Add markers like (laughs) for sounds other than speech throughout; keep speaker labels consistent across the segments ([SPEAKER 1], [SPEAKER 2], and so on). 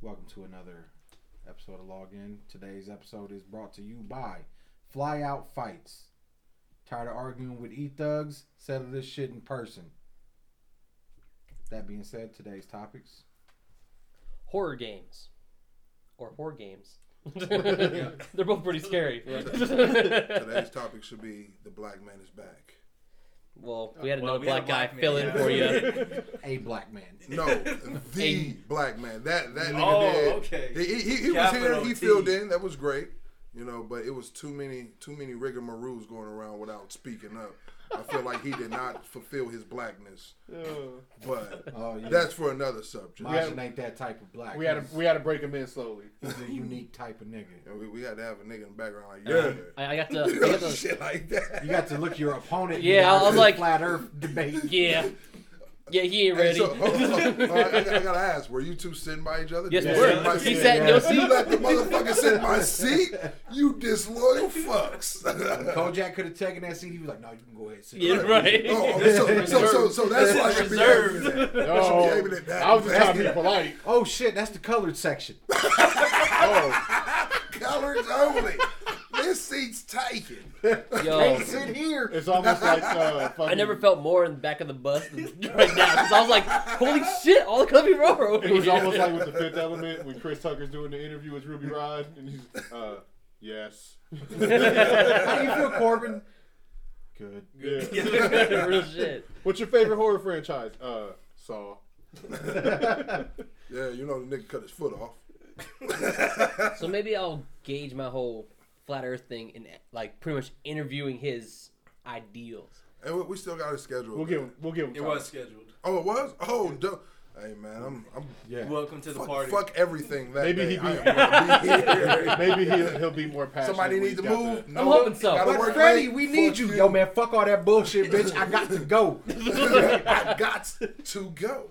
[SPEAKER 1] Welcome to another episode of Login. Today's episode is brought to you by Fly Out Fights. Tired of arguing with e thugs? Settle this shit in person. That being said, today's topics.
[SPEAKER 2] horror games or horror
[SPEAKER 3] (laughs)
[SPEAKER 2] games.
[SPEAKER 1] Yeah.
[SPEAKER 2] (laughs) They're both pretty scary.
[SPEAKER 4] Today's topic should be the black man is back.
[SPEAKER 2] (laughs) well, we had another
[SPEAKER 5] Well, we had
[SPEAKER 2] black
[SPEAKER 5] a black
[SPEAKER 2] guy
[SPEAKER 5] man,
[SPEAKER 2] fill in
[SPEAKER 5] yeah.
[SPEAKER 2] for
[SPEAKER 5] (laughs)
[SPEAKER 2] you.
[SPEAKER 1] A black man.
[SPEAKER 4] No, the
[SPEAKER 2] Hey.
[SPEAKER 4] black man. That that nigga
[SPEAKER 5] Oh,
[SPEAKER 4] did.
[SPEAKER 5] okay.
[SPEAKER 4] He, he, he was
[SPEAKER 5] Capital
[SPEAKER 4] here. He
[SPEAKER 5] T.
[SPEAKER 4] filled in. That was great. You know, but it was too many too many rigmaroles going around without speaking up. I feel like he did not fulfill his blackness. But
[SPEAKER 1] Oh, yeah.
[SPEAKER 4] that's for another subject.
[SPEAKER 1] Majin ain't that type of black.
[SPEAKER 3] (laughs) We had to, we had to break him
[SPEAKER 4] (laughs)
[SPEAKER 3] in slowly. Oh,
[SPEAKER 1] He's a unique type of nigga.
[SPEAKER 4] And we, we had to have a nigga in the background like yeah,
[SPEAKER 2] I, I got the, I
[SPEAKER 5] Uh-huh.
[SPEAKER 2] got
[SPEAKER 5] Oh,
[SPEAKER 2] the
[SPEAKER 4] (laughs) shit like that.
[SPEAKER 1] You got to look your opponent.
[SPEAKER 2] Yeah, I
[SPEAKER 1] in the
[SPEAKER 2] was like-
[SPEAKER 1] flat Earth debate.
[SPEAKER 2] (laughs) yeah, yeah. He ain't
[SPEAKER 4] Hey,
[SPEAKER 2] ready.
[SPEAKER 4] so,
[SPEAKER 2] (laughs)
[SPEAKER 5] oh,
[SPEAKER 4] hold on, hold on. All right, I, gotta- I gotta ask, were you two sitting by each other?
[SPEAKER 2] Yes,
[SPEAKER 4] Did
[SPEAKER 2] we
[SPEAKER 4] you
[SPEAKER 2] were.
[SPEAKER 4] sit in my
[SPEAKER 2] He
[SPEAKER 4] seat?
[SPEAKER 2] sat in your
[SPEAKER 4] You
[SPEAKER 2] seat.
[SPEAKER 4] let the motherfucker sit
[SPEAKER 2] (laughs)
[SPEAKER 4] in my seat? You disloyal fucks.
[SPEAKER 1] Kojak could have taken that seat. He was like, "No, you can go ahead." and Sit
[SPEAKER 2] yeah, right.
[SPEAKER 4] Oh, so, so, so, so that's why you
[SPEAKER 5] Reserved.
[SPEAKER 4] behaving (laughs) that.
[SPEAKER 3] No,
[SPEAKER 4] Yeah, but that-
[SPEAKER 3] I was just trying to be polite.
[SPEAKER 1] Oh shit, that's the colored
[SPEAKER 3] (laughs)
[SPEAKER 1] section.
[SPEAKER 4] Colors only. This seat's taken.
[SPEAKER 2] (laughs) Yo,
[SPEAKER 1] Sit here.
[SPEAKER 3] It's almost like uh, fucking,
[SPEAKER 2] I never felt more in the back of the bus than (laughs) right now because I was like, holy shit, all the Columbia Railroad.
[SPEAKER 3] It was
[SPEAKER 2] (laughs)
[SPEAKER 3] almost like with the Fifth Element when Chris Tucker's doing the interview with Ruby Rod, and he's uh, yes,
[SPEAKER 1] How do you feel, Corbin? Good.
[SPEAKER 3] yeah.
[SPEAKER 2] real shit.
[SPEAKER 3] What's your favorite horror franchise? Uh, Saw.
[SPEAKER 4] Yeah, you know the nigga cut his foot off.
[SPEAKER 2] So maybe I'll gauge my whole flat Earth thing in like pretty much interviewing his ideals.
[SPEAKER 4] And we, we still got a schedule.
[SPEAKER 3] We'll give him. We'll give him.
[SPEAKER 5] It
[SPEAKER 3] time.
[SPEAKER 5] was scheduled.
[SPEAKER 4] Oh, it was? Oh, duh. Hey, man, I'm. I'm
[SPEAKER 1] Yeah.
[SPEAKER 5] Welcome to the
[SPEAKER 4] fuck,
[SPEAKER 5] party.
[SPEAKER 4] fuck everything that
[SPEAKER 3] Maybe
[SPEAKER 4] day.
[SPEAKER 3] he
[SPEAKER 4] I
[SPEAKER 3] be-
[SPEAKER 4] am
[SPEAKER 3] (laughs)
[SPEAKER 4] gonna be here.
[SPEAKER 3] Maybe he'll, he'll be more passionate.
[SPEAKER 4] Somebody
[SPEAKER 3] when
[SPEAKER 4] needs to
[SPEAKER 3] he's got
[SPEAKER 4] move.
[SPEAKER 3] that.
[SPEAKER 4] No,
[SPEAKER 2] hoping so.
[SPEAKER 4] gotta
[SPEAKER 1] But
[SPEAKER 4] work
[SPEAKER 1] Freddie,
[SPEAKER 4] late.
[SPEAKER 1] we
[SPEAKER 4] Fuck
[SPEAKER 1] need you.
[SPEAKER 4] you.
[SPEAKER 1] Yo, man, fuck all that bullshit, bitch. I got to
[SPEAKER 3] (laughs)
[SPEAKER 1] go.
[SPEAKER 4] I got to go.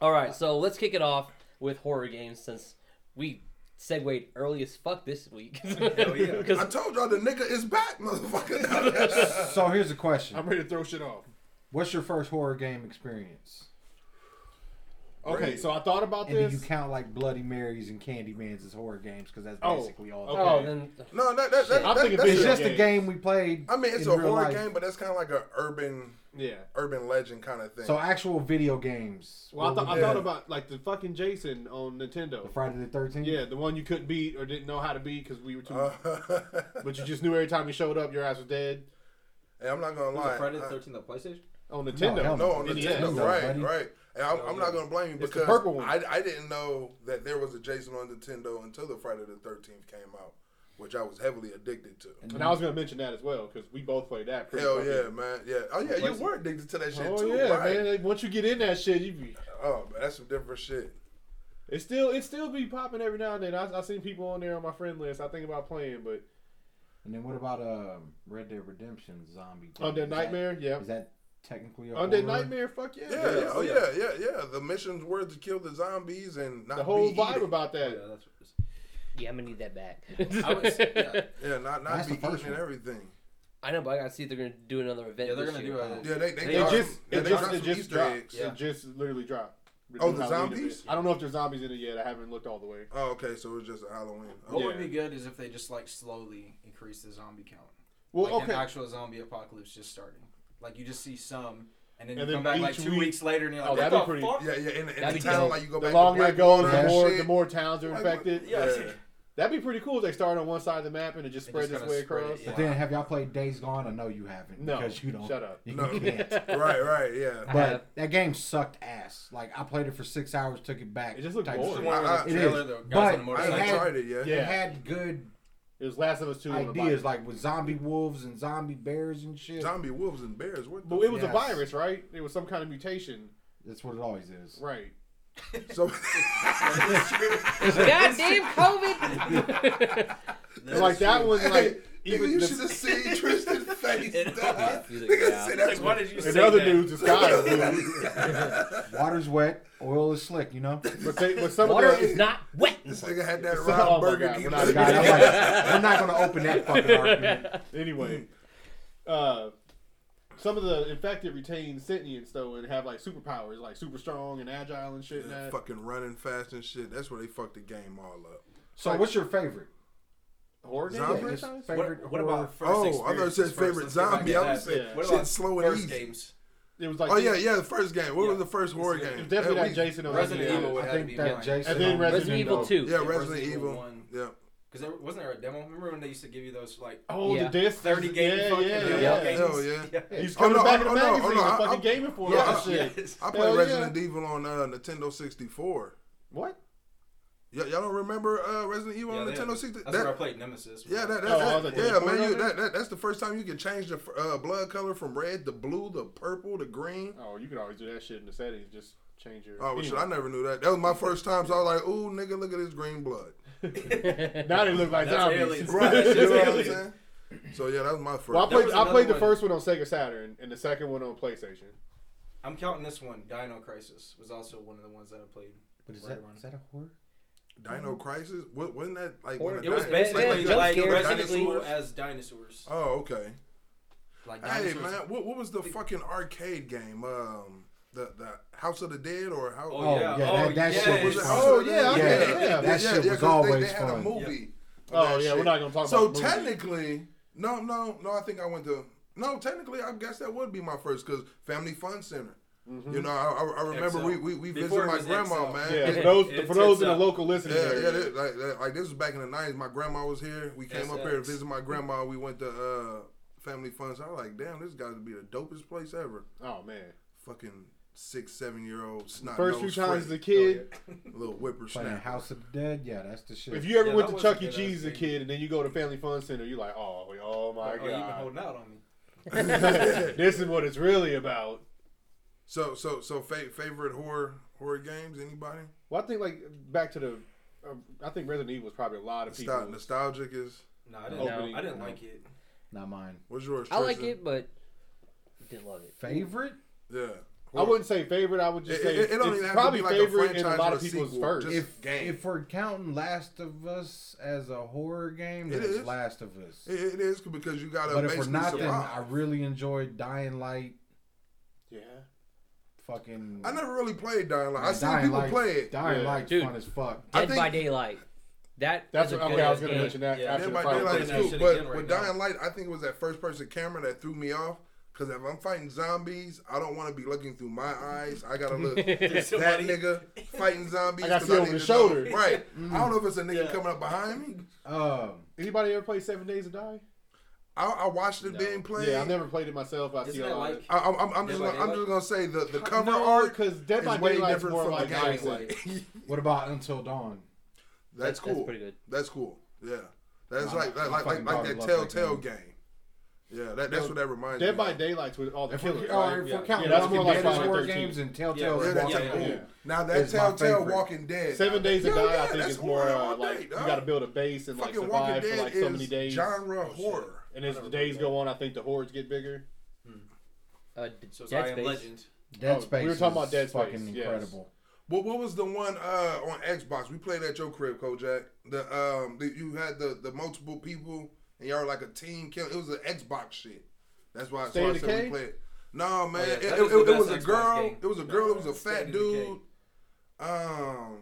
[SPEAKER 2] All right, so let's kick it off with horror games since we segued early as fuck this week.
[SPEAKER 5] yeah.
[SPEAKER 2] 'Cause
[SPEAKER 4] I told y'all the nigga is back, motherfucker. (laughs)
[SPEAKER 1] So here's a question:
[SPEAKER 3] I'm ready to throw shit off.
[SPEAKER 1] What's your first horror game experience?
[SPEAKER 3] Okay, so I thought about
[SPEAKER 1] And do you
[SPEAKER 3] this.
[SPEAKER 1] count like Bloody Marys and Candyman's as horror games? Because that's
[SPEAKER 3] Oh,
[SPEAKER 1] basically all.
[SPEAKER 3] okay.
[SPEAKER 1] that-
[SPEAKER 2] (laughs) oh, then
[SPEAKER 4] no, that, that, that,
[SPEAKER 3] I'm
[SPEAKER 4] that,
[SPEAKER 3] thinking
[SPEAKER 4] that's
[SPEAKER 1] It's
[SPEAKER 3] video
[SPEAKER 4] just.
[SPEAKER 1] just a game we played.
[SPEAKER 4] I mean, it's
[SPEAKER 1] in
[SPEAKER 4] a
[SPEAKER 1] real
[SPEAKER 4] horror
[SPEAKER 1] life.
[SPEAKER 4] game, but that's kind of like a urban
[SPEAKER 3] Yeah.
[SPEAKER 4] urban legend kind of thing.
[SPEAKER 1] So actual video games.
[SPEAKER 3] Well, I,
[SPEAKER 1] What
[SPEAKER 3] thought
[SPEAKER 1] would
[SPEAKER 3] I
[SPEAKER 1] that-
[SPEAKER 3] thought about like the fucking Jason on Nintendo.
[SPEAKER 1] the Friday the Thirteenth.
[SPEAKER 3] Yeah, the one you couldn't beat or didn't know how to beat because we were too.
[SPEAKER 4] Uh,
[SPEAKER 3] but you just knew every time you showed up, your ass was dead
[SPEAKER 4] (laughs) hey, I'm not gonna lie.
[SPEAKER 6] Friday the
[SPEAKER 4] I-
[SPEAKER 6] 13th on PlayStation?
[SPEAKER 3] on Nintendo.
[SPEAKER 1] hell
[SPEAKER 4] no, on the
[SPEAKER 3] NES.
[SPEAKER 4] Nintendo,
[SPEAKER 1] Nintendo,
[SPEAKER 4] right,
[SPEAKER 1] buddy.
[SPEAKER 4] right. And I'm, I'm not gonna blame you
[SPEAKER 3] It's the
[SPEAKER 4] because
[SPEAKER 3] purple one.
[SPEAKER 4] I, I didn't know that there was a Jason on Nintendo until the Friday the 13th came out, which I was heavily addicted to.
[SPEAKER 3] And I was gonna mention that as well because we both played that. pretty
[SPEAKER 4] Hell
[SPEAKER 3] fucking-
[SPEAKER 4] yeah, man. Yeah. Oh yeah, you
[SPEAKER 6] PlayStation.
[SPEAKER 4] were addicted to that shit
[SPEAKER 3] Oh
[SPEAKER 4] too,
[SPEAKER 3] yeah,
[SPEAKER 4] right?
[SPEAKER 3] man! Like, once you get in that shit, you be
[SPEAKER 4] Oh, man, that's some different shit.
[SPEAKER 3] it still it still be popping every now and then. I I seen people on there on my friend list. I think about playing, but
[SPEAKER 1] And then what about um, Red Dead Redemption zombie? game?
[SPEAKER 3] Undead
[SPEAKER 1] Is that-
[SPEAKER 3] Nightmare, yeah.
[SPEAKER 1] Is that technically a
[SPEAKER 3] Undead
[SPEAKER 1] horror?
[SPEAKER 3] Nightmare, fuck yeah!
[SPEAKER 4] Yeah, yeah, oh yeah, yeah, yeah. The missions were to kill the zombies and not
[SPEAKER 3] The whole
[SPEAKER 4] be
[SPEAKER 3] vibe
[SPEAKER 4] eating.
[SPEAKER 3] about
[SPEAKER 6] Yeah,
[SPEAKER 3] that.
[SPEAKER 6] that's what it is.
[SPEAKER 2] yeah, I'm gonna need that back.
[SPEAKER 6] I was, yeah.
[SPEAKER 4] Yeah, not not
[SPEAKER 1] That's
[SPEAKER 4] be
[SPEAKER 1] the first
[SPEAKER 4] eating and
[SPEAKER 1] one.
[SPEAKER 4] everything.
[SPEAKER 2] I know, but I gotta see if they're gonna do another event.
[SPEAKER 6] yeah, they're
[SPEAKER 2] this
[SPEAKER 6] gonna
[SPEAKER 2] year.
[SPEAKER 6] do a.
[SPEAKER 4] Yeah, they they,
[SPEAKER 6] They
[SPEAKER 3] It
[SPEAKER 4] dropped-
[SPEAKER 3] just
[SPEAKER 4] yeah,
[SPEAKER 3] it
[SPEAKER 4] they
[SPEAKER 3] just
[SPEAKER 4] dropped
[SPEAKER 3] it
[SPEAKER 4] some
[SPEAKER 3] just
[SPEAKER 4] Easter
[SPEAKER 3] dropped.
[SPEAKER 4] eggs.
[SPEAKER 6] Yeah.
[SPEAKER 3] It just literally dropped.
[SPEAKER 4] Oh,
[SPEAKER 3] Just
[SPEAKER 4] the
[SPEAKER 3] Halloween
[SPEAKER 4] zombies?
[SPEAKER 3] event. I don't know if there's zombies in it yet. I haven't looked all the way.
[SPEAKER 4] Oh, okay, so it was just a Halloween.
[SPEAKER 6] What
[SPEAKER 4] Oh,
[SPEAKER 6] would
[SPEAKER 3] Yeah.
[SPEAKER 6] be good is if they just like slowly increase the zombie count.
[SPEAKER 3] Well,
[SPEAKER 6] like
[SPEAKER 3] okay.
[SPEAKER 6] an actual zombie apocalypse just starting. Like you just see some, and then you
[SPEAKER 3] And then
[SPEAKER 6] come back like
[SPEAKER 3] each
[SPEAKER 6] two
[SPEAKER 3] week-
[SPEAKER 6] weeks later, and you're like,
[SPEAKER 3] Oh, that'd
[SPEAKER 6] what
[SPEAKER 3] be
[SPEAKER 6] the fuck?
[SPEAKER 4] Yeah, yeah, in, in the
[SPEAKER 2] That'd be
[SPEAKER 4] town,
[SPEAKER 2] dope.
[SPEAKER 4] like you go
[SPEAKER 3] the
[SPEAKER 4] back
[SPEAKER 3] longer
[SPEAKER 4] to
[SPEAKER 3] it goes, the
[SPEAKER 1] and
[SPEAKER 3] more
[SPEAKER 4] shit.
[SPEAKER 3] the more towns are
[SPEAKER 4] Like,
[SPEAKER 3] infected.
[SPEAKER 4] yeah.
[SPEAKER 3] That'd be pretty cool if they started on one side of the map and it just
[SPEAKER 6] They
[SPEAKER 3] spread
[SPEAKER 6] just
[SPEAKER 3] this
[SPEAKER 6] kinda
[SPEAKER 3] way
[SPEAKER 6] spread
[SPEAKER 3] across.
[SPEAKER 6] it,
[SPEAKER 1] But
[SPEAKER 6] yeah.
[SPEAKER 1] then have y'all played Days Gone? I know you haven't
[SPEAKER 3] No,
[SPEAKER 1] because you don't.
[SPEAKER 3] shut up.
[SPEAKER 1] You
[SPEAKER 4] (laughs) No.
[SPEAKER 1] can't.
[SPEAKER 4] (laughs) right, right, yeah.
[SPEAKER 2] I have.
[SPEAKER 1] But that game sucked ass. Like I played it for six hours, took it back.
[SPEAKER 3] It just looked
[SPEAKER 1] type of
[SPEAKER 3] boring.
[SPEAKER 1] shit.
[SPEAKER 4] Wow.
[SPEAKER 6] One where the
[SPEAKER 4] It
[SPEAKER 1] is.
[SPEAKER 6] trailer, the guys
[SPEAKER 1] But
[SPEAKER 6] on the
[SPEAKER 4] I
[SPEAKER 1] it
[SPEAKER 4] ain't
[SPEAKER 1] had-
[SPEAKER 6] motorcycle.
[SPEAKER 4] tried it yet.
[SPEAKER 3] Yeah.
[SPEAKER 1] It had good
[SPEAKER 3] It was Last of Us Two. on the
[SPEAKER 1] ideas,
[SPEAKER 3] bike.
[SPEAKER 1] like with zombie wolves and zombie bears and shit.
[SPEAKER 4] Zombie wolves and bears. What
[SPEAKER 3] But it was
[SPEAKER 1] Yes.
[SPEAKER 3] a virus, right? It was some kind of mutation,
[SPEAKER 1] That's what it always is.
[SPEAKER 3] right?
[SPEAKER 4] the,
[SPEAKER 3] (laughs)
[SPEAKER 4] so (laughs)
[SPEAKER 2] Goddamn COVID!
[SPEAKER 3] And like that one, (laughs)
[SPEAKER 4] hey,
[SPEAKER 3] like
[SPEAKER 4] (laughs) nigga,
[SPEAKER 3] even
[SPEAKER 4] you
[SPEAKER 3] the,
[SPEAKER 4] should have seen
[SPEAKER 3] (laughs)
[SPEAKER 4] Tristan's face.
[SPEAKER 6] It-
[SPEAKER 4] dog.
[SPEAKER 2] He's like,
[SPEAKER 4] Nigga
[SPEAKER 2] yeah.
[SPEAKER 4] said
[SPEAKER 5] Like,
[SPEAKER 4] that's
[SPEAKER 5] why did you
[SPEAKER 3] and
[SPEAKER 5] say
[SPEAKER 3] the other
[SPEAKER 5] that?
[SPEAKER 3] dudes is guys,
[SPEAKER 4] (laughs)
[SPEAKER 3] dude.
[SPEAKER 1] Water's wet, oil is slick. You
[SPEAKER 6] (laughs)
[SPEAKER 1] know.
[SPEAKER 3] But, they, but some
[SPEAKER 2] Water
[SPEAKER 3] of
[SPEAKER 2] is
[SPEAKER 3] them,
[SPEAKER 2] not wet.
[SPEAKER 3] (laughs)
[SPEAKER 4] This nigga had that
[SPEAKER 3] Oh
[SPEAKER 4] Rob
[SPEAKER 3] my
[SPEAKER 4] Burger
[SPEAKER 3] God,
[SPEAKER 4] King.
[SPEAKER 3] we're not-
[SPEAKER 1] God, I'm
[SPEAKER 4] (laughs)
[SPEAKER 1] like, we're not gonna open that fucking argument.
[SPEAKER 3] anyway. Uh, some of the infected retain sentience though and have like superpowers, like super strong and agile and shit. And that.
[SPEAKER 4] Fucking running fast and shit. That's where they fucked the game all up.
[SPEAKER 1] So, what's your favorite?
[SPEAKER 3] Horror game
[SPEAKER 4] Zombie?
[SPEAKER 3] franchise?
[SPEAKER 1] Favorite
[SPEAKER 6] What, what
[SPEAKER 1] horror-
[SPEAKER 6] about first
[SPEAKER 4] Oh, I thought it
[SPEAKER 6] experiences
[SPEAKER 4] said
[SPEAKER 6] first?
[SPEAKER 4] favorite
[SPEAKER 6] Let's go back
[SPEAKER 4] zombie.
[SPEAKER 6] to
[SPEAKER 4] I
[SPEAKER 6] that.
[SPEAKER 4] was saying,
[SPEAKER 3] Yeah.
[SPEAKER 6] What
[SPEAKER 4] shit
[SPEAKER 6] about
[SPEAKER 4] slow and
[SPEAKER 6] first
[SPEAKER 4] easy.
[SPEAKER 6] games?
[SPEAKER 3] It was like
[SPEAKER 4] Oh yeah, yeah. The first game. What
[SPEAKER 6] Yeah.
[SPEAKER 4] was the first horror
[SPEAKER 6] It's
[SPEAKER 4] game?
[SPEAKER 3] It's definitely
[SPEAKER 4] That
[SPEAKER 3] that
[SPEAKER 4] we-
[SPEAKER 3] Jason on
[SPEAKER 6] Resident
[SPEAKER 3] the-
[SPEAKER 6] Evil would
[SPEAKER 1] I
[SPEAKER 6] have to
[SPEAKER 1] think
[SPEAKER 6] be
[SPEAKER 1] that
[SPEAKER 6] behind.
[SPEAKER 1] Jason.
[SPEAKER 3] And then
[SPEAKER 1] on-
[SPEAKER 3] Resident
[SPEAKER 2] Resident Evil
[SPEAKER 3] Evil.
[SPEAKER 2] Two.
[SPEAKER 4] Yeah,
[SPEAKER 6] Yeah,
[SPEAKER 4] Resident,
[SPEAKER 6] Resident Evil
[SPEAKER 4] Evil.
[SPEAKER 6] one.
[SPEAKER 4] Yeah.
[SPEAKER 6] Because there wasn't there a demo? Remember when they used to give you those like
[SPEAKER 3] Oh,
[SPEAKER 2] Yeah.
[SPEAKER 3] the disc.
[SPEAKER 6] 30 game
[SPEAKER 3] yeah,
[SPEAKER 6] fucking
[SPEAKER 3] yeah,
[SPEAKER 6] demo
[SPEAKER 3] yeah.
[SPEAKER 6] games?
[SPEAKER 4] Hell
[SPEAKER 6] (laughs)
[SPEAKER 4] yeah.
[SPEAKER 3] He's
[SPEAKER 4] Oh, no,
[SPEAKER 3] coming back in the
[SPEAKER 4] oh, no, oh,
[SPEAKER 3] magazine.
[SPEAKER 4] no, I-
[SPEAKER 3] and fucking
[SPEAKER 4] I-
[SPEAKER 3] gaming for
[SPEAKER 4] yeah,
[SPEAKER 3] that
[SPEAKER 4] I-
[SPEAKER 3] shit.
[SPEAKER 6] Yes.
[SPEAKER 4] I
[SPEAKER 3] Hell
[SPEAKER 4] played
[SPEAKER 3] yeah.
[SPEAKER 4] Resident Evil on uh, Nintendo 64.
[SPEAKER 3] What?
[SPEAKER 4] Y- y'all don't remember uh, Resident Evil
[SPEAKER 6] Yeah,
[SPEAKER 4] on
[SPEAKER 6] they-
[SPEAKER 4] Nintendo 64?
[SPEAKER 6] That's where I played Nemesis.
[SPEAKER 4] Yeah, that, that,
[SPEAKER 3] Oh,
[SPEAKER 4] that-
[SPEAKER 3] all the-
[SPEAKER 4] yeah,
[SPEAKER 3] the
[SPEAKER 4] man. You,
[SPEAKER 3] color?
[SPEAKER 4] that, that that's the first time you can change the uh, blood color from red to blue to purple to green.
[SPEAKER 3] Oh, you could always do that shit in the settings. Just change your.
[SPEAKER 4] Oh well, shit,
[SPEAKER 3] Anyway.
[SPEAKER 4] I never knew that. That was my first time, so I was like, "Ooh, nigga, look at this green blood."
[SPEAKER 3] Now they look like
[SPEAKER 6] That's
[SPEAKER 3] zombies.
[SPEAKER 4] (laughs)
[SPEAKER 6] aliens.
[SPEAKER 4] Right?
[SPEAKER 6] That's
[SPEAKER 4] you know what I'm
[SPEAKER 6] aliens.
[SPEAKER 4] saying? So yeah, that was my first.
[SPEAKER 3] Well, I
[SPEAKER 6] There
[SPEAKER 3] played.
[SPEAKER 6] was
[SPEAKER 3] I
[SPEAKER 6] another
[SPEAKER 3] played the
[SPEAKER 6] one.
[SPEAKER 3] first one on Sega Saturn and the second one on PlayStation.
[SPEAKER 6] I'm counting this one. Dino Crisis was also one of the ones that I played.
[SPEAKER 1] But is
[SPEAKER 6] right
[SPEAKER 1] that,
[SPEAKER 6] around.
[SPEAKER 1] is that a horror?
[SPEAKER 4] Dino Crisis. What, wasn't that like? when
[SPEAKER 2] Or-
[SPEAKER 4] a
[SPEAKER 6] It was
[SPEAKER 4] di-
[SPEAKER 2] bad- bad
[SPEAKER 4] like-
[SPEAKER 6] basically
[SPEAKER 4] like-
[SPEAKER 2] jump
[SPEAKER 6] like
[SPEAKER 2] scare
[SPEAKER 6] Resident
[SPEAKER 2] technically.
[SPEAKER 6] Evil as dinosaurs.
[SPEAKER 4] Oh okay.
[SPEAKER 6] Like
[SPEAKER 4] Hey
[SPEAKER 6] dinosaurs. Oh,
[SPEAKER 4] man, what, what was the fucking arcade game? Um, the the House of the Dead or how?
[SPEAKER 6] Oh, yeah.
[SPEAKER 1] yeah,
[SPEAKER 6] Oh,
[SPEAKER 1] that, that
[SPEAKER 6] yeah.
[SPEAKER 1] shit
[SPEAKER 4] Was
[SPEAKER 1] was
[SPEAKER 4] it
[SPEAKER 1] fun.
[SPEAKER 4] House of the
[SPEAKER 3] yeah,
[SPEAKER 4] Dead?
[SPEAKER 3] okay,
[SPEAKER 4] yeah,
[SPEAKER 3] yeah.
[SPEAKER 1] That shit was
[SPEAKER 4] 'cause they-
[SPEAKER 1] always
[SPEAKER 4] they, had
[SPEAKER 1] fun.
[SPEAKER 4] a movie. of
[SPEAKER 3] Oh
[SPEAKER 4] that
[SPEAKER 3] yeah,
[SPEAKER 4] shit.
[SPEAKER 3] we're not gonna talk
[SPEAKER 4] so
[SPEAKER 3] about. the movie.
[SPEAKER 4] technically, no, no, no. I think I went to no. Technically, I guess that would be my first because Family Fun Center. You know, I, I- I remember
[SPEAKER 6] XL.
[SPEAKER 4] we we, we visited
[SPEAKER 6] Before it
[SPEAKER 4] my
[SPEAKER 6] was
[SPEAKER 4] grandma,
[SPEAKER 6] XL.
[SPEAKER 4] man.
[SPEAKER 3] Yeah,
[SPEAKER 4] Yeah,
[SPEAKER 3] for those
[SPEAKER 6] It
[SPEAKER 3] for those
[SPEAKER 6] tips
[SPEAKER 3] in the
[SPEAKER 6] up.
[SPEAKER 3] local listening
[SPEAKER 4] yeah,
[SPEAKER 3] area.
[SPEAKER 4] yeah, that- like, that- like this was back in the nineties. My grandma was here. We came up here to
[SPEAKER 6] SX.
[SPEAKER 4] visit my grandma. We went to uh, Family Fun Center. I was like, damn, this got to be the dopest place ever.
[SPEAKER 3] Oh man,
[SPEAKER 4] Fucking six, seven year old snot
[SPEAKER 3] first few
[SPEAKER 4] nose
[SPEAKER 3] times as a
[SPEAKER 4] Freddy.
[SPEAKER 3] kid,
[SPEAKER 4] little
[SPEAKER 1] Playing
[SPEAKER 4] whippersnapper. (laughs)
[SPEAKER 1] House (laughs) of the Dead, yeah, that's the shit.
[SPEAKER 3] if you ever
[SPEAKER 6] Yeah,
[SPEAKER 3] went
[SPEAKER 6] that was
[SPEAKER 3] to Chuck
[SPEAKER 6] a
[SPEAKER 3] E.
[SPEAKER 6] good
[SPEAKER 3] Cheese as a
[SPEAKER 6] ass
[SPEAKER 3] kid, and then you go to Family Fun Center, you're like, oh, oh my
[SPEAKER 6] Oh, you've been
[SPEAKER 3] god,
[SPEAKER 6] holding out on me.
[SPEAKER 3] this is what it's really about.
[SPEAKER 4] So so so fa- favorite horror horror games? Anybody?
[SPEAKER 3] Well, I think like back to the, uh, I think Resident Evil was probably a lot of
[SPEAKER 4] Nostal-
[SPEAKER 3] people.
[SPEAKER 4] nostalgic is
[SPEAKER 6] No, I didn't.
[SPEAKER 3] Opening.
[SPEAKER 6] I didn't
[SPEAKER 3] No.
[SPEAKER 6] like it.
[SPEAKER 1] Not mine.
[SPEAKER 4] what's yours?
[SPEAKER 2] I like
[SPEAKER 4] Trisha?
[SPEAKER 2] it, but didn't love it.
[SPEAKER 1] Favorite?
[SPEAKER 4] Yeah.
[SPEAKER 3] I wouldn't say favorite. I would just
[SPEAKER 4] It-
[SPEAKER 3] say
[SPEAKER 4] it- it don't
[SPEAKER 3] it's
[SPEAKER 4] even have to
[SPEAKER 3] probably
[SPEAKER 4] be like a
[SPEAKER 3] favorite in a
[SPEAKER 4] franchise
[SPEAKER 3] lot
[SPEAKER 4] or
[SPEAKER 3] of
[SPEAKER 4] a
[SPEAKER 3] people's
[SPEAKER 4] sequel,
[SPEAKER 3] first.
[SPEAKER 4] just-
[SPEAKER 1] If
[SPEAKER 4] game.
[SPEAKER 1] if we're counting Last of Us as a horror game,
[SPEAKER 4] It
[SPEAKER 1] then it's
[SPEAKER 4] is.
[SPEAKER 1] Last of Us.
[SPEAKER 4] It, it is because you got to
[SPEAKER 1] but if we're
[SPEAKER 4] basically
[SPEAKER 1] not, then I
[SPEAKER 4] survive.
[SPEAKER 1] really enjoyed Dying Light.
[SPEAKER 3] yeah,
[SPEAKER 1] Fucking.
[SPEAKER 4] I never really played Dying Light. I
[SPEAKER 1] Man,
[SPEAKER 4] seen
[SPEAKER 1] Dying
[SPEAKER 4] people
[SPEAKER 1] Light-
[SPEAKER 4] play it.
[SPEAKER 1] Dying
[SPEAKER 3] Yeah.
[SPEAKER 1] Light's
[SPEAKER 2] Dude.
[SPEAKER 1] fun as fuck.
[SPEAKER 4] I
[SPEAKER 2] Dead
[SPEAKER 4] think-
[SPEAKER 2] by Daylight. That
[SPEAKER 3] that's
[SPEAKER 2] is
[SPEAKER 3] what,
[SPEAKER 2] a
[SPEAKER 3] okay.
[SPEAKER 2] good
[SPEAKER 3] I was
[SPEAKER 2] game.
[SPEAKER 3] gonna mention that
[SPEAKER 6] Yeah.
[SPEAKER 3] after
[SPEAKER 4] Dead
[SPEAKER 3] the
[SPEAKER 4] by
[SPEAKER 3] final
[SPEAKER 4] Daylight is cool,
[SPEAKER 3] Fantasy.
[SPEAKER 6] Shit
[SPEAKER 4] but
[SPEAKER 6] again right
[SPEAKER 4] with
[SPEAKER 6] now.
[SPEAKER 4] Dying Light, I think it was that first person camera that threw me off. Because if I'm fighting zombies, I don't want to be looking through my eyes. I
[SPEAKER 2] (laughs)
[SPEAKER 4] gotta look that
[SPEAKER 6] Somebody-
[SPEAKER 4] nigga fighting zombies.
[SPEAKER 3] I gotta
[SPEAKER 4] 'cause
[SPEAKER 3] see over
[SPEAKER 4] need
[SPEAKER 3] the
[SPEAKER 4] to know-
[SPEAKER 3] shoulder. Mm-hmm.
[SPEAKER 4] Right. I don't know if it's a nigga
[SPEAKER 6] Yeah.
[SPEAKER 4] coming up behind me.
[SPEAKER 1] Um,
[SPEAKER 3] Anybody ever play Seven Days to Die?
[SPEAKER 4] I, I watched it
[SPEAKER 1] No.
[SPEAKER 4] being played.
[SPEAKER 3] Yeah, I've never played it myself. I see
[SPEAKER 6] Isn't
[SPEAKER 3] a
[SPEAKER 6] that
[SPEAKER 3] lot.
[SPEAKER 6] like
[SPEAKER 3] of-
[SPEAKER 4] I, I'm, I'm, I'm,
[SPEAKER 6] Dead
[SPEAKER 4] just
[SPEAKER 6] by
[SPEAKER 4] gonna, I'm
[SPEAKER 6] Daylight?
[SPEAKER 4] just gonna say the, the cover
[SPEAKER 3] no,
[SPEAKER 4] art
[SPEAKER 3] because Dead by
[SPEAKER 4] is way
[SPEAKER 3] Daylight's
[SPEAKER 4] different
[SPEAKER 3] more
[SPEAKER 4] from
[SPEAKER 3] like
[SPEAKER 4] the game.
[SPEAKER 3] Dying
[SPEAKER 6] Dying
[SPEAKER 3] Light.
[SPEAKER 6] Light.
[SPEAKER 1] what about Until Dawn?
[SPEAKER 2] That's
[SPEAKER 4] That's cool.
[SPEAKER 2] pretty good.
[SPEAKER 4] That's cool. Yeah. That's
[SPEAKER 1] My-
[SPEAKER 4] like
[SPEAKER 1] my
[SPEAKER 4] like like,
[SPEAKER 1] fucking
[SPEAKER 4] like, like
[SPEAKER 1] daughter
[SPEAKER 4] that
[SPEAKER 1] loves that
[SPEAKER 4] Telltale
[SPEAKER 1] game.
[SPEAKER 4] game. Yeah, that, that's what that reminds
[SPEAKER 3] Dead
[SPEAKER 4] me.
[SPEAKER 3] by
[SPEAKER 4] of.
[SPEAKER 3] Daylight's with all the
[SPEAKER 1] If we're,
[SPEAKER 3] killers.
[SPEAKER 1] all right,
[SPEAKER 3] right?
[SPEAKER 1] if
[SPEAKER 3] Yeah.
[SPEAKER 1] we're counting
[SPEAKER 3] Yeah, that's
[SPEAKER 1] that's more
[SPEAKER 3] more
[SPEAKER 1] like
[SPEAKER 3] like
[SPEAKER 1] Daylight
[SPEAKER 3] Final
[SPEAKER 1] War
[SPEAKER 3] 13.
[SPEAKER 1] games and Telltale
[SPEAKER 6] Yeah,
[SPEAKER 1] is
[SPEAKER 4] Yeah,
[SPEAKER 6] that's
[SPEAKER 4] that
[SPEAKER 1] Walking
[SPEAKER 6] yeah,
[SPEAKER 1] Dead.
[SPEAKER 6] yeah.
[SPEAKER 3] yeah. Oh,
[SPEAKER 4] Now that
[SPEAKER 1] It's my
[SPEAKER 4] Telltale
[SPEAKER 1] favorite.
[SPEAKER 4] Walking Dead.
[SPEAKER 3] Seven Days to
[SPEAKER 4] Yeah,
[SPEAKER 3] Die,
[SPEAKER 4] yeah,
[SPEAKER 3] I think,
[SPEAKER 4] that's
[SPEAKER 3] is more
[SPEAKER 4] horror
[SPEAKER 3] uh,
[SPEAKER 4] all
[SPEAKER 3] like
[SPEAKER 4] day,
[SPEAKER 3] you
[SPEAKER 4] dog.
[SPEAKER 3] got to build a base and like
[SPEAKER 4] Fucking Walking
[SPEAKER 3] survive for
[SPEAKER 4] Dead
[SPEAKER 3] like so
[SPEAKER 4] is
[SPEAKER 3] many days.
[SPEAKER 4] genre horror.
[SPEAKER 3] And as
[SPEAKER 6] I
[SPEAKER 3] the
[SPEAKER 6] never
[SPEAKER 3] days
[SPEAKER 6] played
[SPEAKER 3] go on, I think the hordes get bigger.
[SPEAKER 2] Uh, D-
[SPEAKER 6] So it's I
[SPEAKER 2] Dead
[SPEAKER 6] Am
[SPEAKER 2] Space.
[SPEAKER 6] Legend.
[SPEAKER 3] Oh,
[SPEAKER 1] Dead
[SPEAKER 3] we
[SPEAKER 1] Space.
[SPEAKER 3] were talking about
[SPEAKER 1] is
[SPEAKER 3] Dead Space,
[SPEAKER 1] Fucking
[SPEAKER 3] yes.
[SPEAKER 1] incredible.
[SPEAKER 4] What what was the one uh, on Xbox? We played at your crib, Kojak. The um the, you had the the multiple people and y'all were like a team kill. It was an Xbox shit. That's why, that's
[SPEAKER 3] State
[SPEAKER 4] why I
[SPEAKER 3] of
[SPEAKER 4] said we
[SPEAKER 3] Decay?
[SPEAKER 4] played. No man,
[SPEAKER 6] Oh, yeah,
[SPEAKER 4] it, it-
[SPEAKER 6] that is the
[SPEAKER 4] it- it
[SPEAKER 6] best
[SPEAKER 4] was a
[SPEAKER 6] Xbox
[SPEAKER 4] girl.
[SPEAKER 6] game.
[SPEAKER 4] It was a girl.
[SPEAKER 6] No,
[SPEAKER 4] it was a
[SPEAKER 6] State
[SPEAKER 4] fat
[SPEAKER 6] of Decay.
[SPEAKER 4] dude. Um,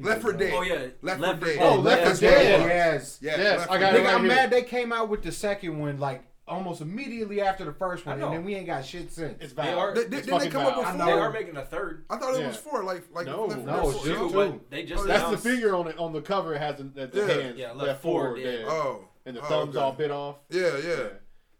[SPEAKER 4] Left 4
[SPEAKER 1] did
[SPEAKER 4] Dead.
[SPEAKER 6] Oh yeah,
[SPEAKER 4] Left 4
[SPEAKER 6] Left
[SPEAKER 4] Dead.
[SPEAKER 3] Oh, Left 4
[SPEAKER 1] Yes,
[SPEAKER 3] Dead.
[SPEAKER 1] Yes.
[SPEAKER 4] Yeah,
[SPEAKER 3] Yes,
[SPEAKER 4] Left
[SPEAKER 3] I
[SPEAKER 4] 4
[SPEAKER 3] got
[SPEAKER 4] Dead.
[SPEAKER 3] it
[SPEAKER 1] Nigga,
[SPEAKER 3] right
[SPEAKER 1] I'm
[SPEAKER 3] here.
[SPEAKER 1] mad they came out with the second one like almost immediately after the first one,
[SPEAKER 6] I know.
[SPEAKER 1] and then we ain't got shit since.
[SPEAKER 3] It's Valve.
[SPEAKER 6] are-
[SPEAKER 4] They- they- didn't
[SPEAKER 3] It's
[SPEAKER 4] they
[SPEAKER 3] fucking
[SPEAKER 4] come up
[SPEAKER 3] Valve.
[SPEAKER 4] with-
[SPEAKER 6] They
[SPEAKER 1] know.
[SPEAKER 6] are making a third.
[SPEAKER 4] I thought it was
[SPEAKER 3] Yeah.
[SPEAKER 4] four. Like like
[SPEAKER 3] No,
[SPEAKER 4] Left 4
[SPEAKER 1] no,
[SPEAKER 4] Dead.
[SPEAKER 1] it's just
[SPEAKER 6] Two,
[SPEAKER 1] two.
[SPEAKER 6] but They just
[SPEAKER 4] Oh,
[SPEAKER 3] That's the
[SPEAKER 6] announced-
[SPEAKER 3] figure on it on the cover. It has the, the, the
[SPEAKER 4] Yeah.
[SPEAKER 3] hands.
[SPEAKER 6] Yeah, left
[SPEAKER 3] left
[SPEAKER 6] forward
[SPEAKER 3] forward
[SPEAKER 6] dead.
[SPEAKER 3] dead.
[SPEAKER 4] Oh,
[SPEAKER 3] And the
[SPEAKER 4] oh,
[SPEAKER 3] thumbs
[SPEAKER 4] okay.
[SPEAKER 3] all bit off.
[SPEAKER 4] Yeah, yeah.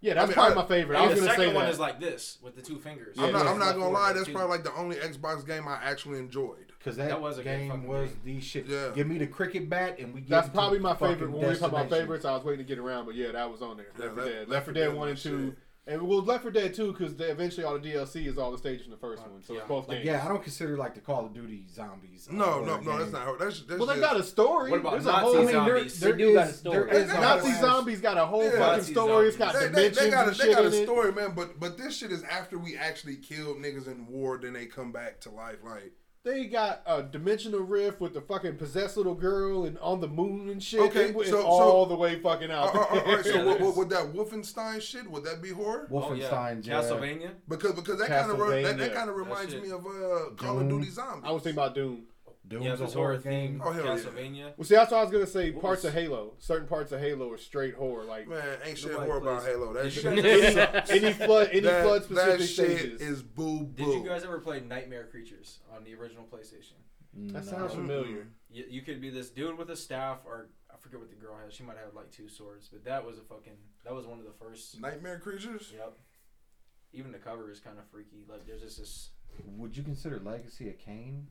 [SPEAKER 3] Yeah, that's
[SPEAKER 4] mean,
[SPEAKER 3] probably
[SPEAKER 4] I-
[SPEAKER 3] my favorite. I
[SPEAKER 6] And
[SPEAKER 3] was
[SPEAKER 6] the
[SPEAKER 3] gonna say
[SPEAKER 6] second one
[SPEAKER 3] that.
[SPEAKER 6] is like this with the two fingers.
[SPEAKER 3] Yeah.
[SPEAKER 4] I'm not. I'm not
[SPEAKER 6] Left
[SPEAKER 4] gonna
[SPEAKER 6] forward,
[SPEAKER 4] lie.
[SPEAKER 6] left
[SPEAKER 4] That's
[SPEAKER 6] two.
[SPEAKER 4] probably like the only Xbox game I actually enjoyed.
[SPEAKER 1] Cause that,
[SPEAKER 6] That was a good
[SPEAKER 1] game
[SPEAKER 6] fucking
[SPEAKER 1] was
[SPEAKER 6] game.
[SPEAKER 1] the shit.
[SPEAKER 4] Yeah.
[SPEAKER 1] Give me the cricket bat and we. Get
[SPEAKER 3] that's
[SPEAKER 1] to
[SPEAKER 3] probably my
[SPEAKER 1] fucking
[SPEAKER 3] favorite. When we talk about
[SPEAKER 1] destination.
[SPEAKER 3] favorites, I was waiting to get around, but yeah, that was on there.
[SPEAKER 4] Yeah,
[SPEAKER 3] Left 4
[SPEAKER 4] Left-
[SPEAKER 3] Dead,
[SPEAKER 4] Left
[SPEAKER 3] Left
[SPEAKER 4] 4
[SPEAKER 3] 4
[SPEAKER 4] Dead
[SPEAKER 3] Dead one and
[SPEAKER 4] was
[SPEAKER 3] two,
[SPEAKER 4] shit.
[SPEAKER 3] and well, Left 4 Dead two because eventually all the DLC is all the stage in the first one, so it's
[SPEAKER 6] yeah.
[SPEAKER 3] both
[SPEAKER 1] Like,
[SPEAKER 3] games.
[SPEAKER 1] yeah, I don't consider like the Call of Duty zombies. a
[SPEAKER 4] No,
[SPEAKER 1] horror
[SPEAKER 4] no, no. That's
[SPEAKER 1] game.
[SPEAKER 4] not. her- That's, that's
[SPEAKER 3] Oh, Well, they
[SPEAKER 4] just,
[SPEAKER 3] got a story.
[SPEAKER 6] What about
[SPEAKER 3] There's
[SPEAKER 6] Nazi
[SPEAKER 3] a whole
[SPEAKER 1] I mean, there,
[SPEAKER 6] Zombies.
[SPEAKER 1] there
[SPEAKER 2] They do got
[SPEAKER 1] is-
[SPEAKER 2] a story.
[SPEAKER 1] There is
[SPEAKER 4] They
[SPEAKER 1] a
[SPEAKER 4] got
[SPEAKER 3] Nazi
[SPEAKER 4] Nazi
[SPEAKER 3] zombies got a whole
[SPEAKER 4] Yeah.
[SPEAKER 3] fucking
[SPEAKER 6] Nazi
[SPEAKER 3] story. It's got
[SPEAKER 4] They, they,
[SPEAKER 3] dimensions
[SPEAKER 4] they got a,
[SPEAKER 3] and
[SPEAKER 4] they
[SPEAKER 3] shit
[SPEAKER 4] got a
[SPEAKER 3] in it.
[SPEAKER 4] story, man. But but this shit is after we actually kill niggas in war, then they come back to life. Like
[SPEAKER 3] They got a dimensional rift with the fucking possessed little girl and on the moon and shit.
[SPEAKER 4] Okay,
[SPEAKER 3] Okay, it went
[SPEAKER 4] so- so-
[SPEAKER 3] all the way fucking out.
[SPEAKER 4] All right, all
[SPEAKER 3] (laughs)
[SPEAKER 4] right,
[SPEAKER 2] Yeah,
[SPEAKER 4] so what,
[SPEAKER 2] that's-
[SPEAKER 4] what, would that Wolfenstein shit? Would that be horror?
[SPEAKER 6] Oh,
[SPEAKER 1] Wolfenstein, Oh, yeah.
[SPEAKER 6] Castlevania.
[SPEAKER 4] Because because that kind of that, that
[SPEAKER 3] Castlevania.
[SPEAKER 4] kind of reminds
[SPEAKER 6] shit.
[SPEAKER 4] me of uh, Call of
[SPEAKER 1] Doom.
[SPEAKER 4] Duty Zombies.
[SPEAKER 3] I was thinking about Doom.
[SPEAKER 1] Doom's
[SPEAKER 6] yeah, if it's horror
[SPEAKER 1] game.
[SPEAKER 6] theme.
[SPEAKER 4] Oh, hell yeah.
[SPEAKER 6] Castlevania.
[SPEAKER 3] Well, see, that's what I was gonna say.
[SPEAKER 6] What
[SPEAKER 3] Parts
[SPEAKER 6] was-
[SPEAKER 3] of Halo, certain parts of Halo are straight horror. Like
[SPEAKER 4] man, ain't shit
[SPEAKER 6] Nobody
[SPEAKER 4] horror about
[SPEAKER 6] plays-
[SPEAKER 4] Halo. That
[SPEAKER 6] Did you
[SPEAKER 4] shit,
[SPEAKER 6] guys
[SPEAKER 4] that-
[SPEAKER 6] (laughs) ever-
[SPEAKER 3] (laughs) any flood, (laughs) any flood
[SPEAKER 4] that,
[SPEAKER 3] specific
[SPEAKER 4] shit
[SPEAKER 3] stages.
[SPEAKER 4] is boo boo.
[SPEAKER 6] Did you guys ever play Nightmare Creatures on the original PlayStation?
[SPEAKER 3] that
[SPEAKER 1] No.
[SPEAKER 3] sounds familiar.
[SPEAKER 6] You, you could be this dude with a staff, or I forget what the girl had. She might have like two swords, but that was a fucking. That was one of the first.
[SPEAKER 4] Nightmare creatures?
[SPEAKER 6] Yep. Even the cover is kind of freaky. Like there's just this.
[SPEAKER 1] Would you consider Legacy a Kane?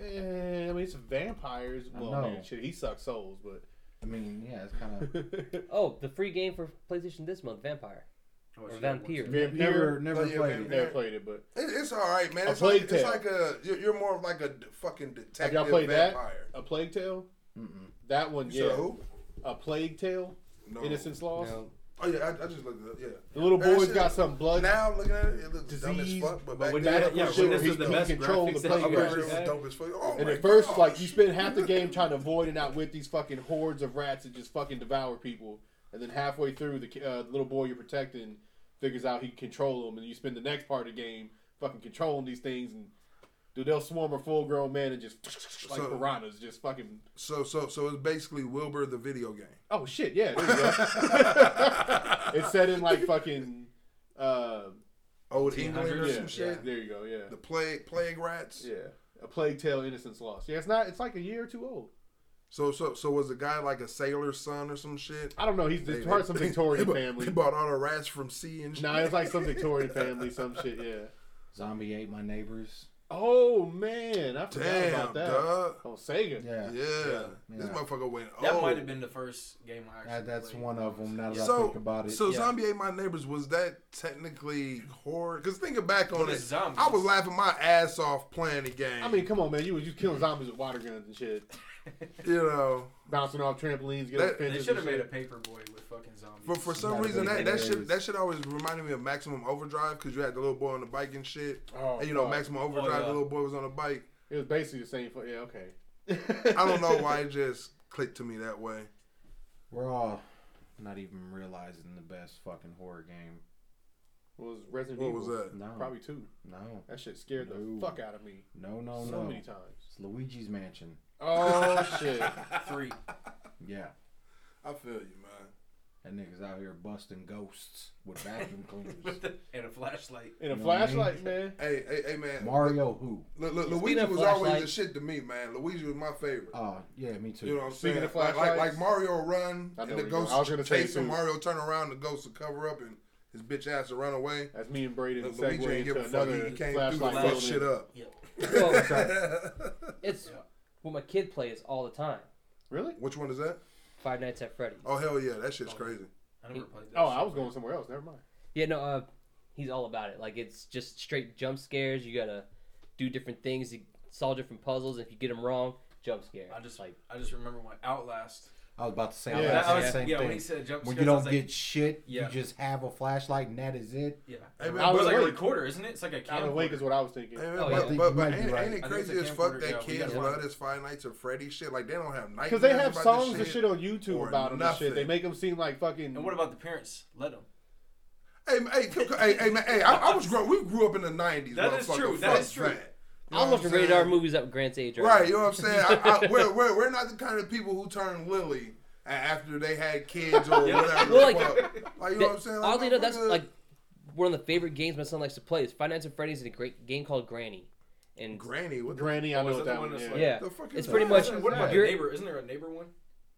[SPEAKER 3] Eh, I mean, it's vampires.
[SPEAKER 1] I
[SPEAKER 3] Well,
[SPEAKER 1] know.
[SPEAKER 3] man, shit, he sucks souls, but (laughs)
[SPEAKER 1] I mean, yeah, it's kind of
[SPEAKER 2] Oh, the free game for PlayStation this month, Vampire.
[SPEAKER 6] Oh,
[SPEAKER 2] Or
[SPEAKER 6] shit,
[SPEAKER 2] vampire.
[SPEAKER 3] Vampire.
[SPEAKER 1] never, never
[SPEAKER 4] Oh, yeah,
[SPEAKER 1] played
[SPEAKER 4] Vampire.
[SPEAKER 1] it.
[SPEAKER 3] never played it. But
[SPEAKER 4] It, it's all right, man.
[SPEAKER 3] A
[SPEAKER 4] It's like,
[SPEAKER 3] Plague
[SPEAKER 4] it's
[SPEAKER 3] Tale.
[SPEAKER 4] like a you're, you're more of like a d- fucking
[SPEAKER 3] have
[SPEAKER 4] detective
[SPEAKER 3] y'all played
[SPEAKER 4] vampire.
[SPEAKER 3] that? A Plague Tale.
[SPEAKER 1] Mm-mm.
[SPEAKER 3] That one,
[SPEAKER 4] You
[SPEAKER 3] yeah.
[SPEAKER 4] said who?
[SPEAKER 3] A Plague Tale.
[SPEAKER 4] No.
[SPEAKER 3] Innocence Lost.
[SPEAKER 2] No.
[SPEAKER 4] Oh yeah, I, I just looked it up. Yeah.
[SPEAKER 3] The little
[SPEAKER 4] That
[SPEAKER 3] boy's
[SPEAKER 4] shit-
[SPEAKER 3] got some blood.
[SPEAKER 4] Now looking at it, it looks
[SPEAKER 3] Disease,
[SPEAKER 4] dumb as fuck. But,
[SPEAKER 6] But
[SPEAKER 4] back
[SPEAKER 6] when
[SPEAKER 4] then,
[SPEAKER 3] that
[SPEAKER 6] that,
[SPEAKER 4] it
[SPEAKER 6] yeah,
[SPEAKER 4] was
[SPEAKER 3] shit
[SPEAKER 6] when
[SPEAKER 3] where
[SPEAKER 6] this
[SPEAKER 3] he
[SPEAKER 6] was the
[SPEAKER 3] can
[SPEAKER 6] best
[SPEAKER 3] control
[SPEAKER 6] graphics
[SPEAKER 3] the
[SPEAKER 6] that
[SPEAKER 4] I
[SPEAKER 3] plague
[SPEAKER 6] you
[SPEAKER 3] virus.
[SPEAKER 4] remember
[SPEAKER 6] ever
[SPEAKER 4] it was
[SPEAKER 6] had.
[SPEAKER 4] dope as fuck. Oh
[SPEAKER 3] and
[SPEAKER 4] my
[SPEAKER 3] at first,
[SPEAKER 4] gosh.
[SPEAKER 3] like you spend half the game trying to avoid and outwit these fucking hordes of rats that just fucking devour people, and then halfway through, the ki- uh, the little boy you're protecting figures out he can control them, and you spend the next part of the game fucking controlling these things, and dude, they'll swarm a full grown man and just like
[SPEAKER 4] So-
[SPEAKER 3] piranhas, just fucking
[SPEAKER 4] So so so it's basically Wilbur the video
[SPEAKER 3] (laughs)
[SPEAKER 4] game.
[SPEAKER 3] oh shit, yeah,
[SPEAKER 4] (laughs)
[SPEAKER 3] there you go. it's set in like fucking uh,
[SPEAKER 4] Old England or
[SPEAKER 3] yeah,
[SPEAKER 4] some shit.
[SPEAKER 3] there you go, yeah,
[SPEAKER 4] The plague plague rats.
[SPEAKER 3] yeah, a plague tale, innocence lost. Yeah, it's not, it's like a year or two old.
[SPEAKER 4] So so so was the guy like a sailor's son or some shit?
[SPEAKER 3] I don't know. He's
[SPEAKER 4] They-
[SPEAKER 3] it's part of some
[SPEAKER 4] (laughs)
[SPEAKER 3] Victorian
[SPEAKER 4] they bu-
[SPEAKER 3] family.
[SPEAKER 4] They bought all the rats from sea and shit.
[SPEAKER 3] No, it's like some Victorian family, some shit. Yeah.
[SPEAKER 1] Zombie ate my neighbors.
[SPEAKER 3] Oh man, I forgot
[SPEAKER 4] Damn,
[SPEAKER 3] about that.
[SPEAKER 4] dog.
[SPEAKER 3] Oh Sega.
[SPEAKER 1] Yeah,
[SPEAKER 4] Yeah.
[SPEAKER 1] Yeah.
[SPEAKER 4] This motherfucker went.
[SPEAKER 6] That
[SPEAKER 4] oh.
[SPEAKER 6] might have been the first game I actually
[SPEAKER 1] That, that's
[SPEAKER 6] played.
[SPEAKER 1] one of them. Now that I
[SPEAKER 4] So-
[SPEAKER 1] think about it,
[SPEAKER 4] So
[SPEAKER 6] Yeah.
[SPEAKER 4] zombie ate my neighbors. Was that technically horror? Because thinking back on
[SPEAKER 6] But
[SPEAKER 4] it,
[SPEAKER 6] it's zombies.
[SPEAKER 4] I was laughing my ass off playing the game.
[SPEAKER 3] I mean, come on, man. You was you killing zombies with water guns and shit,
[SPEAKER 4] you know,
[SPEAKER 3] bouncing off trampolines, getting
[SPEAKER 4] That-
[SPEAKER 6] (laughs)
[SPEAKER 3] offended.
[SPEAKER 6] They
[SPEAKER 3] and
[SPEAKER 6] should have made a
[SPEAKER 3] shit.
[SPEAKER 6] paper boy with fucking zombies.
[SPEAKER 4] for for some
[SPEAKER 1] Might have
[SPEAKER 4] reason
[SPEAKER 1] been
[SPEAKER 4] that that
[SPEAKER 1] hilarious.
[SPEAKER 4] shit that shit always reminded me of Maximum Overdrive because you had the little boy on the bike and shit,
[SPEAKER 3] Oh,
[SPEAKER 4] and you know
[SPEAKER 3] fuck.
[SPEAKER 4] Maximum Overdrive,
[SPEAKER 6] yeah.
[SPEAKER 4] the little boy was on the bike.
[SPEAKER 3] It was basically the same. fu- Yeah, okay.
[SPEAKER 4] (laughs) I don't know why it just clicked to me that way.
[SPEAKER 1] we're all not even realizing the best fucking horror game.
[SPEAKER 3] What (laughs) was Resident
[SPEAKER 4] What
[SPEAKER 3] Evil?
[SPEAKER 4] was that?
[SPEAKER 1] No,
[SPEAKER 3] (laughs) Probably two.
[SPEAKER 1] no,
[SPEAKER 3] That shit scared
[SPEAKER 1] No.
[SPEAKER 3] the fuck out of me
[SPEAKER 1] no, no,
[SPEAKER 3] so
[SPEAKER 1] no.
[SPEAKER 3] many times.
[SPEAKER 1] It's Luigi's Mansion.
[SPEAKER 3] Oh (laughs) shit.
[SPEAKER 6] (laughs)
[SPEAKER 4] (laughs)
[SPEAKER 6] three.
[SPEAKER 1] Yeah,
[SPEAKER 4] I feel you, man.
[SPEAKER 1] that nigga's out here busting ghosts with (laughs) vacuum
[SPEAKER 6] (laughs)
[SPEAKER 1] cleaners.
[SPEAKER 6] and a flashlight.
[SPEAKER 3] In a
[SPEAKER 1] You know what I mean?
[SPEAKER 3] flashlight, man.
[SPEAKER 4] Hey, hey, hey, man.
[SPEAKER 1] Mario who?
[SPEAKER 4] Lu- Lu-
[SPEAKER 2] Speaking
[SPEAKER 4] Luigi
[SPEAKER 2] of
[SPEAKER 4] was always the
[SPEAKER 2] flashlights-
[SPEAKER 4] shit to me, man. Luigi was my favorite.
[SPEAKER 1] Oh, yeah, me too.
[SPEAKER 4] You know what I'm
[SPEAKER 3] Speaking
[SPEAKER 4] saying?
[SPEAKER 3] of
[SPEAKER 4] Like, like, like
[SPEAKER 3] flashlights-
[SPEAKER 4] Mario run
[SPEAKER 3] I
[SPEAKER 4] and
[SPEAKER 3] know
[SPEAKER 4] the
[SPEAKER 3] where you're going.
[SPEAKER 4] ghost
[SPEAKER 3] I was gonna say
[SPEAKER 4] chasing
[SPEAKER 3] too.
[SPEAKER 4] Mario turn around, the ghost to cover up and his bitch ass to run away.
[SPEAKER 3] That's me and Braden
[SPEAKER 4] Look,
[SPEAKER 3] segue
[SPEAKER 4] Luigi ain't give
[SPEAKER 3] into
[SPEAKER 4] a fuck. He
[SPEAKER 3] another
[SPEAKER 4] he came
[SPEAKER 3] flashlight.
[SPEAKER 4] through to fuck
[SPEAKER 3] building.
[SPEAKER 4] shit up.
[SPEAKER 6] Yep.
[SPEAKER 4] (laughs)
[SPEAKER 2] Well, it's what my kid plays all the time.
[SPEAKER 3] Really?
[SPEAKER 4] Which one is that?
[SPEAKER 2] Five Nights at Freddy's.
[SPEAKER 4] Oh hell yeah, that shit's crazy.
[SPEAKER 6] I never played that.
[SPEAKER 3] Oh,
[SPEAKER 6] shit.
[SPEAKER 3] I was going somewhere else. Never mind.
[SPEAKER 2] Yeah, no, uh, he's all about it. Like it's just straight jump scares. You gotta do different things, you solve different puzzles. If you get them wrong, jump scare.
[SPEAKER 6] I just
[SPEAKER 2] like
[SPEAKER 6] I just remember when Outlast.
[SPEAKER 1] I was about to say
[SPEAKER 3] Yeah,
[SPEAKER 1] I was about
[SPEAKER 6] I
[SPEAKER 1] to say
[SPEAKER 6] was-
[SPEAKER 1] the
[SPEAKER 6] yeah,
[SPEAKER 1] same
[SPEAKER 6] when he
[SPEAKER 1] thing.
[SPEAKER 6] said jump
[SPEAKER 1] When
[SPEAKER 6] scares,
[SPEAKER 1] you
[SPEAKER 6] I was
[SPEAKER 1] don't
[SPEAKER 6] like,
[SPEAKER 1] get shit,
[SPEAKER 6] Yeah.
[SPEAKER 1] you just have a flashlight and that is it.
[SPEAKER 6] yeah.
[SPEAKER 4] Hey, man,
[SPEAKER 6] it was
[SPEAKER 3] but-
[SPEAKER 6] like a recorder, isn't it? It's like a
[SPEAKER 3] Out
[SPEAKER 6] camera.
[SPEAKER 3] of wake is what I was thinking.
[SPEAKER 4] Hey, man,
[SPEAKER 2] Oh,
[SPEAKER 4] but,
[SPEAKER 2] yeah.
[SPEAKER 4] but,
[SPEAKER 1] I
[SPEAKER 4] but
[SPEAKER 1] think you
[SPEAKER 4] ain't,
[SPEAKER 1] might be
[SPEAKER 4] ain't it
[SPEAKER 6] right. I think
[SPEAKER 4] crazy
[SPEAKER 6] it's
[SPEAKER 4] as
[SPEAKER 6] a
[SPEAKER 4] fuck
[SPEAKER 6] camcorder,
[SPEAKER 4] that
[SPEAKER 6] yeah, we
[SPEAKER 4] kids
[SPEAKER 6] gotta
[SPEAKER 4] love
[SPEAKER 6] watch.
[SPEAKER 4] this Five Nights at Freddy shit? Like they don't have nightmares
[SPEAKER 3] Because they have
[SPEAKER 4] about this
[SPEAKER 3] songs
[SPEAKER 4] shit.
[SPEAKER 3] and shit on YouTube
[SPEAKER 4] or
[SPEAKER 3] about them and shit. They
[SPEAKER 4] nothing.
[SPEAKER 3] make them seem like fucking.
[SPEAKER 6] And what about the parents? Let them.
[SPEAKER 4] Hey, man, hey, come- come- hey, hey, man, hey! I, I was grow. We grew up in the nineties.
[SPEAKER 6] That is true. That is true.
[SPEAKER 2] I'm looking radar movies up Grant's age.
[SPEAKER 4] Right, you
[SPEAKER 2] now.
[SPEAKER 4] know what I'm saying? I, I, we're, we're, we're not the kind of people who turn Lily a- after they had
[SPEAKER 2] (laughs)
[SPEAKER 4] kids or
[SPEAKER 6] Yeah.
[SPEAKER 4] whatever.
[SPEAKER 2] Well,
[SPEAKER 4] the
[SPEAKER 2] like-
[SPEAKER 6] (laughs)
[SPEAKER 4] fuck. like you know what I'm saying?
[SPEAKER 2] (laughs)
[SPEAKER 4] Like,
[SPEAKER 2] Oddly enough, that's
[SPEAKER 4] motherfucker,
[SPEAKER 2] like one of the favorite games my son likes to play. Is Five Nights at Freddy's is a great game called Granny, and
[SPEAKER 4] Granny. What the,
[SPEAKER 3] Granny? I know
[SPEAKER 6] Was
[SPEAKER 3] what
[SPEAKER 6] it the
[SPEAKER 3] that
[SPEAKER 6] one
[SPEAKER 3] one.
[SPEAKER 6] that's
[SPEAKER 3] Yeah.
[SPEAKER 6] like-
[SPEAKER 2] yeah,
[SPEAKER 4] the fuck is
[SPEAKER 2] it's
[SPEAKER 4] that?
[SPEAKER 2] pretty much.
[SPEAKER 4] What
[SPEAKER 6] What about the
[SPEAKER 2] you're-
[SPEAKER 6] neighbor? Isn't there a neighbor one?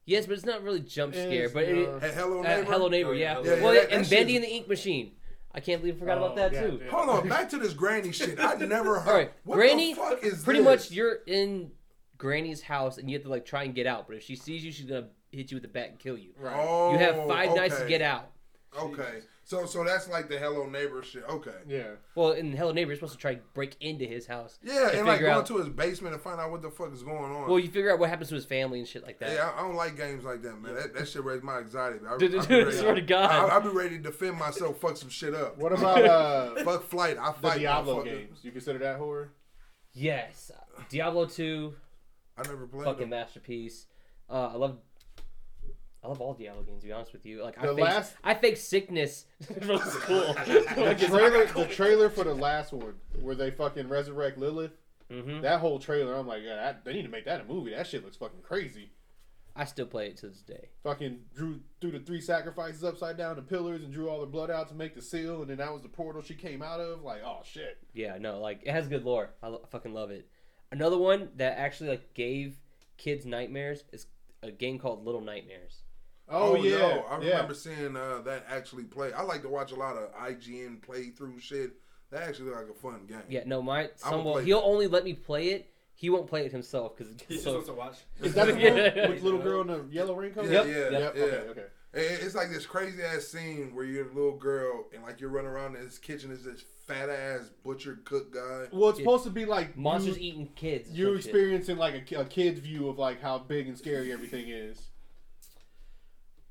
[SPEAKER 2] Yes, but it's not really jump
[SPEAKER 3] It's,
[SPEAKER 2] scare, but it,
[SPEAKER 3] uh,
[SPEAKER 4] Hey, hello
[SPEAKER 2] uh,
[SPEAKER 4] neighbor.
[SPEAKER 2] Hello Neighbor,
[SPEAKER 6] Oh, yeah,
[SPEAKER 2] yeah.
[SPEAKER 6] Hello
[SPEAKER 2] Well,
[SPEAKER 4] Neighbor. Yeah,
[SPEAKER 2] and
[SPEAKER 4] that
[SPEAKER 2] Bendy and
[SPEAKER 4] shit's-
[SPEAKER 2] the Ink Machine. I can't believe I forgot about
[SPEAKER 3] Oh,
[SPEAKER 2] that
[SPEAKER 3] yeah,
[SPEAKER 2] too.
[SPEAKER 3] yeah.
[SPEAKER 4] Hold on, back to this Granny shit.
[SPEAKER 2] (laughs)
[SPEAKER 4] I never heard.
[SPEAKER 2] All right,
[SPEAKER 4] What
[SPEAKER 2] Granny.
[SPEAKER 4] the fuck is
[SPEAKER 2] pretty
[SPEAKER 4] this?
[SPEAKER 2] much, you're in Granny's house, and you have to like try and get out. But if she sees you, she's gonna hit you with the bat and kill you.
[SPEAKER 3] Right.
[SPEAKER 4] Oh,
[SPEAKER 2] you have five nights to
[SPEAKER 4] okay.
[SPEAKER 2] get out.
[SPEAKER 4] Okay, so so that's like the hello neighbor shit. Okay.
[SPEAKER 3] Yeah.
[SPEAKER 2] Well, in Hello Neighbor, you're supposed to try and break into his house.
[SPEAKER 4] Yeah,
[SPEAKER 2] to
[SPEAKER 4] and like
[SPEAKER 2] figure
[SPEAKER 4] going
[SPEAKER 2] out-
[SPEAKER 4] to his basement and find out what the fuck is going on.
[SPEAKER 2] Well, you figure out what happens to his family and shit like that.
[SPEAKER 4] Hey, I, I don't like games like that, man. That, that shit raised my anxiety.
[SPEAKER 2] (laughs)
[SPEAKER 4] I,
[SPEAKER 2] Dude,
[SPEAKER 4] I be
[SPEAKER 2] dude,
[SPEAKER 4] ready-
[SPEAKER 2] swear to God. (laughs)
[SPEAKER 4] I, I be ready to defend myself, fuck some shit up.
[SPEAKER 3] What about uh,
[SPEAKER 4] Fuck flight. I
[SPEAKER 3] the
[SPEAKER 4] (laughs) fight.
[SPEAKER 3] Diablo
[SPEAKER 4] motherfucker. (laughs)
[SPEAKER 3] games? You consider that horror?
[SPEAKER 2] Yes, Diablo two,
[SPEAKER 4] I never played
[SPEAKER 2] fucking
[SPEAKER 4] them.
[SPEAKER 2] masterpiece. Uh, I love, I love all Diablo games. To be honest with you, like I
[SPEAKER 3] The
[SPEAKER 2] think
[SPEAKER 3] last-
[SPEAKER 2] I think sickness (laughs) from
[SPEAKER 4] (laughs)
[SPEAKER 2] school.
[SPEAKER 3] The
[SPEAKER 2] Like, it's-
[SPEAKER 3] trailer, the trailer for the last one where they fucking resurrect Lilith.
[SPEAKER 2] Mhm.
[SPEAKER 3] That whole trailer, I'm like, yeah, that, they need to make that a movie. That shit looks fucking crazy.
[SPEAKER 2] I still play it to this day.
[SPEAKER 3] Fucking drew threw the three sacrifices upside down the pillars and drew all the blood out to make the seal, and then that was the portal she came out of. Like, oh shit.
[SPEAKER 2] Yeah, no, like it has good lore. I, lo- I fucking love it. Another one that actually like gave kids nightmares is a game called Little Nightmares.
[SPEAKER 3] Oh, yeah,
[SPEAKER 4] yo, I
[SPEAKER 3] yeah.
[SPEAKER 4] remember seeing uh, that actually play. I like to watch a lot of IGN playthrough shit. That actually look like a fun game.
[SPEAKER 2] Yeah, no, my son will.
[SPEAKER 4] play
[SPEAKER 2] He'll only let me play it. He won't play it himself because
[SPEAKER 6] He just
[SPEAKER 3] (laughs)
[SPEAKER 2] so,
[SPEAKER 6] wants to watch.
[SPEAKER 2] (laughs)
[SPEAKER 3] Is that the one
[SPEAKER 2] Yeah.
[SPEAKER 3] with the little girl in the yellow raincoat?
[SPEAKER 4] Yeah,
[SPEAKER 2] Yep,
[SPEAKER 4] yeah,
[SPEAKER 3] Yep.
[SPEAKER 4] yeah.
[SPEAKER 3] Okay. Okay.
[SPEAKER 4] It- It's like this crazy ass scene where you're a little girl and like you're running around in his kitchen is this fat ass butcher cook guy.
[SPEAKER 3] Well, it's
[SPEAKER 2] Yeah.
[SPEAKER 3] supposed to be like
[SPEAKER 2] monsters
[SPEAKER 3] You,
[SPEAKER 2] eating kids. and
[SPEAKER 3] you
[SPEAKER 2] some shit.
[SPEAKER 3] experiencing like a, ki- a kid's view of like how big and scary everything is.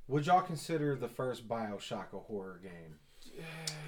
[SPEAKER 1] Would y'all consider the first Bioshock a horror game?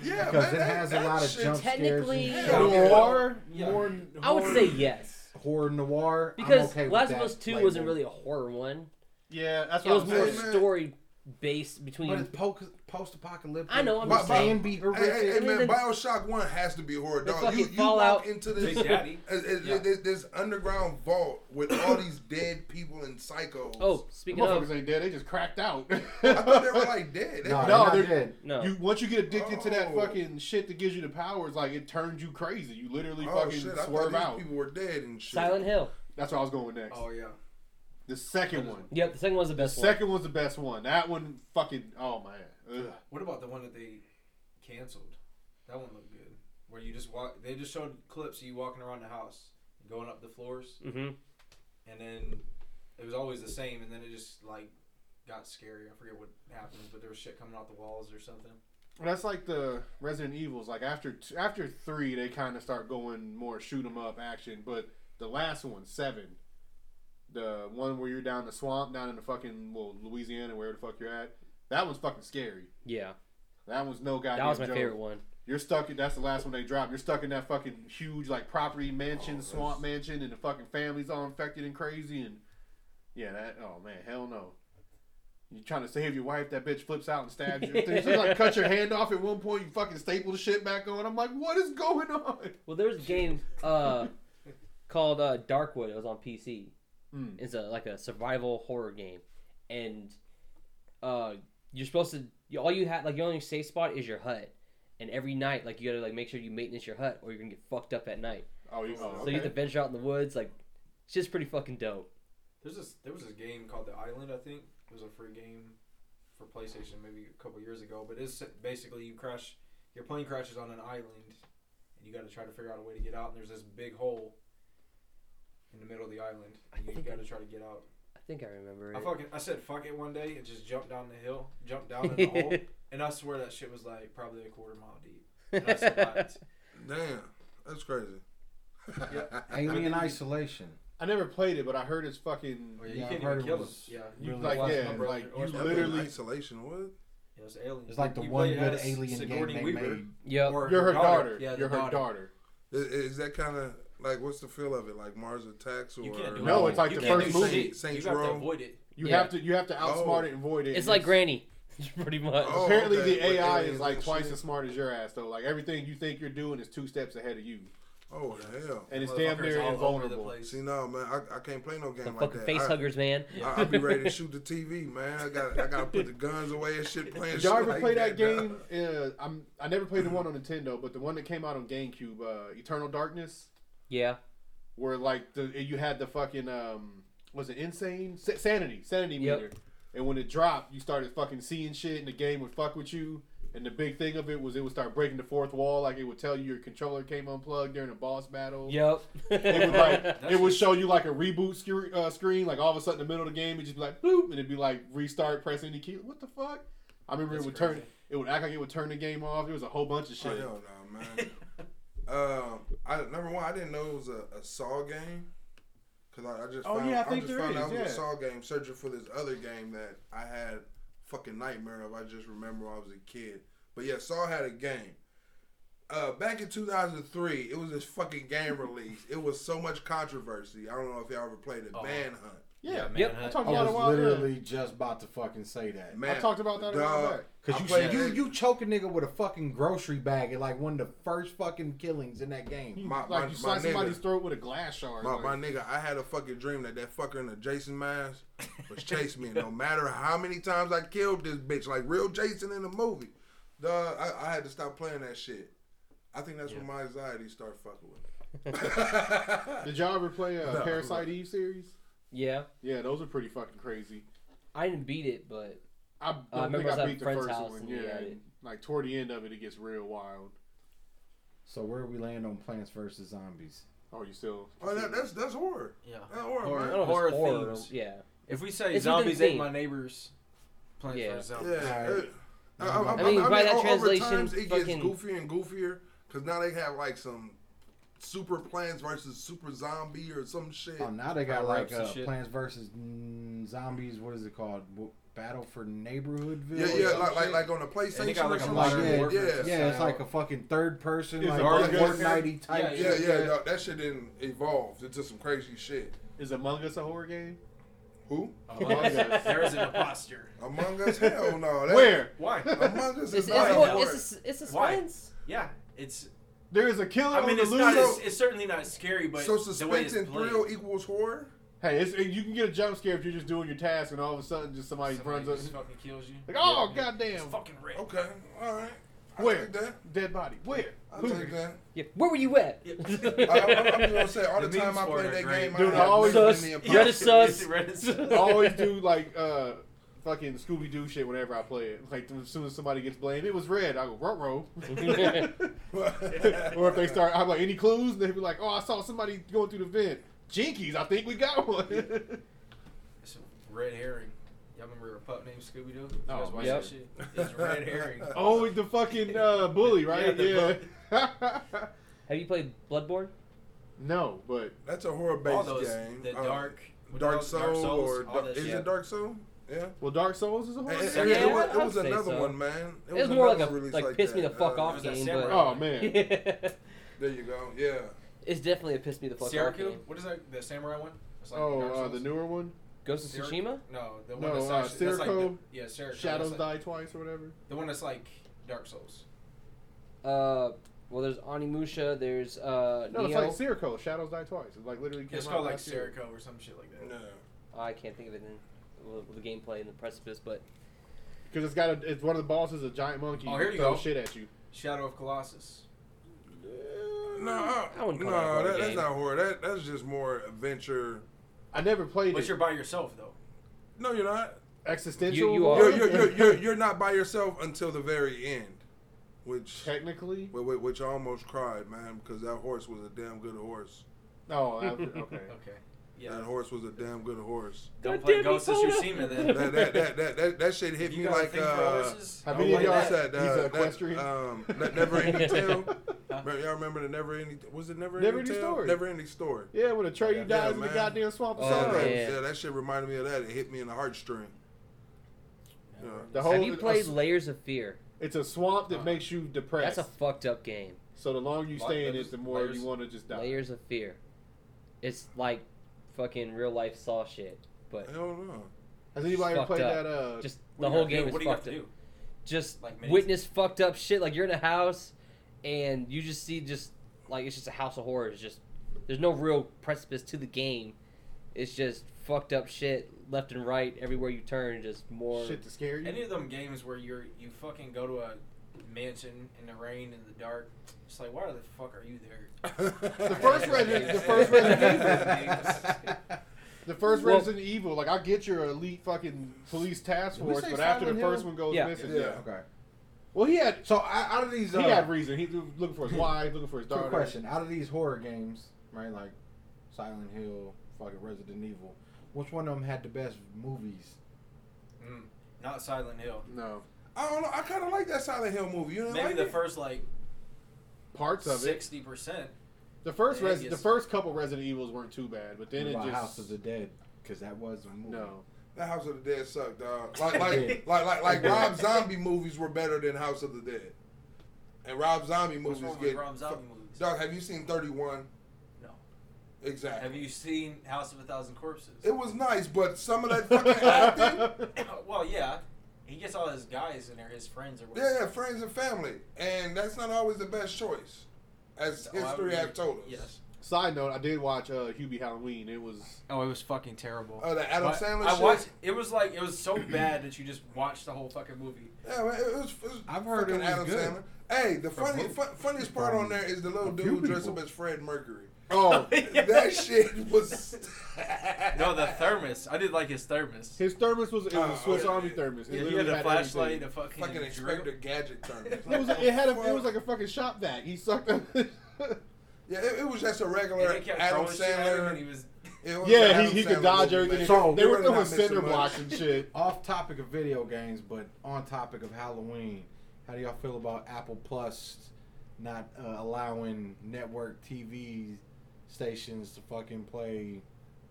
[SPEAKER 4] Yeah,
[SPEAKER 1] Because
[SPEAKER 4] man,
[SPEAKER 1] it
[SPEAKER 4] that-
[SPEAKER 1] has a
[SPEAKER 4] that
[SPEAKER 1] lot of
[SPEAKER 4] shit-
[SPEAKER 1] jump scares.
[SPEAKER 5] Technically-
[SPEAKER 1] and
[SPEAKER 4] Yeah.
[SPEAKER 1] shock.
[SPEAKER 4] Yeah.
[SPEAKER 3] Noir,
[SPEAKER 6] Yeah.
[SPEAKER 3] more,
[SPEAKER 2] I would
[SPEAKER 3] horror-
[SPEAKER 2] say yes
[SPEAKER 1] horror noir. I'm
[SPEAKER 2] because
[SPEAKER 1] okay with
[SPEAKER 2] Last of
[SPEAKER 1] that
[SPEAKER 2] Us Two
[SPEAKER 1] label.
[SPEAKER 2] wasn't really a horror one.
[SPEAKER 3] yeah. That's
[SPEAKER 2] It
[SPEAKER 3] what
[SPEAKER 2] was
[SPEAKER 3] I'm
[SPEAKER 2] more
[SPEAKER 3] saying.
[SPEAKER 4] Hey, man.
[SPEAKER 2] story based between.
[SPEAKER 1] But it's po- post-apocalyptic.
[SPEAKER 2] I know, I'm
[SPEAKER 1] It
[SPEAKER 4] just
[SPEAKER 1] can
[SPEAKER 4] saying.
[SPEAKER 1] be
[SPEAKER 4] Hey,
[SPEAKER 1] horrific.
[SPEAKER 4] hey, hey, man,
[SPEAKER 2] Even-
[SPEAKER 4] Bioshock One has to be horror
[SPEAKER 2] The
[SPEAKER 4] dog.
[SPEAKER 2] fucking
[SPEAKER 4] You, you
[SPEAKER 2] Fallout-
[SPEAKER 4] walk into this,
[SPEAKER 6] (laughs) Big Daddy.
[SPEAKER 4] uh, uh,
[SPEAKER 6] Yeah.
[SPEAKER 4] this, this underground vault with all these (coughs) dead people and psychos.
[SPEAKER 2] oh,
[SPEAKER 3] The
[SPEAKER 2] speaking
[SPEAKER 3] motherfuckers
[SPEAKER 2] of
[SPEAKER 3] ain't dead. They just cracked out.
[SPEAKER 4] I thought they were
[SPEAKER 3] (laughs)
[SPEAKER 4] like dead. They
[SPEAKER 1] No,
[SPEAKER 4] were-
[SPEAKER 3] No,
[SPEAKER 1] no,
[SPEAKER 3] they're-
[SPEAKER 1] they're
[SPEAKER 2] no,
[SPEAKER 3] You once you get addicted to that
[SPEAKER 4] Oh.
[SPEAKER 3] fucking shit that gives you the powers, like it turns you crazy. You literally
[SPEAKER 4] oh
[SPEAKER 3] fucking
[SPEAKER 4] shit! I thought
[SPEAKER 3] swerve
[SPEAKER 4] these
[SPEAKER 3] out.
[SPEAKER 4] people were dead and shit.
[SPEAKER 2] Silent Hill.
[SPEAKER 3] That's where I was going next.
[SPEAKER 6] Oh yeah.
[SPEAKER 3] The second one.
[SPEAKER 2] Yep, the second one's the
[SPEAKER 3] The
[SPEAKER 2] best one.
[SPEAKER 3] second one's the best one. That one fucking oh man. Ugh.
[SPEAKER 6] What about the one that they canceled? That one looked good. Where you just walk. They just showed clips of you walking around the house, going up the floors,
[SPEAKER 2] hmm
[SPEAKER 6] and then it was always the same. And then it just like got scary. I forget what happened, but there was shit coming out the walls or something.
[SPEAKER 3] That's like the Resident Evils. Like after t- after three, they kind of start going more shoot 'em up action. But the last one, seven, the one where you're down the swamp, down in the fucking well Louisiana, wherever the fuck you're at, that one's fucking scary.
[SPEAKER 2] Yeah,
[SPEAKER 3] That one's no goddamn.
[SPEAKER 2] that was my
[SPEAKER 3] joke.
[SPEAKER 2] favorite one.
[SPEAKER 3] You're stuck. In, that's the last one they dropped. You're stuck in that fucking huge like property mansion,
[SPEAKER 4] Oh, that's-
[SPEAKER 3] swamp mansion, and the fucking family's all infected and crazy. And yeah, that oh man, hell no. You're trying to save your wife. That bitch flips out and stabs you. Things like cut your hand off at one point. You fucking staple the shit back on. I'm like, what is going on?
[SPEAKER 2] Well, there was a game uh, called uh, Darkwood. It was on PC.
[SPEAKER 3] Mm.
[SPEAKER 2] It's a like a survival horror game, and uh, you're supposed to you, all you have like your only safe spot is your hut, and every night like you gotta like make sure you maintenance your hut or you're gonna get fucked up at night.
[SPEAKER 3] Oh, you. Oh,
[SPEAKER 2] So
[SPEAKER 3] okay.
[SPEAKER 2] you have to venture out in the woods. Like, it's just pretty fucking dope.
[SPEAKER 6] There's this. There was this game called The Island. I think it was a free game for PlayStation maybe a couple years ago. But it's basically you crash. Your plane crashes on an island, and you got to try to figure out a way to get out. And there's this big hole in the middle of the island, and you got to try to get out.
[SPEAKER 2] I think I remember
[SPEAKER 6] I
[SPEAKER 2] it.
[SPEAKER 6] fucking I said fuck it one day and just jumped down the hill, jumped down in the hole,
[SPEAKER 1] (laughs)
[SPEAKER 2] (laughs)
[SPEAKER 6] and I swear that shit was like probably a quarter mile deep. And I survived.
[SPEAKER 4] Damn, that's crazy. (laughs)
[SPEAKER 1] Alien Isolation.
[SPEAKER 3] I never played it, but I heard it's fucking.
[SPEAKER 6] Oh, yeah,
[SPEAKER 1] Yeah,
[SPEAKER 6] you
[SPEAKER 1] I've
[SPEAKER 6] can't
[SPEAKER 1] heard
[SPEAKER 6] even
[SPEAKER 1] it
[SPEAKER 6] kill them.
[SPEAKER 1] was
[SPEAKER 6] Yeah,
[SPEAKER 3] You
[SPEAKER 1] really
[SPEAKER 3] like
[SPEAKER 6] watch
[SPEAKER 3] yeah,
[SPEAKER 6] my brother-
[SPEAKER 3] like you
[SPEAKER 6] watch my brother.
[SPEAKER 3] (laughs) literally.
[SPEAKER 4] isolation. What?
[SPEAKER 6] yeah, it's alien.
[SPEAKER 1] It's like the
[SPEAKER 6] You
[SPEAKER 1] one
[SPEAKER 6] play
[SPEAKER 1] good
[SPEAKER 6] as
[SPEAKER 1] alien
[SPEAKER 6] Sigourney
[SPEAKER 1] game they
[SPEAKER 6] Weaver,
[SPEAKER 1] made.
[SPEAKER 2] yep.
[SPEAKER 6] or
[SPEAKER 3] You're her daughter.
[SPEAKER 6] Yeah, the
[SPEAKER 3] You're her daughter.
[SPEAKER 4] Is, is that kind of like what's the feel of it? Like Mars Attacks or
[SPEAKER 6] You can't do
[SPEAKER 3] No,
[SPEAKER 6] it.
[SPEAKER 3] it's like
[SPEAKER 6] You
[SPEAKER 3] the
[SPEAKER 6] can't
[SPEAKER 3] first
[SPEAKER 6] do
[SPEAKER 3] movie.
[SPEAKER 6] shit.
[SPEAKER 4] Saints
[SPEAKER 6] you have to
[SPEAKER 4] Row.
[SPEAKER 6] avoid it.
[SPEAKER 3] You
[SPEAKER 2] Yeah.
[SPEAKER 3] have to. You have to outsmart it and void it.
[SPEAKER 2] It's
[SPEAKER 3] and
[SPEAKER 2] like Granny, (laughs) pretty much.
[SPEAKER 4] Oh,
[SPEAKER 3] Apparently,
[SPEAKER 4] okay.
[SPEAKER 3] the
[SPEAKER 4] With
[SPEAKER 3] AI
[SPEAKER 4] aliens
[SPEAKER 3] is like
[SPEAKER 4] and
[SPEAKER 3] twice
[SPEAKER 4] shit.
[SPEAKER 3] as smart as your ass, though. Like everything you think you're doing is two steps ahead of you,
[SPEAKER 4] Oh hell!
[SPEAKER 3] and it's damn near invulnerable.
[SPEAKER 4] See, no man, I, I can't play no game
[SPEAKER 2] the
[SPEAKER 4] like
[SPEAKER 2] fucking
[SPEAKER 4] that.
[SPEAKER 2] face
[SPEAKER 4] I,
[SPEAKER 2] huggers, man.
[SPEAKER 4] I, I be ready
[SPEAKER 2] (laughs)
[SPEAKER 4] to shoot the TV, man. I got I gotta put the guns away
[SPEAKER 2] (laughs)
[SPEAKER 4] and shit. Playing.
[SPEAKER 3] Did y'all
[SPEAKER 4] shit
[SPEAKER 3] ever
[SPEAKER 4] like
[SPEAKER 3] play that
[SPEAKER 4] dog.
[SPEAKER 3] game? Uh, I'm I never played the one on Nintendo, but the one that came out on GameCube, uh, Eternal Darkness,
[SPEAKER 2] Yeah.
[SPEAKER 3] where like the you had the fucking um, was it insane Sa- sanity sanity
[SPEAKER 2] Yep.
[SPEAKER 3] meter, and when it dropped, you started fucking seeing shit, and the game would fuck with you. And the big thing of it was it would start breaking the fourth wall, like it would tell you your controller came unplugged during a boss battle.
[SPEAKER 2] Yep.
[SPEAKER 3] It would
[SPEAKER 4] (laughs)
[SPEAKER 3] like it would show you like a reboot scre- uh, screen, like all of a sudden in the middle of the game, it'd just be like bloop, and it'd be like restart, press any key. What the fuck? I remember
[SPEAKER 6] That's
[SPEAKER 3] it would turn.
[SPEAKER 6] crazy.
[SPEAKER 3] It would act like it would turn the game off. It was a whole bunch of
[SPEAKER 4] Oh,
[SPEAKER 3] shit.
[SPEAKER 4] hell no,
[SPEAKER 3] (laughs)
[SPEAKER 4] man. um, I number one, I didn't know it was a, a Saw game. Cause I, I just
[SPEAKER 3] Oh,
[SPEAKER 4] found,
[SPEAKER 3] yeah, I
[SPEAKER 4] I
[SPEAKER 3] think
[SPEAKER 4] just
[SPEAKER 3] there
[SPEAKER 4] found out
[SPEAKER 3] is,
[SPEAKER 4] it was a
[SPEAKER 3] yeah.
[SPEAKER 4] Saw game. Searching for this other game that I had fucking nightmare of. I just remember when I was a kid. But yeah, Saw had a game. uh, back in 2003, it was this fucking game release. It was so much controversy. I don't know if y'all ever played it.
[SPEAKER 6] Oh.
[SPEAKER 4] Manhunt.
[SPEAKER 3] Yeah,
[SPEAKER 2] Yep.
[SPEAKER 3] I
[SPEAKER 6] Manhunt.
[SPEAKER 1] I
[SPEAKER 3] talked about it a
[SPEAKER 1] was
[SPEAKER 3] while
[SPEAKER 1] literally
[SPEAKER 3] back.
[SPEAKER 1] just about to fucking say that.
[SPEAKER 3] I
[SPEAKER 4] Man,
[SPEAKER 3] talked about that a while
[SPEAKER 4] dog,
[SPEAKER 3] back.
[SPEAKER 1] Cause
[SPEAKER 4] I
[SPEAKER 1] you,
[SPEAKER 4] played
[SPEAKER 1] you
[SPEAKER 4] that-
[SPEAKER 1] you choke a nigga with a fucking grocery bag at like one of the first fucking killings in that game.
[SPEAKER 3] You-
[SPEAKER 4] My-
[SPEAKER 3] like
[SPEAKER 4] my-
[SPEAKER 3] you
[SPEAKER 4] my
[SPEAKER 3] slice somebody's
[SPEAKER 4] nigga.
[SPEAKER 3] throat with a glass shard.
[SPEAKER 4] My,
[SPEAKER 3] like-
[SPEAKER 4] my nigga, I had a fucking dream that that fucker in the Jason mask was chasing me. And no matter how many times I killed this bitch, like real Jason in the movie, duh, I, I had to stop playing that shit. I think that's when my anxiety started fucking with me.
[SPEAKER 2] (laughs)
[SPEAKER 3] Did y'all ever play a
[SPEAKER 4] (laughs) No.
[SPEAKER 3] Parasite Eve series?
[SPEAKER 2] (laughs) Yeah,
[SPEAKER 3] Yeah, those are pretty fucking crazy.
[SPEAKER 2] I didn't beat it, but
[SPEAKER 3] I don't
[SPEAKER 2] Uh, I remember I
[SPEAKER 3] think
[SPEAKER 2] was at
[SPEAKER 3] I
[SPEAKER 2] a
[SPEAKER 3] beat the
[SPEAKER 2] friend's
[SPEAKER 3] first
[SPEAKER 2] house
[SPEAKER 3] one.
[SPEAKER 2] and he
[SPEAKER 3] Yeah,
[SPEAKER 2] had
[SPEAKER 3] and,
[SPEAKER 2] it.
[SPEAKER 3] like toward the end of it, it gets real wild.
[SPEAKER 1] So where we land on Plants vs Zombies?
[SPEAKER 3] Oh, you still?
[SPEAKER 4] Oh, that, that's that's horror.
[SPEAKER 6] Yeah.
[SPEAKER 4] That's horror,
[SPEAKER 2] I
[SPEAKER 6] Horror.
[SPEAKER 4] man.
[SPEAKER 2] don't know if
[SPEAKER 6] Horror
[SPEAKER 2] it's horror.
[SPEAKER 6] themes.
[SPEAKER 2] Yeah,
[SPEAKER 6] If we say
[SPEAKER 2] It's
[SPEAKER 6] zombies
[SPEAKER 2] within
[SPEAKER 6] ate
[SPEAKER 2] theme.
[SPEAKER 6] my neighbors, Plants
[SPEAKER 2] Yeah.
[SPEAKER 6] vs. Zombies.
[SPEAKER 4] Yeah.
[SPEAKER 1] Alright.
[SPEAKER 4] it- I, I, I,
[SPEAKER 1] I
[SPEAKER 2] mean,
[SPEAKER 4] mean, I,
[SPEAKER 2] by
[SPEAKER 4] mean,
[SPEAKER 2] that
[SPEAKER 4] o- over
[SPEAKER 2] translation,
[SPEAKER 4] times it gets
[SPEAKER 2] fucking-
[SPEAKER 4] goofier and goofier because now they have like some super plants versus super zombie or some shit.
[SPEAKER 1] Oh, now they got
[SPEAKER 6] Power
[SPEAKER 1] like
[SPEAKER 6] ups and
[SPEAKER 1] uh,
[SPEAKER 6] shit.
[SPEAKER 1] Plants vs mm, Zombies. What is it called? W- Battle for Neighborhoodville.
[SPEAKER 4] yeah,
[SPEAKER 1] or
[SPEAKER 4] yeah,
[SPEAKER 1] some
[SPEAKER 4] like, like
[SPEAKER 1] shit?
[SPEAKER 4] like on a PlayStation
[SPEAKER 6] got,
[SPEAKER 4] or
[SPEAKER 6] like, a
[SPEAKER 4] some
[SPEAKER 1] Like,
[SPEAKER 6] Modern
[SPEAKER 1] yeah,
[SPEAKER 4] shit.
[SPEAKER 6] Warfare
[SPEAKER 4] Yeah,
[SPEAKER 1] yeah, it's
[SPEAKER 6] style.
[SPEAKER 1] like a fucking third person,
[SPEAKER 3] It's
[SPEAKER 1] like
[SPEAKER 3] a
[SPEAKER 1] like
[SPEAKER 3] Argus.
[SPEAKER 1] Fortnite type.
[SPEAKER 6] Yeah,
[SPEAKER 4] yeah,
[SPEAKER 1] shit.
[SPEAKER 4] yeah. dog, That shit didn't evolve into some crazy shit.
[SPEAKER 3] Is Among Us a horror game?
[SPEAKER 4] Who?
[SPEAKER 6] Among Us. Oh, There is an imposter.
[SPEAKER 4] Among Us? Hell no. That,
[SPEAKER 3] Where
[SPEAKER 6] Why?
[SPEAKER 3] (laughs)
[SPEAKER 4] Among Us
[SPEAKER 2] it's
[SPEAKER 4] is
[SPEAKER 2] it's,
[SPEAKER 4] not
[SPEAKER 6] what-
[SPEAKER 4] horror.
[SPEAKER 2] it's, a, it's a
[SPEAKER 6] Why?
[SPEAKER 2] suspense.
[SPEAKER 6] Yeah, it's.
[SPEAKER 3] there is a killer
[SPEAKER 6] I mean,
[SPEAKER 3] on
[SPEAKER 6] it's
[SPEAKER 3] Oh, the
[SPEAKER 6] not.
[SPEAKER 3] loose.
[SPEAKER 6] It's, it's certainly not scary, but
[SPEAKER 4] so
[SPEAKER 6] the way
[SPEAKER 4] suspense
[SPEAKER 6] it's
[SPEAKER 4] and
[SPEAKER 6] played.
[SPEAKER 4] thrill equals horror.
[SPEAKER 3] Hey, it's, you can get a jump scare if you're just doing your task and all of a sudden just somebody,
[SPEAKER 6] Somebody
[SPEAKER 3] runs up.
[SPEAKER 6] just fucking kills you.
[SPEAKER 3] Like, oh,
[SPEAKER 6] Yeah. It's
[SPEAKER 3] goddamn.
[SPEAKER 6] fucking red. (laughs)
[SPEAKER 4] Okay, all right. I
[SPEAKER 3] Where?
[SPEAKER 4] take that.
[SPEAKER 3] Dead body. Where?
[SPEAKER 4] I
[SPEAKER 3] Who?
[SPEAKER 4] take that.
[SPEAKER 2] Yeah. Where were you at? (laughs)
[SPEAKER 6] Yeah.
[SPEAKER 4] I, I, I'm just gonna say all the,
[SPEAKER 6] The
[SPEAKER 4] time
[SPEAKER 6] memes
[SPEAKER 4] I
[SPEAKER 6] for
[SPEAKER 4] played
[SPEAKER 6] it are
[SPEAKER 4] that game,
[SPEAKER 6] great.
[SPEAKER 3] Dude,
[SPEAKER 4] I
[SPEAKER 3] I
[SPEAKER 4] had
[SPEAKER 3] always-
[SPEAKER 4] nothing
[SPEAKER 2] Sus.
[SPEAKER 4] in the
[SPEAKER 2] You're
[SPEAKER 4] imposter.
[SPEAKER 6] (laughs)
[SPEAKER 2] the sus.
[SPEAKER 6] Red
[SPEAKER 3] (laughs)
[SPEAKER 6] is sus.
[SPEAKER 3] I always do like uh, fucking Scooby Doo shit whenever I play it. Like as soon as somebody gets blamed, it was red. I go row (laughs) Oh.
[SPEAKER 6] (laughs)
[SPEAKER 4] (laughs)
[SPEAKER 3] or if they start, I'm like, any clues? And they'd be like, oh, I saw somebody going through the vent. Jinkies, I think we got one. (laughs)
[SPEAKER 6] It's a red herring. Y'all remember a pup named Scooby Doo?
[SPEAKER 3] Oh,
[SPEAKER 6] watch
[SPEAKER 2] yep.
[SPEAKER 6] that shit. It's red herring.
[SPEAKER 3] (laughs) oh, the fucking uh, bully, right?
[SPEAKER 6] Yeah,
[SPEAKER 3] Yeah.
[SPEAKER 6] the
[SPEAKER 2] (laughs) Have you played Bloodborne?
[SPEAKER 3] (laughs) no, but
[SPEAKER 4] That's a horror
[SPEAKER 6] All
[SPEAKER 4] based
[SPEAKER 6] those,
[SPEAKER 4] game.
[SPEAKER 6] the
[SPEAKER 4] Uh,
[SPEAKER 6] dark, what
[SPEAKER 4] Dark
[SPEAKER 6] else?
[SPEAKER 4] Soul or
[SPEAKER 6] all
[SPEAKER 4] Dark-
[SPEAKER 6] that
[SPEAKER 4] is
[SPEAKER 6] shit.
[SPEAKER 4] it Dark Soul? Yeah.
[SPEAKER 3] well, Dark Souls is a horror.
[SPEAKER 4] And- and-
[SPEAKER 3] game.
[SPEAKER 4] and
[SPEAKER 2] Yeah,
[SPEAKER 4] it was, it
[SPEAKER 2] I'd
[SPEAKER 4] was
[SPEAKER 2] say
[SPEAKER 4] another
[SPEAKER 2] so.
[SPEAKER 4] one, man.
[SPEAKER 2] It was more like
[SPEAKER 4] another
[SPEAKER 2] a
[SPEAKER 4] release
[SPEAKER 2] like, piss me the
[SPEAKER 4] that.
[SPEAKER 2] fuck
[SPEAKER 4] Uh,
[SPEAKER 2] off
[SPEAKER 6] was that
[SPEAKER 2] game,
[SPEAKER 6] Samurai?
[SPEAKER 2] but
[SPEAKER 3] Oh man,
[SPEAKER 6] (laughs)
[SPEAKER 4] There you go. Yeah.
[SPEAKER 2] (laughs) it's definitely a piss me the fuck off
[SPEAKER 6] Syracuse?
[SPEAKER 2] game.
[SPEAKER 6] What is that? The samurai one? It's like
[SPEAKER 3] oh
[SPEAKER 6] Dark
[SPEAKER 3] uh,
[SPEAKER 6] Souls?
[SPEAKER 3] the newer one,
[SPEAKER 2] Ghost of
[SPEAKER 6] Syrac-
[SPEAKER 2] Tsushima?
[SPEAKER 6] No, the
[SPEAKER 3] No,
[SPEAKER 6] one that's
[SPEAKER 3] uh,
[SPEAKER 6] actually that's like the,
[SPEAKER 3] Syracuse,
[SPEAKER 6] yeah, Syracuse.
[SPEAKER 3] Shadows
[SPEAKER 6] that's like,
[SPEAKER 3] Die Twice or whatever.
[SPEAKER 6] The one that's like Dark Souls.
[SPEAKER 2] Uh, well, there's Onimusha. There's uh,
[SPEAKER 3] No, it's
[SPEAKER 2] Neo.
[SPEAKER 3] like Circo, Shadows Die Twice. It's like literally.
[SPEAKER 6] It's
[SPEAKER 3] came out
[SPEAKER 6] called like
[SPEAKER 3] last year.
[SPEAKER 6] Syracuse or some shit like that.
[SPEAKER 4] Yeah.
[SPEAKER 2] I can't think of it in well, the gameplay and the precipice, but
[SPEAKER 3] Because it's got a, it's one of the bosses a giant monkey.
[SPEAKER 6] Oh, here you
[SPEAKER 3] throw
[SPEAKER 6] go.
[SPEAKER 3] Shit at you.
[SPEAKER 6] Shadow of Colossus.
[SPEAKER 4] No, I,
[SPEAKER 2] I wouldn't call that a
[SPEAKER 4] no,
[SPEAKER 2] horror
[SPEAKER 4] that, that's
[SPEAKER 2] game.
[SPEAKER 4] not horror. That that's just more adventure.
[SPEAKER 3] I never played
[SPEAKER 6] But
[SPEAKER 3] it.
[SPEAKER 6] you're by yourself though.
[SPEAKER 4] No, you're not.
[SPEAKER 3] Existential.
[SPEAKER 2] You- you
[SPEAKER 3] horror?
[SPEAKER 2] are.
[SPEAKER 4] You're you're, you're
[SPEAKER 3] (laughs)
[SPEAKER 4] you're you're not by yourself until the very end, which
[SPEAKER 3] Technically.
[SPEAKER 4] whi- whi- which I almost cried, man, because that horse was a damn good horse.
[SPEAKER 3] No.
[SPEAKER 6] (laughs)
[SPEAKER 3] I, okay.
[SPEAKER 6] Okay. Yeah.
[SPEAKER 4] That horse was a damn good horse.
[SPEAKER 6] Don't
[SPEAKER 2] God
[SPEAKER 6] play
[SPEAKER 2] damn it,
[SPEAKER 6] Ghost of
[SPEAKER 2] Soda.
[SPEAKER 6] Tsushima
[SPEAKER 3] (laughs)
[SPEAKER 6] then.
[SPEAKER 4] That that that that that, that shit hit
[SPEAKER 6] If you
[SPEAKER 4] me
[SPEAKER 6] got a
[SPEAKER 4] like
[SPEAKER 6] thing for
[SPEAKER 4] uh.
[SPEAKER 6] horses,
[SPEAKER 3] Have
[SPEAKER 6] don't
[SPEAKER 3] any of
[SPEAKER 6] play
[SPEAKER 3] y'all
[SPEAKER 6] that.
[SPEAKER 4] said
[SPEAKER 3] He's
[SPEAKER 4] uh,
[SPEAKER 3] a
[SPEAKER 4] that,
[SPEAKER 3] equestrian.
[SPEAKER 4] um, that never
[SPEAKER 3] (laughs)
[SPEAKER 4] ending tale. Remember- y'all remember the never ending? Was it never
[SPEAKER 3] Never
[SPEAKER 4] ending
[SPEAKER 3] Ending
[SPEAKER 4] tale?
[SPEAKER 3] Story.
[SPEAKER 4] Never ending story.
[SPEAKER 3] Yeah, when a tree
[SPEAKER 2] Yeah,
[SPEAKER 3] dies in the
[SPEAKER 4] man.
[SPEAKER 3] goddamn swamp of
[SPEAKER 4] Yeah,
[SPEAKER 2] Oh,
[SPEAKER 3] sorrow.
[SPEAKER 4] that,
[SPEAKER 2] yeah.
[SPEAKER 4] yeah, that shit reminded me of that. It hit me in the heartstring. Yeah.
[SPEAKER 3] The whole
[SPEAKER 2] have you played
[SPEAKER 3] it's,
[SPEAKER 2] Layers of Fear?
[SPEAKER 3] it's a swamp that
[SPEAKER 6] Uh,
[SPEAKER 3] makes you depressed.
[SPEAKER 2] That's a fucked up game.
[SPEAKER 3] so the longer you
[SPEAKER 6] Lot-
[SPEAKER 3] stay in
[SPEAKER 6] those
[SPEAKER 3] it, the more
[SPEAKER 6] layers-
[SPEAKER 3] you want to just die.
[SPEAKER 2] Layers of Fear. It's like fucking real life Saw shit, but
[SPEAKER 4] I don't know.
[SPEAKER 3] Has anybody ever
[SPEAKER 2] fucked
[SPEAKER 3] played
[SPEAKER 2] up.
[SPEAKER 3] that? Uh,
[SPEAKER 2] just the
[SPEAKER 6] What do you
[SPEAKER 2] whole
[SPEAKER 6] gotta do?
[SPEAKER 2] game
[SPEAKER 6] What
[SPEAKER 2] is
[SPEAKER 6] do you have
[SPEAKER 2] fucked
[SPEAKER 6] to
[SPEAKER 2] up.
[SPEAKER 6] do?
[SPEAKER 2] Just
[SPEAKER 6] Like minis?
[SPEAKER 2] witness fucked up shit. Like you're in a house, and you just see just like it's just a house of horrors. Just there's no real precipice to the game. It's just fucked up shit left and right everywhere you turn. Just more.
[SPEAKER 3] shit to scare
[SPEAKER 6] Any
[SPEAKER 3] you.
[SPEAKER 6] of them games where you're you fucking go to a mansion in the rain in the dark, it's like why the fuck are you there?
[SPEAKER 3] The
[SPEAKER 6] (laughs)
[SPEAKER 3] first Resident, the first Resident Evil, the first
[SPEAKER 2] Well-
[SPEAKER 3] Resident Evil. Like I get your elite fucking police task
[SPEAKER 1] Did we
[SPEAKER 3] force,
[SPEAKER 1] say
[SPEAKER 3] but after the
[SPEAKER 1] Silent
[SPEAKER 3] first
[SPEAKER 1] Hill?
[SPEAKER 3] one goes
[SPEAKER 2] Yeah.
[SPEAKER 3] missing,
[SPEAKER 4] Yeah.
[SPEAKER 3] yeah.
[SPEAKER 1] Okay.
[SPEAKER 3] Well, he had
[SPEAKER 1] So I- out of these,
[SPEAKER 3] he
[SPEAKER 1] uh,
[SPEAKER 3] had reason. He was looking for his wife, looking for his
[SPEAKER 1] Quick
[SPEAKER 3] daughter.
[SPEAKER 1] question: Out of these horror games, right, like Silent Hill, fucking Resident Evil, which one of them had the best movies?
[SPEAKER 6] mm, not Silent Hill.
[SPEAKER 3] No
[SPEAKER 4] I don't know. I kind of like that Silent Hill movie. You know,
[SPEAKER 6] Maybe
[SPEAKER 4] like
[SPEAKER 6] the
[SPEAKER 4] it?
[SPEAKER 6] first like
[SPEAKER 3] parts of it.
[SPEAKER 6] sixty percent.
[SPEAKER 3] The first
[SPEAKER 6] Yeah, I
[SPEAKER 3] res,
[SPEAKER 6] guess.
[SPEAKER 3] the first couple Resident Evils weren't too bad, but then
[SPEAKER 1] What
[SPEAKER 3] it
[SPEAKER 1] about
[SPEAKER 3] just
[SPEAKER 1] House of the Dead, because that was a movie. (laughs)
[SPEAKER 3] no.
[SPEAKER 4] The House of the Dead
[SPEAKER 3] (laughs)
[SPEAKER 4] sucked, dog. Like like like like like Rob Zombie movies were better than House of the Dead. And Rob Zombie
[SPEAKER 6] What's
[SPEAKER 4] movies
[SPEAKER 6] wrong with
[SPEAKER 4] get.
[SPEAKER 6] Rob Zombie movies?
[SPEAKER 4] Dog, have you seen Thirty One?
[SPEAKER 6] No.
[SPEAKER 4] Exactly.
[SPEAKER 6] Have you seen House of a Thousand Corpses?
[SPEAKER 4] It was nice, but some of that fucking acting.
[SPEAKER 6] (coughs) well, yeah. He gets all his guys in there, his friends or whatever.
[SPEAKER 4] Yeah, yeah, friends and family, and that's not always the best choice, as
[SPEAKER 6] Oh, I
[SPEAKER 4] history
[SPEAKER 6] agree.
[SPEAKER 4] have told us.
[SPEAKER 6] Yes.
[SPEAKER 3] (laughs) Side note, I did watch uh, Hubie Halloween. It was
[SPEAKER 6] Oh, it was fucking terrible.
[SPEAKER 4] Oh, the Adam
[SPEAKER 6] But
[SPEAKER 4] Sandler
[SPEAKER 6] I
[SPEAKER 4] shit?
[SPEAKER 6] watched. It was like it was so (clears throat) bad that you just watched the whole fucking movie.
[SPEAKER 4] Yeah, man, it was. It was
[SPEAKER 1] I've heard it
[SPEAKER 4] fucking
[SPEAKER 1] was good.
[SPEAKER 4] Hey, the
[SPEAKER 1] From
[SPEAKER 4] funny,
[SPEAKER 1] who?
[SPEAKER 4] fu- funniest part on there is the little
[SPEAKER 1] A
[SPEAKER 4] dude
[SPEAKER 1] few
[SPEAKER 4] who dressed up
[SPEAKER 1] people.
[SPEAKER 4] as Fred Mercury.
[SPEAKER 3] (laughs)
[SPEAKER 1] (laughs)
[SPEAKER 3] oh
[SPEAKER 4] that shit was.
[SPEAKER 6] No, the thermos. I did like his thermos.
[SPEAKER 3] his thermos was it was a
[SPEAKER 4] Oh,
[SPEAKER 3] Swiss
[SPEAKER 4] yeah.
[SPEAKER 3] Army thermos. It
[SPEAKER 6] Yeah, he
[SPEAKER 3] literally
[SPEAKER 6] had a flashlight,
[SPEAKER 3] everything.
[SPEAKER 6] a fucking,
[SPEAKER 4] (laughs) fucking
[SPEAKER 6] drill.
[SPEAKER 4] Inspector Gadget turned.
[SPEAKER 3] It was it had a, it was like a fucking shop vac. He sucked up.
[SPEAKER 4] (laughs) yeah, it, it was just a
[SPEAKER 6] And
[SPEAKER 4] regular
[SPEAKER 6] they kept
[SPEAKER 4] Adam
[SPEAKER 6] throwing shit at him, and he
[SPEAKER 4] Sandler.
[SPEAKER 6] was
[SPEAKER 4] it was an
[SPEAKER 3] yeah,
[SPEAKER 4] Adam
[SPEAKER 3] he, he could
[SPEAKER 4] Sandler
[SPEAKER 3] dodge
[SPEAKER 4] movie,
[SPEAKER 3] everything.
[SPEAKER 4] man.
[SPEAKER 1] So-
[SPEAKER 3] they were
[SPEAKER 4] Really not
[SPEAKER 3] throwing
[SPEAKER 4] missing
[SPEAKER 3] cinder
[SPEAKER 4] much.
[SPEAKER 3] blocks and shit.
[SPEAKER 1] Off topic of video games, but on topic of Halloween, how do y'all feel about Apple Plus not uh, allowing network TV stations to fucking play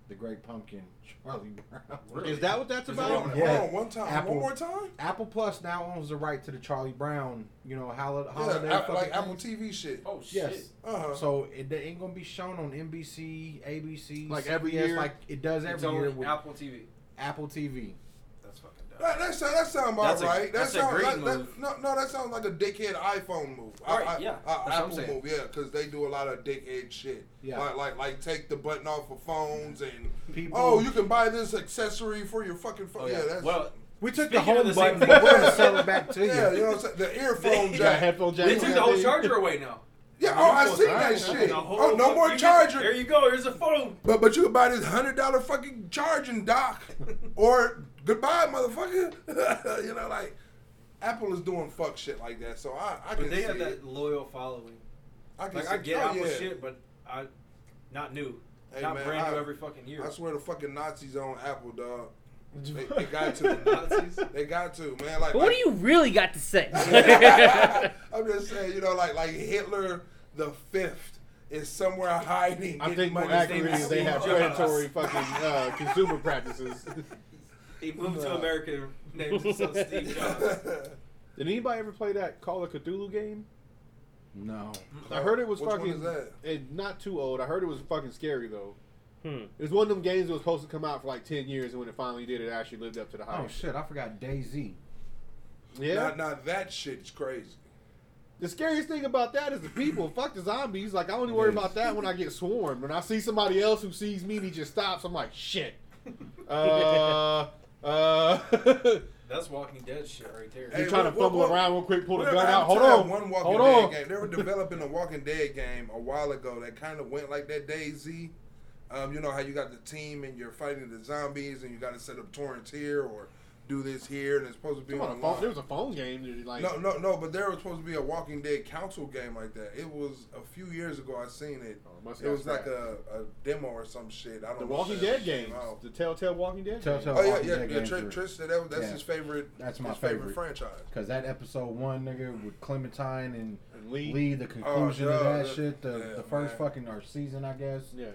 [SPEAKER 1] The Great Pumpkin, (laughs) Charlie Brown?
[SPEAKER 6] Really?
[SPEAKER 3] Is that what that's
[SPEAKER 6] Is
[SPEAKER 3] about?
[SPEAKER 4] Hold on,
[SPEAKER 1] Yeah.
[SPEAKER 4] hold on, one time,
[SPEAKER 1] Apple-
[SPEAKER 4] one more time.
[SPEAKER 1] Apple Plus now owns the right to the Charlie Brown, you know, hol- holiday.
[SPEAKER 4] Yeah, I-
[SPEAKER 1] fucking
[SPEAKER 4] like Apple
[SPEAKER 1] thing.
[SPEAKER 4] TV shit.
[SPEAKER 6] oh shit.
[SPEAKER 1] Yes.
[SPEAKER 4] Uh huh.
[SPEAKER 1] So it they ain't gonna be shown on NBC, ABC,
[SPEAKER 3] Like every
[SPEAKER 1] CBS,
[SPEAKER 3] year?
[SPEAKER 1] like it does
[SPEAKER 6] It's
[SPEAKER 1] every year
[SPEAKER 6] only
[SPEAKER 1] with Apple,
[SPEAKER 6] Apple TV.
[SPEAKER 1] TV.
[SPEAKER 6] That's fucking dumb.
[SPEAKER 4] That, that, sound, that sound about
[SPEAKER 6] That's a-
[SPEAKER 4] right. That
[SPEAKER 6] that's a
[SPEAKER 4] sound,
[SPEAKER 6] great
[SPEAKER 4] that, that-
[SPEAKER 6] move.
[SPEAKER 4] no, no, that sounds like a dickhead iPhone move. I-
[SPEAKER 6] Right,
[SPEAKER 4] I-
[SPEAKER 6] yeah,
[SPEAKER 4] I-
[SPEAKER 6] that's what I'm
[SPEAKER 4] Apple
[SPEAKER 6] saying.
[SPEAKER 4] move, yeah, because they do a lot of dickhead shit.
[SPEAKER 1] Yeah.
[SPEAKER 4] Like, like, like take the button off of phones and,
[SPEAKER 1] People,
[SPEAKER 4] oh, you can buy this accessory for your fucking phone.
[SPEAKER 6] Oh,
[SPEAKER 4] yeah.
[SPEAKER 6] yeah.
[SPEAKER 4] that's.
[SPEAKER 6] well,
[SPEAKER 1] we took the
[SPEAKER 6] Speaking of
[SPEAKER 1] home
[SPEAKER 6] the
[SPEAKER 1] button,
[SPEAKER 6] same
[SPEAKER 1] but we're
[SPEAKER 6] thing-
[SPEAKER 1] gonna sell it back to you.
[SPEAKER 4] (laughs) yeah, you know what I'm saying? The
[SPEAKER 6] (laughs)
[SPEAKER 4] earphone
[SPEAKER 3] You got a
[SPEAKER 4] jack.
[SPEAKER 3] headphone jack.
[SPEAKER 6] they took the whole
[SPEAKER 3] thing.
[SPEAKER 6] charger
[SPEAKER 3] (laughs)
[SPEAKER 6] away now.
[SPEAKER 4] Yeah, oh, I
[SPEAKER 3] Headphones,
[SPEAKER 4] seen
[SPEAKER 3] all
[SPEAKER 4] that
[SPEAKER 3] right,
[SPEAKER 4] shit.
[SPEAKER 6] The whole
[SPEAKER 4] Oh, no
[SPEAKER 6] fuck-
[SPEAKER 4] more
[SPEAKER 6] you-
[SPEAKER 4] charger.
[SPEAKER 6] There you go. Here's a phone.
[SPEAKER 4] But but you can buy this hundred dollar fucking
[SPEAKER 1] (laughs)
[SPEAKER 4] charging dock, or goodbye, motherfucker. (laughs) you know, like Apple is doing fuck shit like that. So I I can
[SPEAKER 6] But they
[SPEAKER 4] see
[SPEAKER 6] have
[SPEAKER 4] it.
[SPEAKER 6] that loyal following.
[SPEAKER 4] I can
[SPEAKER 6] Like
[SPEAKER 4] see
[SPEAKER 6] I get
[SPEAKER 4] oh,
[SPEAKER 6] Apple
[SPEAKER 4] yeah.
[SPEAKER 6] shit, but I not new,
[SPEAKER 4] Hey,
[SPEAKER 6] not
[SPEAKER 4] man,
[SPEAKER 6] brand new
[SPEAKER 4] I-
[SPEAKER 6] every fucking (laughs) year.
[SPEAKER 4] I swear the fucking Nazis on Apple, dog. They, they got to.
[SPEAKER 6] Nazis.
[SPEAKER 4] they got to, man. Like
[SPEAKER 2] But what do you really got to (laughs) say?
[SPEAKER 4] like- (laughs)
[SPEAKER 2] (laughs)
[SPEAKER 4] I'm just saying, you know, like like Hitler the fifth is somewhere hiding.
[SPEAKER 3] I
[SPEAKER 4] getting
[SPEAKER 3] think more
[SPEAKER 4] money.
[SPEAKER 3] accurately
[SPEAKER 6] is
[SPEAKER 3] they
[SPEAKER 6] Steve
[SPEAKER 4] (laughs)
[SPEAKER 3] have
[SPEAKER 6] Jobs.
[SPEAKER 3] predatory fucking uh, consumer practices. (laughs)
[SPEAKER 4] (laughs)
[SPEAKER 6] He moved to America. Named himself Steve Jobs.
[SPEAKER 3] Did anybody ever play that Call of Cthulhu game?
[SPEAKER 1] No,
[SPEAKER 3] I heard it was
[SPEAKER 4] Which one
[SPEAKER 3] fucking
[SPEAKER 4] is that?
[SPEAKER 3] It, not too old. I heard it was fucking scary though.
[SPEAKER 2] Hmm.
[SPEAKER 3] It was one of them games that was supposed to come out for like ten years, and when it finally did, it actually lived up to the hype.
[SPEAKER 1] oh shit, I forgot Daisy.
[SPEAKER 3] Yeah.
[SPEAKER 4] Now, now that shit's crazy.
[SPEAKER 3] the scariest thing about that is the people. Fuck the zombies. Like I only worry about that when I get swarmed. When I see somebody else who sees me and he just stops, I'm like shit. Uh. Uh, (laughs)
[SPEAKER 6] That's Walking Dead shit right there.
[SPEAKER 4] Hey,
[SPEAKER 3] you're trying to
[SPEAKER 4] what- what-
[SPEAKER 3] fumble
[SPEAKER 4] what-
[SPEAKER 3] around real quick, pull the
[SPEAKER 4] Whatever
[SPEAKER 3] gun out.
[SPEAKER 4] happened
[SPEAKER 3] Hold
[SPEAKER 4] to that
[SPEAKER 3] on,
[SPEAKER 4] One Walking
[SPEAKER 3] hold
[SPEAKER 4] Dead
[SPEAKER 3] on.
[SPEAKER 4] game. They were developing a Walking Dead game a while ago that kind of went like that Daisy. Um, you know how you got the team and you're fighting the zombies and you got to set up torrents here or do this here and it's supposed to be
[SPEAKER 3] Come on, a
[SPEAKER 4] on
[SPEAKER 3] phone, there was a phone game. that, Like
[SPEAKER 4] No, no, no. But there was supposed to be a Walking Dead council game like that. It was a few years ago. I seen it.
[SPEAKER 3] Oh, it must
[SPEAKER 4] It
[SPEAKER 3] have
[SPEAKER 4] was
[SPEAKER 3] got
[SPEAKER 4] like a, a demo or some shit. I don't.
[SPEAKER 3] The
[SPEAKER 4] know
[SPEAKER 3] Walking
[SPEAKER 4] if that
[SPEAKER 3] Dead
[SPEAKER 4] shit
[SPEAKER 3] games,
[SPEAKER 4] came out.
[SPEAKER 3] the Telltale Walking Dead.
[SPEAKER 1] Telltale.
[SPEAKER 3] games.
[SPEAKER 4] Oh yeah,
[SPEAKER 1] Walking
[SPEAKER 4] yeah,
[SPEAKER 1] Dead
[SPEAKER 4] yeah.
[SPEAKER 1] games
[SPEAKER 4] Tr-
[SPEAKER 1] were-
[SPEAKER 4] Trish said that, that's
[SPEAKER 1] yeah.
[SPEAKER 4] his favorite.
[SPEAKER 1] That's my
[SPEAKER 4] his
[SPEAKER 1] favorite.
[SPEAKER 4] franchise.
[SPEAKER 1] Cause that episode one nigga with Clementine and
[SPEAKER 3] And Lee.
[SPEAKER 1] Lee, the conclusion
[SPEAKER 4] yeah,
[SPEAKER 1] of that
[SPEAKER 4] that-
[SPEAKER 1] shit, the,
[SPEAKER 4] yeah,
[SPEAKER 1] the first
[SPEAKER 4] man.
[SPEAKER 1] fucking or season, I guess.
[SPEAKER 3] Yeah.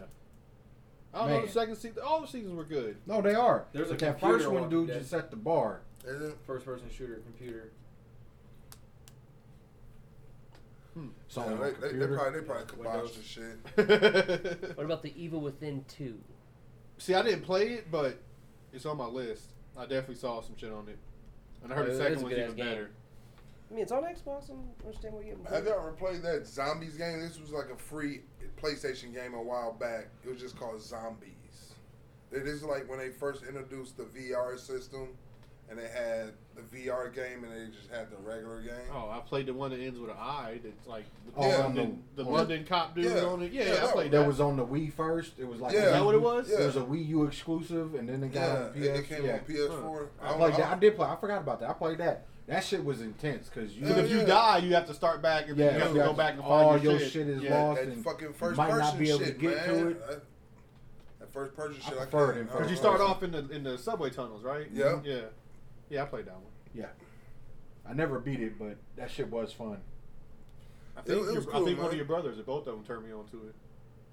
[SPEAKER 3] I don't know
[SPEAKER 1] Man.
[SPEAKER 3] the second season. All the seasons were good. (laughs)
[SPEAKER 1] No, they are.
[SPEAKER 6] There's
[SPEAKER 1] but
[SPEAKER 6] a
[SPEAKER 1] that
[SPEAKER 6] computer
[SPEAKER 1] first one,
[SPEAKER 6] Walking
[SPEAKER 1] dude,
[SPEAKER 6] Dead.
[SPEAKER 1] just set the bar.
[SPEAKER 4] Is it?
[SPEAKER 6] First person shooter, computer.
[SPEAKER 1] So
[SPEAKER 4] Yeah, they, they, they probably they probably
[SPEAKER 6] Windows.
[SPEAKER 4] kiboshed the shit.
[SPEAKER 2] What about the Evil Within two?
[SPEAKER 3] See, I didn't play it, but it's on my list. I definitely saw some shit on it, and I heard
[SPEAKER 2] Oh, it
[SPEAKER 3] the
[SPEAKER 2] is
[SPEAKER 3] second
[SPEAKER 2] a
[SPEAKER 3] one's
[SPEAKER 2] good-ass
[SPEAKER 3] even
[SPEAKER 2] game.
[SPEAKER 3] better.
[SPEAKER 2] I mean, it's on Xbox. I don't understand what you
[SPEAKER 4] Have y'all ever played that zombies game? This was like a free PlayStation game a while back. It was just called Zombies. It is like when they first introduced the VR system, and they had the VR game, and they just had the regular game.
[SPEAKER 3] Oh, I played the one that ends with an I. That's like with
[SPEAKER 1] Oh,
[SPEAKER 3] the,
[SPEAKER 4] Yeah.
[SPEAKER 3] London, the
[SPEAKER 1] yeah.
[SPEAKER 3] London cop dude
[SPEAKER 4] Yeah.
[SPEAKER 3] on it. Yeah,
[SPEAKER 4] Yeah,
[SPEAKER 3] I
[SPEAKER 4] that
[SPEAKER 3] played
[SPEAKER 1] That
[SPEAKER 3] that.
[SPEAKER 1] was on the Wii first. It was like
[SPEAKER 4] Yeah.
[SPEAKER 1] a
[SPEAKER 4] Is that
[SPEAKER 3] what it was?
[SPEAKER 1] Wii- It was a
[SPEAKER 4] Yeah.
[SPEAKER 1] Wii U exclusive, and then it got
[SPEAKER 4] yeah,
[SPEAKER 1] on
[SPEAKER 4] it,
[SPEAKER 1] PS.
[SPEAKER 4] it came
[SPEAKER 1] yeah.
[SPEAKER 4] on PS4.
[SPEAKER 1] I
[SPEAKER 4] don't
[SPEAKER 1] played
[SPEAKER 4] know.
[SPEAKER 1] that. I did play. I forgot about that. I played that. That shit was intense because you.
[SPEAKER 3] Because if
[SPEAKER 4] Yeah.
[SPEAKER 3] you die, you have to start back. If
[SPEAKER 1] Yeah,
[SPEAKER 3] you have
[SPEAKER 1] you
[SPEAKER 3] to go
[SPEAKER 1] got-
[SPEAKER 3] back and find
[SPEAKER 1] all
[SPEAKER 3] your,
[SPEAKER 1] your shit is
[SPEAKER 3] yeah.
[SPEAKER 1] lost.
[SPEAKER 4] That
[SPEAKER 1] and
[SPEAKER 4] fucking
[SPEAKER 1] you
[SPEAKER 4] first
[SPEAKER 1] might not
[SPEAKER 4] person
[SPEAKER 1] be able to
[SPEAKER 4] shit,
[SPEAKER 1] get to
[SPEAKER 4] man.
[SPEAKER 1] it.
[SPEAKER 4] That- That first person shit, I,
[SPEAKER 1] prefer it in
[SPEAKER 4] can't.
[SPEAKER 1] first
[SPEAKER 3] Because you start off in the in the subway tunnels, right?
[SPEAKER 4] Yeah.
[SPEAKER 3] Yeah. Yeah, I played that one.
[SPEAKER 1] I never beat it, but that shit was fun.
[SPEAKER 3] I
[SPEAKER 4] It
[SPEAKER 3] think,
[SPEAKER 4] was- it
[SPEAKER 3] your-
[SPEAKER 4] was
[SPEAKER 3] I
[SPEAKER 4] cool,
[SPEAKER 3] think one
[SPEAKER 4] man.
[SPEAKER 3] of your brothers or both of them turned me on to it.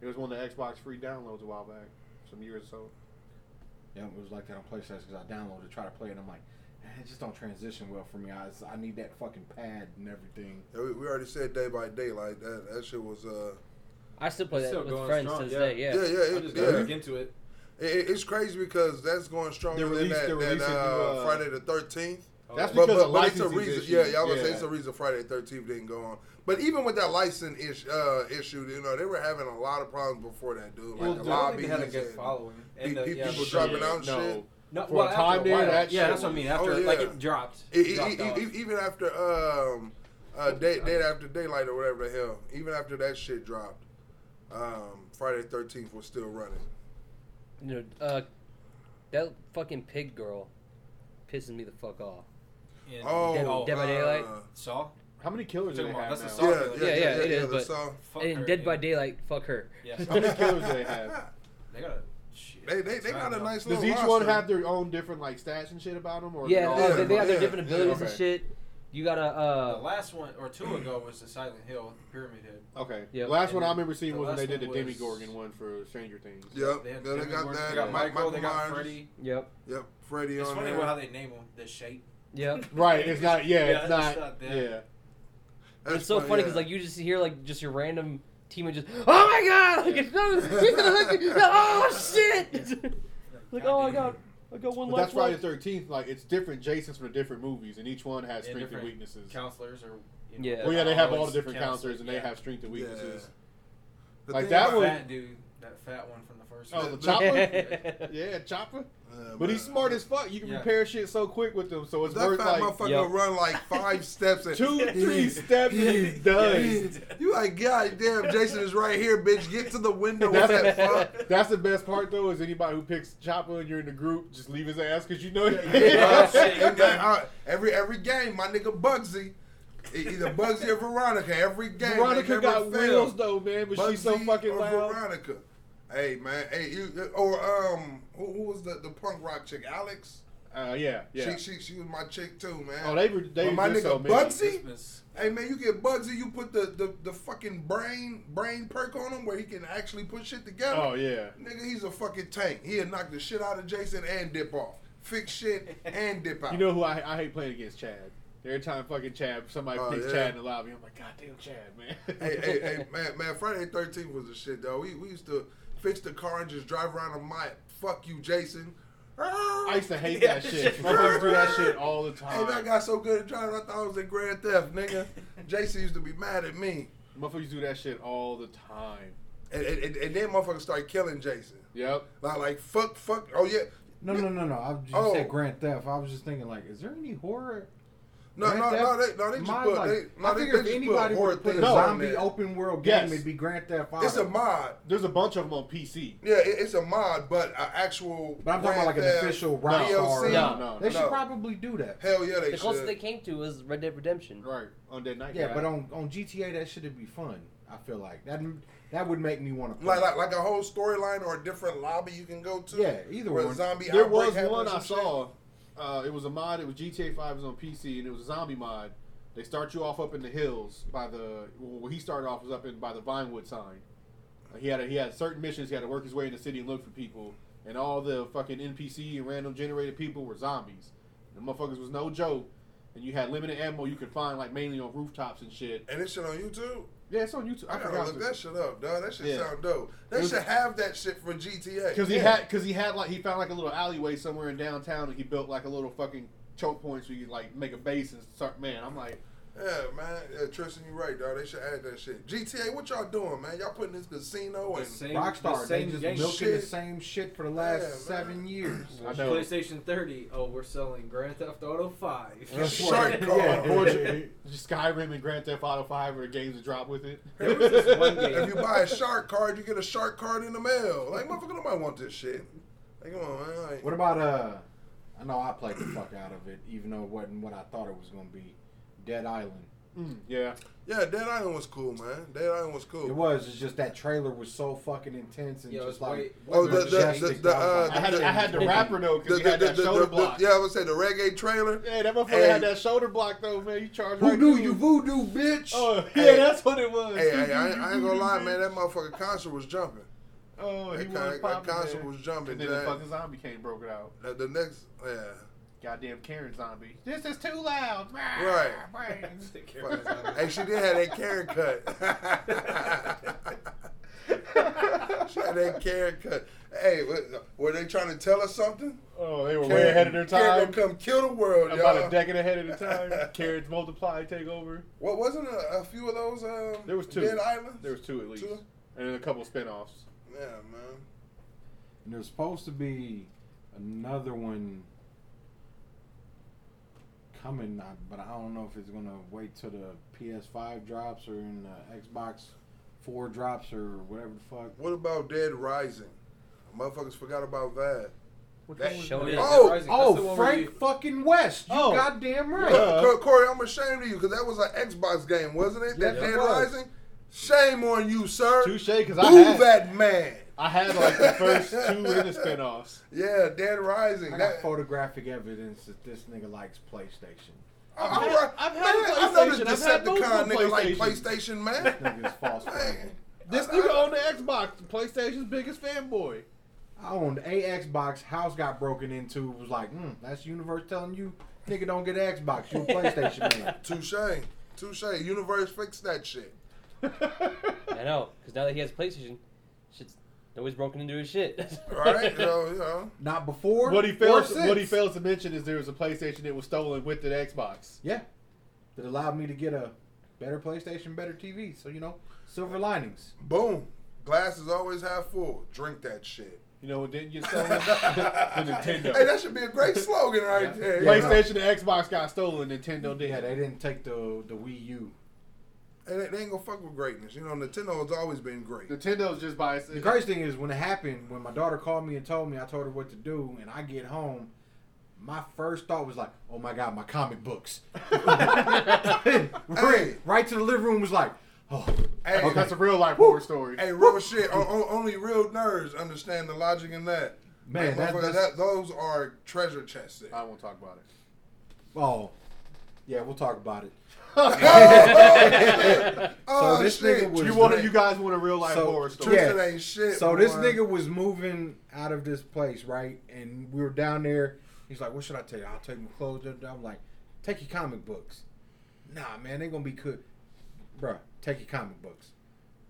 [SPEAKER 3] It was one of the Xbox free downloads a while back, some years or so.
[SPEAKER 1] Yeah, it was like that on PlayStation because I downloaded to try to play it. and I'm like, it just don't transition well for me. I, I need that fucking pad and everything.
[SPEAKER 4] Yeah, we, we already said day by day like that. That shit was uh
[SPEAKER 2] I still play that
[SPEAKER 6] It's still
[SPEAKER 2] with
[SPEAKER 6] going
[SPEAKER 2] friends
[SPEAKER 6] strong,
[SPEAKER 2] to this
[SPEAKER 6] yeah.
[SPEAKER 2] day.
[SPEAKER 4] yeah
[SPEAKER 2] Yeah.
[SPEAKER 4] yeah
[SPEAKER 6] I
[SPEAKER 4] it,
[SPEAKER 6] just got
[SPEAKER 4] yeah.
[SPEAKER 6] back into it.
[SPEAKER 4] It- it- it's crazy because that's going stronger
[SPEAKER 3] They're released-
[SPEAKER 4] than
[SPEAKER 3] they're
[SPEAKER 4] that, that
[SPEAKER 3] releasing,
[SPEAKER 4] uh,
[SPEAKER 3] uh,
[SPEAKER 4] Friday the thirteenth.
[SPEAKER 6] Oh,
[SPEAKER 3] That's
[SPEAKER 6] yeah.
[SPEAKER 4] But,
[SPEAKER 3] because
[SPEAKER 4] but,
[SPEAKER 3] of
[SPEAKER 4] but it's a
[SPEAKER 3] licensing
[SPEAKER 4] reason.
[SPEAKER 3] issues.
[SPEAKER 4] Yeah, yeah, I was gonna say
[SPEAKER 3] Yeah.
[SPEAKER 4] it's a reason Friday the 13th didn't go on. But even with that license ish, uh, issue, you know, they were having a lot of problems before that, dude. Like
[SPEAKER 6] Well,
[SPEAKER 4] the
[SPEAKER 6] I don't
[SPEAKER 4] lobby
[SPEAKER 6] think they had a good
[SPEAKER 4] and-
[SPEAKER 6] following. And
[SPEAKER 4] pe-
[SPEAKER 6] the, yeah,
[SPEAKER 4] people
[SPEAKER 6] the-
[SPEAKER 4] dropping
[SPEAKER 6] yeah.
[SPEAKER 4] out and shit.
[SPEAKER 6] No,
[SPEAKER 3] For
[SPEAKER 6] well,
[SPEAKER 3] a
[SPEAKER 6] after
[SPEAKER 3] time there,
[SPEAKER 6] while,
[SPEAKER 3] that
[SPEAKER 6] yeah,
[SPEAKER 3] shit
[SPEAKER 6] that's what I
[SPEAKER 3] was-
[SPEAKER 6] mean. After
[SPEAKER 4] Oh,
[SPEAKER 6] like
[SPEAKER 4] yeah.
[SPEAKER 6] it dropped,
[SPEAKER 4] E-
[SPEAKER 6] it
[SPEAKER 4] e-
[SPEAKER 6] dropped
[SPEAKER 4] e-
[SPEAKER 6] off.
[SPEAKER 4] e- even after um, uh, day, day after daylight or whatever the hell, even after that shit dropped, um, Friday the 13th was still running.
[SPEAKER 2] You know, uh, that fucking pig girl pisses me the fuck off.
[SPEAKER 6] And-
[SPEAKER 4] Oh,
[SPEAKER 2] Dead- Dead by Daylight?
[SPEAKER 4] uh,
[SPEAKER 6] Saw.
[SPEAKER 3] How many killers do they
[SPEAKER 6] Talking
[SPEAKER 3] have
[SPEAKER 6] about-
[SPEAKER 3] now?
[SPEAKER 6] that's the
[SPEAKER 4] yeah,
[SPEAKER 6] song.
[SPEAKER 4] yeah, yeah,
[SPEAKER 6] Yeah,
[SPEAKER 2] yeah, it
[SPEAKER 4] yeah,
[SPEAKER 2] is,
[SPEAKER 4] the
[SPEAKER 2] but-
[SPEAKER 4] song.
[SPEAKER 6] Fuck
[SPEAKER 2] and
[SPEAKER 6] her,
[SPEAKER 2] Dead
[SPEAKER 6] yeah.
[SPEAKER 2] by Daylight, fuck her.
[SPEAKER 6] Yeah, (laughs)
[SPEAKER 3] How many killers do they have?
[SPEAKER 6] they got a shit.
[SPEAKER 4] They, they, they
[SPEAKER 6] ton
[SPEAKER 4] got a
[SPEAKER 6] of-
[SPEAKER 4] nice little
[SPEAKER 3] Does each
[SPEAKER 4] roster.
[SPEAKER 3] one have their own different like stats and shit about them? Or
[SPEAKER 2] Yeah,
[SPEAKER 3] no?
[SPEAKER 2] uh, they, they have their
[SPEAKER 4] yeah,
[SPEAKER 2] different
[SPEAKER 3] yeah,
[SPEAKER 2] abilities and
[SPEAKER 3] okay.
[SPEAKER 2] shit. You gotta,
[SPEAKER 6] The
[SPEAKER 2] uh,
[SPEAKER 6] last one or two ago was the Silent Hill the Pyramid Head.
[SPEAKER 3] Okay.
[SPEAKER 2] Yeah.
[SPEAKER 3] The last
[SPEAKER 6] And
[SPEAKER 3] one I
[SPEAKER 6] then
[SPEAKER 3] remember seeing
[SPEAKER 6] the
[SPEAKER 3] was when they
[SPEAKER 6] last
[SPEAKER 3] did the
[SPEAKER 6] one was-
[SPEAKER 3] Demigorgon one for Stranger Things.
[SPEAKER 4] Yep, then
[SPEAKER 6] had
[SPEAKER 4] they
[SPEAKER 6] Jimmy
[SPEAKER 4] got
[SPEAKER 6] Gordon,
[SPEAKER 4] that.
[SPEAKER 6] They got
[SPEAKER 4] uh,
[SPEAKER 6] Michael.
[SPEAKER 4] Michael
[SPEAKER 6] they got
[SPEAKER 4] Myers.
[SPEAKER 6] Freddy.
[SPEAKER 2] yep,
[SPEAKER 4] Yep, Freddy
[SPEAKER 6] It's
[SPEAKER 4] on
[SPEAKER 6] funny
[SPEAKER 4] there.
[SPEAKER 6] how they name them. The shape. (laughs)
[SPEAKER 4] (laughs)
[SPEAKER 2] yep.
[SPEAKER 3] Right. It's not. Yeah.
[SPEAKER 6] Yeah,
[SPEAKER 3] it's
[SPEAKER 6] it's
[SPEAKER 3] not.
[SPEAKER 6] not that.
[SPEAKER 3] yeah.
[SPEAKER 4] That's
[SPEAKER 2] it's so funny because
[SPEAKER 4] yeah.
[SPEAKER 2] like you just hear like just your random teammate just, oh my god, like it's no, she's gonna hook you. oh shit, (laughs) like oh I
[SPEAKER 4] (laughs)
[SPEAKER 2] got, I got one left.
[SPEAKER 3] But that's Friday
[SPEAKER 2] left.
[SPEAKER 3] the Thirteenth. Like it's different Jasons from the different movies, and each one has
[SPEAKER 6] Yeah,
[SPEAKER 3] strengths and
[SPEAKER 6] different
[SPEAKER 3] weaknesses.
[SPEAKER 6] counselors or. You know,
[SPEAKER 2] Yeah.
[SPEAKER 3] Well, yeah, they have all the
[SPEAKER 6] always
[SPEAKER 3] different
[SPEAKER 6] counselors,
[SPEAKER 3] counselors, and they
[SPEAKER 6] yeah.
[SPEAKER 3] have strengths and weaknesses.
[SPEAKER 4] The
[SPEAKER 3] Like
[SPEAKER 4] thing
[SPEAKER 3] that
[SPEAKER 6] That
[SPEAKER 4] about-
[SPEAKER 3] one-
[SPEAKER 6] fat dude, that fat one from the first.
[SPEAKER 3] Oh,
[SPEAKER 6] one.
[SPEAKER 3] the
[SPEAKER 2] (laughs)
[SPEAKER 4] The-
[SPEAKER 3] chopper.
[SPEAKER 2] Yeah.
[SPEAKER 3] (laughs) yeah, chopper.
[SPEAKER 4] Yeah,
[SPEAKER 3] But he's
[SPEAKER 4] man.
[SPEAKER 3] smart as fuck. You can
[SPEAKER 6] Yeah.
[SPEAKER 3] repair shit so quick with them, so it's
[SPEAKER 4] That
[SPEAKER 3] worth
[SPEAKER 4] fat
[SPEAKER 3] like
[SPEAKER 4] motherfucker
[SPEAKER 2] Yep.
[SPEAKER 4] run like five steps. And
[SPEAKER 3] two,
[SPEAKER 4] (laughs)
[SPEAKER 3] three steps, and he's done.
[SPEAKER 4] You like, God damn, Jason is right here, bitch. Get to the window with
[SPEAKER 3] That's- (laughs)
[SPEAKER 4] that fuck.
[SPEAKER 3] That's the best part though. Is anybody who picks Chopper and you're in the group, just leave his ass because you know.
[SPEAKER 6] yeah.
[SPEAKER 3] (laughs)
[SPEAKER 4] Like, (laughs) uh, every every game, my nigga Bugsy, e- either Bugsy or Veronica. Every game, they
[SPEAKER 3] Veronica
[SPEAKER 4] never
[SPEAKER 3] got
[SPEAKER 4] fail.
[SPEAKER 3] wheels though, man, but she's so
[SPEAKER 4] Bugsy
[SPEAKER 3] fucking
[SPEAKER 4] or
[SPEAKER 3] loud.
[SPEAKER 4] Veronica. Hey man, hey you or um, who, who was the the punk rock chick? Alex.
[SPEAKER 3] Uh, yeah, yeah.
[SPEAKER 4] She, she she was my chick too, man.
[SPEAKER 3] oh, they were they
[SPEAKER 4] But my
[SPEAKER 3] do
[SPEAKER 4] nigga
[SPEAKER 3] so many.
[SPEAKER 4] Bugsy,
[SPEAKER 6] Christmas.
[SPEAKER 4] Hey man, you get Bugsy, you put the, the, the fucking brain brain perk on him where he can actually put shit together.
[SPEAKER 3] Oh yeah.
[SPEAKER 4] Nigga, he's a fucking tank. He'll knock the shit out of Jason and dip off. Fix shit and dip out.
[SPEAKER 3] (laughs) You know who I, I hate playing against Chad. Every time fucking Chad, somebody
[SPEAKER 4] Oh,
[SPEAKER 3] picks
[SPEAKER 4] yeah.
[SPEAKER 3] Chad in the lobby, I'm like, God damn Chad, man.
[SPEAKER 4] hey, hey, hey, man, man, Friday the 13th was the shit though. We, we used to fix the car and just drive around a mile. Fuck you, Jason.
[SPEAKER 3] (laughs) I used to hate
[SPEAKER 4] (laughs)
[SPEAKER 3] that shit.
[SPEAKER 6] Yeah.
[SPEAKER 3] Motherfuckers
[SPEAKER 6] (laughs)
[SPEAKER 3] do that shit all the
[SPEAKER 4] Hey, man, I
[SPEAKER 3] time.
[SPEAKER 4] got so good at driving, I thought I was in Grand Theft,
[SPEAKER 1] (laughs)
[SPEAKER 4] nigga. Jason used to be mad at me.
[SPEAKER 3] Motherfuckers do that shit all the time.
[SPEAKER 4] And, and, and- and then motherfuckers start killing Jason.
[SPEAKER 3] Yep.
[SPEAKER 4] Like, like, fuck, fuck. Oh, yeah.
[SPEAKER 1] No, no, no, no. I you
[SPEAKER 4] Oh.
[SPEAKER 1] said Grand Theft. I was just thinking like, is there any horror?
[SPEAKER 4] No,
[SPEAKER 1] Grand
[SPEAKER 4] no,
[SPEAKER 1] Theft?
[SPEAKER 4] no, they, no, they just
[SPEAKER 1] My,
[SPEAKER 4] put,
[SPEAKER 1] like,
[SPEAKER 4] they, no,
[SPEAKER 1] I
[SPEAKER 4] they,
[SPEAKER 1] figure
[SPEAKER 4] they
[SPEAKER 1] if
[SPEAKER 4] just
[SPEAKER 1] anybody
[SPEAKER 4] put
[SPEAKER 1] would
[SPEAKER 4] horror
[SPEAKER 1] have put a
[SPEAKER 4] things on
[SPEAKER 1] zombie
[SPEAKER 4] there.
[SPEAKER 1] open world game,
[SPEAKER 3] Yes.
[SPEAKER 1] it'd be Grand Theft Auto.
[SPEAKER 4] It's a mod.
[SPEAKER 3] There's a bunch of them on PC.
[SPEAKER 4] Yeah, it, it's a mod, but an actual.
[SPEAKER 1] But I'm talking about like an
[SPEAKER 4] Grand Theft
[SPEAKER 1] official route or
[SPEAKER 4] DLC.
[SPEAKER 3] No, no,
[SPEAKER 1] They should
[SPEAKER 4] no.
[SPEAKER 1] probably do that.
[SPEAKER 4] Hell yeah,
[SPEAKER 2] The
[SPEAKER 4] they should.
[SPEAKER 2] closest they came to was Red Dead Redemption.
[SPEAKER 3] Right. On that night.
[SPEAKER 1] Yeah, but on, on GTA that should be fun. I feel like that that would make me want to play.
[SPEAKER 4] like, like like a whole storyline or a different lobby you can go to.
[SPEAKER 1] yeah, either
[SPEAKER 4] where a
[SPEAKER 1] one.
[SPEAKER 4] zombie
[SPEAKER 3] there
[SPEAKER 4] outbreak
[SPEAKER 3] was
[SPEAKER 4] happens
[SPEAKER 3] one
[SPEAKER 4] or
[SPEAKER 3] I
[SPEAKER 4] some
[SPEAKER 3] saw. Uh, it was a mod. It was GTA Five. It was on PC, and it was a zombie mod. They start you off up in the hills by the. Well, where he started off was up in by the Vinewood sign. Uh, He had a, he had certain missions. He had to work his way in the city and look for people, and all the fucking NPC and random generated people were zombies. The motherfuckers was no joke, and you had limited ammo you could find like mainly on rooftops and shit.
[SPEAKER 4] shit? And this shit on YouTube.
[SPEAKER 3] Yeah, it's on YouTube.
[SPEAKER 4] I,
[SPEAKER 3] I
[SPEAKER 4] gotta
[SPEAKER 3] forgot
[SPEAKER 4] look that shit up, dog. That shit
[SPEAKER 3] Yeah.
[SPEAKER 4] sound dope. They
[SPEAKER 3] It was-
[SPEAKER 4] should have that shit for GTA.
[SPEAKER 3] Because he
[SPEAKER 4] Yeah.
[SPEAKER 3] had, because he had like he found like a little alleyway somewhere in downtown, and he built like a little fucking choke point so you could like make a base and start. Man, I'm like,
[SPEAKER 4] Yeah, man. Yeah, Tristan, you right, dog. They should add that shit. GTA, what y'all doing, man? Y'all putting this casino
[SPEAKER 6] The
[SPEAKER 4] and
[SPEAKER 6] same,
[SPEAKER 1] Rockstar,
[SPEAKER 6] the
[SPEAKER 1] they
[SPEAKER 6] same
[SPEAKER 1] just
[SPEAKER 6] game.
[SPEAKER 1] milking the
[SPEAKER 4] Shit.
[SPEAKER 1] same shit for the last
[SPEAKER 4] Yeah, man.
[SPEAKER 1] seven years.
[SPEAKER 3] I know.
[SPEAKER 6] PlayStation 30. Oh, we're selling Grand Theft Auto 5.
[SPEAKER 1] That's
[SPEAKER 4] Shark
[SPEAKER 1] right.
[SPEAKER 4] Call.
[SPEAKER 1] Yeah.
[SPEAKER 3] unfortunately, just Skyrim and Grand Theft Auto Five are the games that drop with it.
[SPEAKER 4] Hey, what is this
[SPEAKER 6] one (laughs) game?
[SPEAKER 4] if you buy a shark card, you get a shark card in the mail. Like motherfucker, nobody want this shit. Like come on, man. Like,
[SPEAKER 1] What about uh? I know I played the fuck out of it, even though it wasn't what I thought it was gonna be. Dead Island.
[SPEAKER 3] Mm,
[SPEAKER 4] (laughs)
[SPEAKER 3] yeah,
[SPEAKER 4] yeah, Dead Island was cool, man. Dead Island was cool.
[SPEAKER 1] It was. It's just that trailer was so fucking intense and
[SPEAKER 6] Yeah, it was
[SPEAKER 1] just like
[SPEAKER 6] way-
[SPEAKER 4] Oh, the- the-
[SPEAKER 1] majestic.
[SPEAKER 4] the- the, uh,
[SPEAKER 1] was
[SPEAKER 3] I had I
[SPEAKER 4] (laughs)
[SPEAKER 3] had the rapper though
[SPEAKER 4] The-
[SPEAKER 3] because
[SPEAKER 4] the-
[SPEAKER 3] he had
[SPEAKER 4] the-
[SPEAKER 3] that
[SPEAKER 4] the-
[SPEAKER 3] shoulder
[SPEAKER 4] the-
[SPEAKER 3] block.
[SPEAKER 4] yeah, I would say the reggae trailer.
[SPEAKER 3] Hey, that motherfucker
[SPEAKER 4] Hey.
[SPEAKER 3] had that shoulder block though, man. You charged right
[SPEAKER 1] Voodoo,
[SPEAKER 3] through
[SPEAKER 1] you
[SPEAKER 4] (laughs)
[SPEAKER 3] it.
[SPEAKER 1] voodoo, bitch.
[SPEAKER 3] Oh yeah,
[SPEAKER 4] Hey.
[SPEAKER 3] that's what it was.
[SPEAKER 4] Hey, hey, I, ain't- I ain't gonna lie, man. That motherfucker concert was jumping.
[SPEAKER 3] (laughs) Oh, he
[SPEAKER 4] That,
[SPEAKER 3] was
[SPEAKER 4] con- that
[SPEAKER 3] popping.
[SPEAKER 4] concert
[SPEAKER 3] man.
[SPEAKER 4] was jumping.
[SPEAKER 3] And then the
[SPEAKER 4] That,
[SPEAKER 3] fucking zombie came broke it out.
[SPEAKER 4] that- the next, yeah,
[SPEAKER 3] Goddamn Karen zombie. This is too loud.
[SPEAKER 4] Right.
[SPEAKER 3] (laughs)
[SPEAKER 4] Fuck. hey, she did have that carrot cut. (laughs)
[SPEAKER 3] (laughs)
[SPEAKER 4] she had that carrot cut. Hey, wa- were they trying to tell us something?
[SPEAKER 3] oh, they were way ahead of their
[SPEAKER 4] Karen
[SPEAKER 3] time.
[SPEAKER 4] gonna come kill the world,
[SPEAKER 3] About
[SPEAKER 4] y'all.
[SPEAKER 3] a decade ahead of their (laughs) time. Carrots multiply, take over.
[SPEAKER 4] What wasn't a, a few of those? Um,
[SPEAKER 3] There was two.
[SPEAKER 4] Dead islands.
[SPEAKER 3] There was two at least,
[SPEAKER 4] Two?
[SPEAKER 3] and then a couple of spinoffs.
[SPEAKER 4] Yeah, man.
[SPEAKER 1] And there's supposed to be another one coming, I- but I don't know if it's gonna wait till the PS5 drops or in the Xbox Four drops or whatever the fuck.
[SPEAKER 4] What about Dead Rising? Motherfuckers forgot about that. That-
[SPEAKER 2] Show it.
[SPEAKER 4] Oh,
[SPEAKER 6] Rising, that's the
[SPEAKER 1] Oh,
[SPEAKER 6] one where
[SPEAKER 1] Frank
[SPEAKER 6] you-
[SPEAKER 1] fucking West! You
[SPEAKER 3] Oh.
[SPEAKER 1] goddamn right.
[SPEAKER 3] Yeah.
[SPEAKER 4] Co- Corey, I'm ashamed of you because that was an Xbox game, wasn't it? That
[SPEAKER 1] Yeah,
[SPEAKER 4] Dead
[SPEAKER 1] it was.
[SPEAKER 4] Rising. Shame on you, sir.
[SPEAKER 3] Touche, because I
[SPEAKER 4] Boo
[SPEAKER 3] had
[SPEAKER 4] that man.
[SPEAKER 3] I had like the first two of the spinoffs.
[SPEAKER 4] Yeah, Dead Rising.
[SPEAKER 1] I
[SPEAKER 4] That-
[SPEAKER 1] got photographic evidence that this nigga likes PlayStation.
[SPEAKER 4] I've,
[SPEAKER 3] had- I've had
[SPEAKER 4] I know
[SPEAKER 3] PlayStation.
[SPEAKER 4] this
[SPEAKER 3] I've had
[SPEAKER 4] Decepticon
[SPEAKER 3] multiple
[SPEAKER 4] nigga like
[SPEAKER 3] PlayStations.
[SPEAKER 4] PlayStation,
[SPEAKER 3] (laughs)
[SPEAKER 4] man.
[SPEAKER 1] Nigga's false. fucking.
[SPEAKER 3] (laughs) This nigga on the Xbox, PlayStation's biggest (laughs) fanboy.
[SPEAKER 1] I owned a Xbox. House got broken into. Was like, mm, that's universe telling you, nigga, don't get an Xbox.
[SPEAKER 3] (laughs)
[SPEAKER 1] You a PlayStation man.
[SPEAKER 4] Touche. Touche. Universe fix that shit.
[SPEAKER 2] I know, because now that he has a PlayStation, shit's nobody's broken into his shit. (laughs)
[SPEAKER 4] Right?
[SPEAKER 3] (laughs)
[SPEAKER 4] you know, you know.
[SPEAKER 1] Not before.
[SPEAKER 3] What he
[SPEAKER 1] or
[SPEAKER 3] fails,
[SPEAKER 1] since.
[SPEAKER 3] what he fails to mention is there was a PlayStation that was stolen with the Xbox.
[SPEAKER 1] Yeah, that allowed me to get a better PlayStation, better TV. So you know, silver linings.
[SPEAKER 4] Boom. Glass is always half full. Drink that shit.
[SPEAKER 3] You know, it didn't get (laughs) stolen. the Nintendo.
[SPEAKER 4] Hey, that should be
[SPEAKER 1] (laughs)
[SPEAKER 4] a great slogan right
[SPEAKER 1] Yeah.
[SPEAKER 4] there.
[SPEAKER 1] Yeah.
[SPEAKER 3] PlayStation and Xbox got stolen. Nintendo did.
[SPEAKER 1] Yeah,
[SPEAKER 3] Yeah,
[SPEAKER 1] they didn't take the the Wii U.
[SPEAKER 4] And they, they ain't gonna fuck with greatness. You know, Nintendo has always been great.
[SPEAKER 3] Nintendo's just by
[SPEAKER 1] The crazy thing is when it happened, when my daughter called me and told me, I told her what to do, and I get home. My first thought was like, "Oh my god, my comic books!" (laughs) right, right to the living room was like, "Oh,
[SPEAKER 4] Hey,
[SPEAKER 3] Oh, That's a real life horror story.
[SPEAKER 4] hey, real shit. O- o- only real nerds understand the logic in that.
[SPEAKER 1] Man,
[SPEAKER 4] Like,
[SPEAKER 1] that-
[SPEAKER 4] motherfucker,
[SPEAKER 1] that's- Um,
[SPEAKER 4] that- those are treasure chests. there.
[SPEAKER 3] I won't talk about it.
[SPEAKER 1] oh, yeah, we'll talk about it."
[SPEAKER 4] Oh,
[SPEAKER 1] So this
[SPEAKER 4] shit.
[SPEAKER 1] nigga was
[SPEAKER 3] You
[SPEAKER 1] wanted
[SPEAKER 3] want you guys want a real life
[SPEAKER 1] So,
[SPEAKER 3] horror story?
[SPEAKER 1] yeah.
[SPEAKER 4] Tristan ain't shit.
[SPEAKER 1] So this
[SPEAKER 4] boy.
[SPEAKER 1] nigga was moving out of this place, right? And we were down there. He's like, "What should I tell you? I'll take my clothes." da, da, da." I'm like, "Take your comic books." Nah, man, they gonna be good, Bruh, Take your comic books.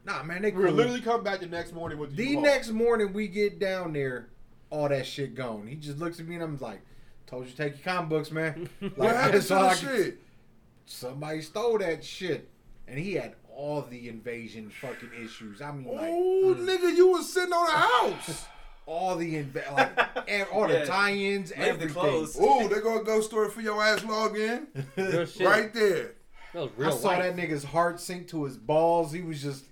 [SPEAKER 1] Nah, man, they
[SPEAKER 3] We were
[SPEAKER 1] cool.
[SPEAKER 3] literally come back the next morning with
[SPEAKER 1] The
[SPEAKER 3] U-Haul.
[SPEAKER 1] next morning we get down there, all that shit gone. He just looks at me and I'm like, "Told you to take your comic books,
[SPEAKER 6] (laughs)
[SPEAKER 1] man." Like,
[SPEAKER 4] What
[SPEAKER 1] (laughs)
[SPEAKER 4] happened
[SPEAKER 1] that's
[SPEAKER 4] to
[SPEAKER 1] all
[SPEAKER 4] the
[SPEAKER 1] I can-
[SPEAKER 4] shit?
[SPEAKER 1] Somebody stole that shit, and he had all the invasion fucking issues. I mean, like.
[SPEAKER 4] Oh, nigga, you was sitting on a house.
[SPEAKER 1] (laughs) all the inv- like
[SPEAKER 6] (laughs)
[SPEAKER 1] and all the
[SPEAKER 6] Yeah.
[SPEAKER 1] tie-ins,
[SPEAKER 6] Leave the
[SPEAKER 1] everything.
[SPEAKER 6] clothes.
[SPEAKER 4] Ooh, they gonna go store for your ass log in
[SPEAKER 2] Real shit.
[SPEAKER 4] right there.
[SPEAKER 2] That was
[SPEAKER 1] I
[SPEAKER 2] real
[SPEAKER 1] saw that
[SPEAKER 2] life.
[SPEAKER 1] nigga's heart sink to his balls. He was just.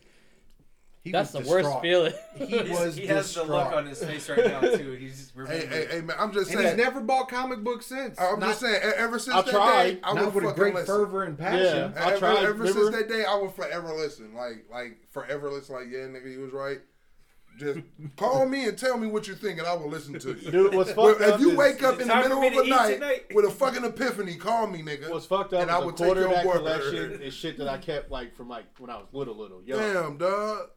[SPEAKER 1] He
[SPEAKER 2] That's the
[SPEAKER 1] was
[SPEAKER 2] worst
[SPEAKER 1] distraught.
[SPEAKER 2] feeling.
[SPEAKER 1] He
[SPEAKER 6] He's-
[SPEAKER 1] was
[SPEAKER 6] he has the look on his face right now too. He's just
[SPEAKER 4] Hey,
[SPEAKER 6] remembering.
[SPEAKER 4] hey, hey, man, I'm just
[SPEAKER 1] And he's
[SPEAKER 4] saying.
[SPEAKER 1] never bought comic books since.
[SPEAKER 4] I'm
[SPEAKER 1] not,
[SPEAKER 4] just saying. e- Ever since
[SPEAKER 3] I
[SPEAKER 4] that day,
[SPEAKER 3] tried.
[SPEAKER 4] I
[SPEAKER 1] not
[SPEAKER 4] would
[SPEAKER 1] with a
[SPEAKER 4] fucking
[SPEAKER 1] great
[SPEAKER 4] listen.
[SPEAKER 1] fervor and passion.
[SPEAKER 3] I
[SPEAKER 4] ever,
[SPEAKER 3] tried,
[SPEAKER 4] ever since
[SPEAKER 3] remember?
[SPEAKER 4] that day, I will forever listen. Like, like forever listen. Like, yeah, nigga, you was right. Just call me and tell me what you think, and I will listen to you.
[SPEAKER 3] Dude, what's
[SPEAKER 4] Well,
[SPEAKER 3] fucked up
[SPEAKER 4] if you
[SPEAKER 3] is-
[SPEAKER 4] wake up
[SPEAKER 6] Is it
[SPEAKER 4] in the
[SPEAKER 6] time for
[SPEAKER 4] middle
[SPEAKER 6] me
[SPEAKER 4] of
[SPEAKER 6] to
[SPEAKER 4] the
[SPEAKER 6] eat
[SPEAKER 4] night
[SPEAKER 6] tonight?
[SPEAKER 4] with a fucking epiphany, call me, nigga.
[SPEAKER 3] What's fucked up
[SPEAKER 4] And
[SPEAKER 3] is
[SPEAKER 4] I
[SPEAKER 3] the
[SPEAKER 4] would take your
[SPEAKER 3] quarter of that
[SPEAKER 4] word.
[SPEAKER 3] collection is shit that I kept like from like when I was little, little young.
[SPEAKER 4] Damn, dog.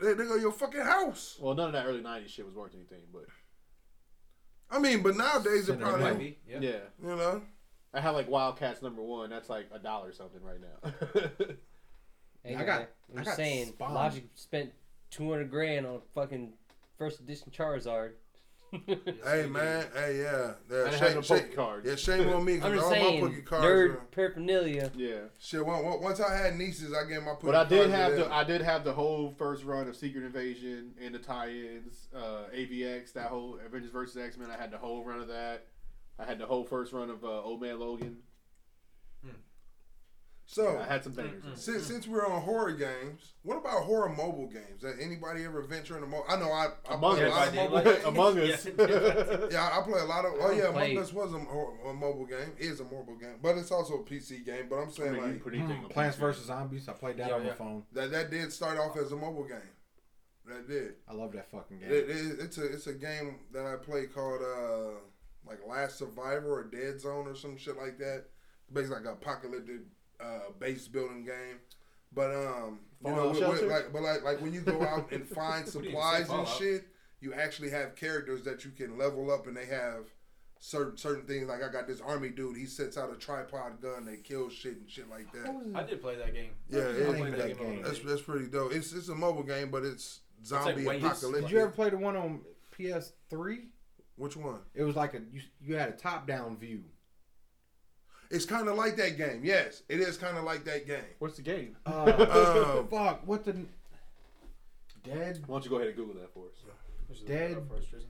[SPEAKER 4] They, they go your fucking house.
[SPEAKER 3] Well, none of that early '90s shit was worth anything, but
[SPEAKER 4] I mean, but nowadays it
[SPEAKER 1] Cinema
[SPEAKER 6] It
[SPEAKER 4] probably,
[SPEAKER 6] might
[SPEAKER 1] Right.
[SPEAKER 6] be. Yeah.
[SPEAKER 3] yeah,
[SPEAKER 4] you know.
[SPEAKER 3] I had like Wildcats number one. That's like a dollar something right now. (laughs)
[SPEAKER 2] Hey,
[SPEAKER 1] I got-
[SPEAKER 2] I'm
[SPEAKER 1] I got
[SPEAKER 2] saying,
[SPEAKER 1] spawned.
[SPEAKER 2] Logic spent 200 grand on a fucking first edition Charizard.
[SPEAKER 4] Hey man, hey yeah, yeah.
[SPEAKER 3] I didn't have
[SPEAKER 4] Shame,
[SPEAKER 3] no
[SPEAKER 4] shame,
[SPEAKER 3] Poke cards.
[SPEAKER 4] yeah, shame on me
[SPEAKER 2] I'm
[SPEAKER 4] because
[SPEAKER 2] just
[SPEAKER 4] all
[SPEAKER 2] saying,
[SPEAKER 4] my Poke cards.
[SPEAKER 2] nerd
[SPEAKER 4] were-
[SPEAKER 2] paraphernalia.
[SPEAKER 3] yeah,
[SPEAKER 4] Shit, on- on- once I had nieces, I gave my Poke
[SPEAKER 3] but I
[SPEAKER 4] cards
[SPEAKER 3] did
[SPEAKER 4] to
[SPEAKER 3] have the
[SPEAKER 4] them.
[SPEAKER 3] I did have the whole first run of Secret Invasion and the tie-ins, uh, AVX, that whole Avengers versus X Men. I had the whole run of that. I had the whole first run of uh, Old Man Logan.
[SPEAKER 4] so
[SPEAKER 3] I had some bangers. in it.
[SPEAKER 4] since since we're on horror games, what about horror mobile games? Does anybody ever venture into mobile? I know I, I
[SPEAKER 3] Among
[SPEAKER 4] play a lot
[SPEAKER 3] Us,
[SPEAKER 4] of
[SPEAKER 6] Yeah,
[SPEAKER 4] mobile.
[SPEAKER 6] Daylight.
[SPEAKER 3] (laughs) Among Us.
[SPEAKER 6] (laughs) Yeah.
[SPEAKER 3] (laughs)
[SPEAKER 4] Yeah, I play a lot of. Oh yeah, Among
[SPEAKER 2] play-
[SPEAKER 4] Us was a, mo- a mobile game. Is a mobile game, but it's also a PC game. But I'm
[SPEAKER 3] I
[SPEAKER 4] saying
[SPEAKER 3] mean, you
[SPEAKER 4] like
[SPEAKER 3] put
[SPEAKER 1] Mm,
[SPEAKER 3] anything on
[SPEAKER 1] Plants
[SPEAKER 3] PC.
[SPEAKER 1] vs Zombies. I played that
[SPEAKER 6] Yeah,
[SPEAKER 1] on my
[SPEAKER 6] yeah.
[SPEAKER 1] phone.
[SPEAKER 4] that that did start off as a mobile game. That did.
[SPEAKER 1] I love that fucking game.
[SPEAKER 4] It, it, it's a it's a game that I play called uh like Last Survivor or Dead Zone or some shit like that. It's basically like an apocalyptic uh, base building game. But um, you know, with-
[SPEAKER 3] Fallout
[SPEAKER 4] with-
[SPEAKER 3] Shelter?
[SPEAKER 4] like but like like when you go out and find
[SPEAKER 6] do you say,
[SPEAKER 4] supplies and
[SPEAKER 6] Fallout?
[SPEAKER 4] shit, you actually have characters that you can level up, and they have certain certain things. Like I got this army dude. He sets out a tripod gun that kills shit and shit like that.
[SPEAKER 6] I did play that game.
[SPEAKER 4] Yeah,
[SPEAKER 6] I
[SPEAKER 4] it-
[SPEAKER 6] played
[SPEAKER 1] that
[SPEAKER 6] that game.
[SPEAKER 1] game.
[SPEAKER 4] That's that's pretty dope. It's it's a mobile game, but it's
[SPEAKER 6] like
[SPEAKER 4] zombie
[SPEAKER 6] Wait.
[SPEAKER 4] apocalyptic.
[SPEAKER 1] Did you ever play the one on PS3?
[SPEAKER 4] Which one?
[SPEAKER 1] It was like a you, you had a top down view.
[SPEAKER 4] It's kind of like that game. Yes, it is kind of like that game.
[SPEAKER 3] What's the game?
[SPEAKER 4] (laughs)
[SPEAKER 1] Uh,
[SPEAKER 4] Um,
[SPEAKER 1] fuck, what the dead
[SPEAKER 3] Why don't you go ahead and Google that for us?
[SPEAKER 6] Which is
[SPEAKER 1] Dead.
[SPEAKER 6] the first reason.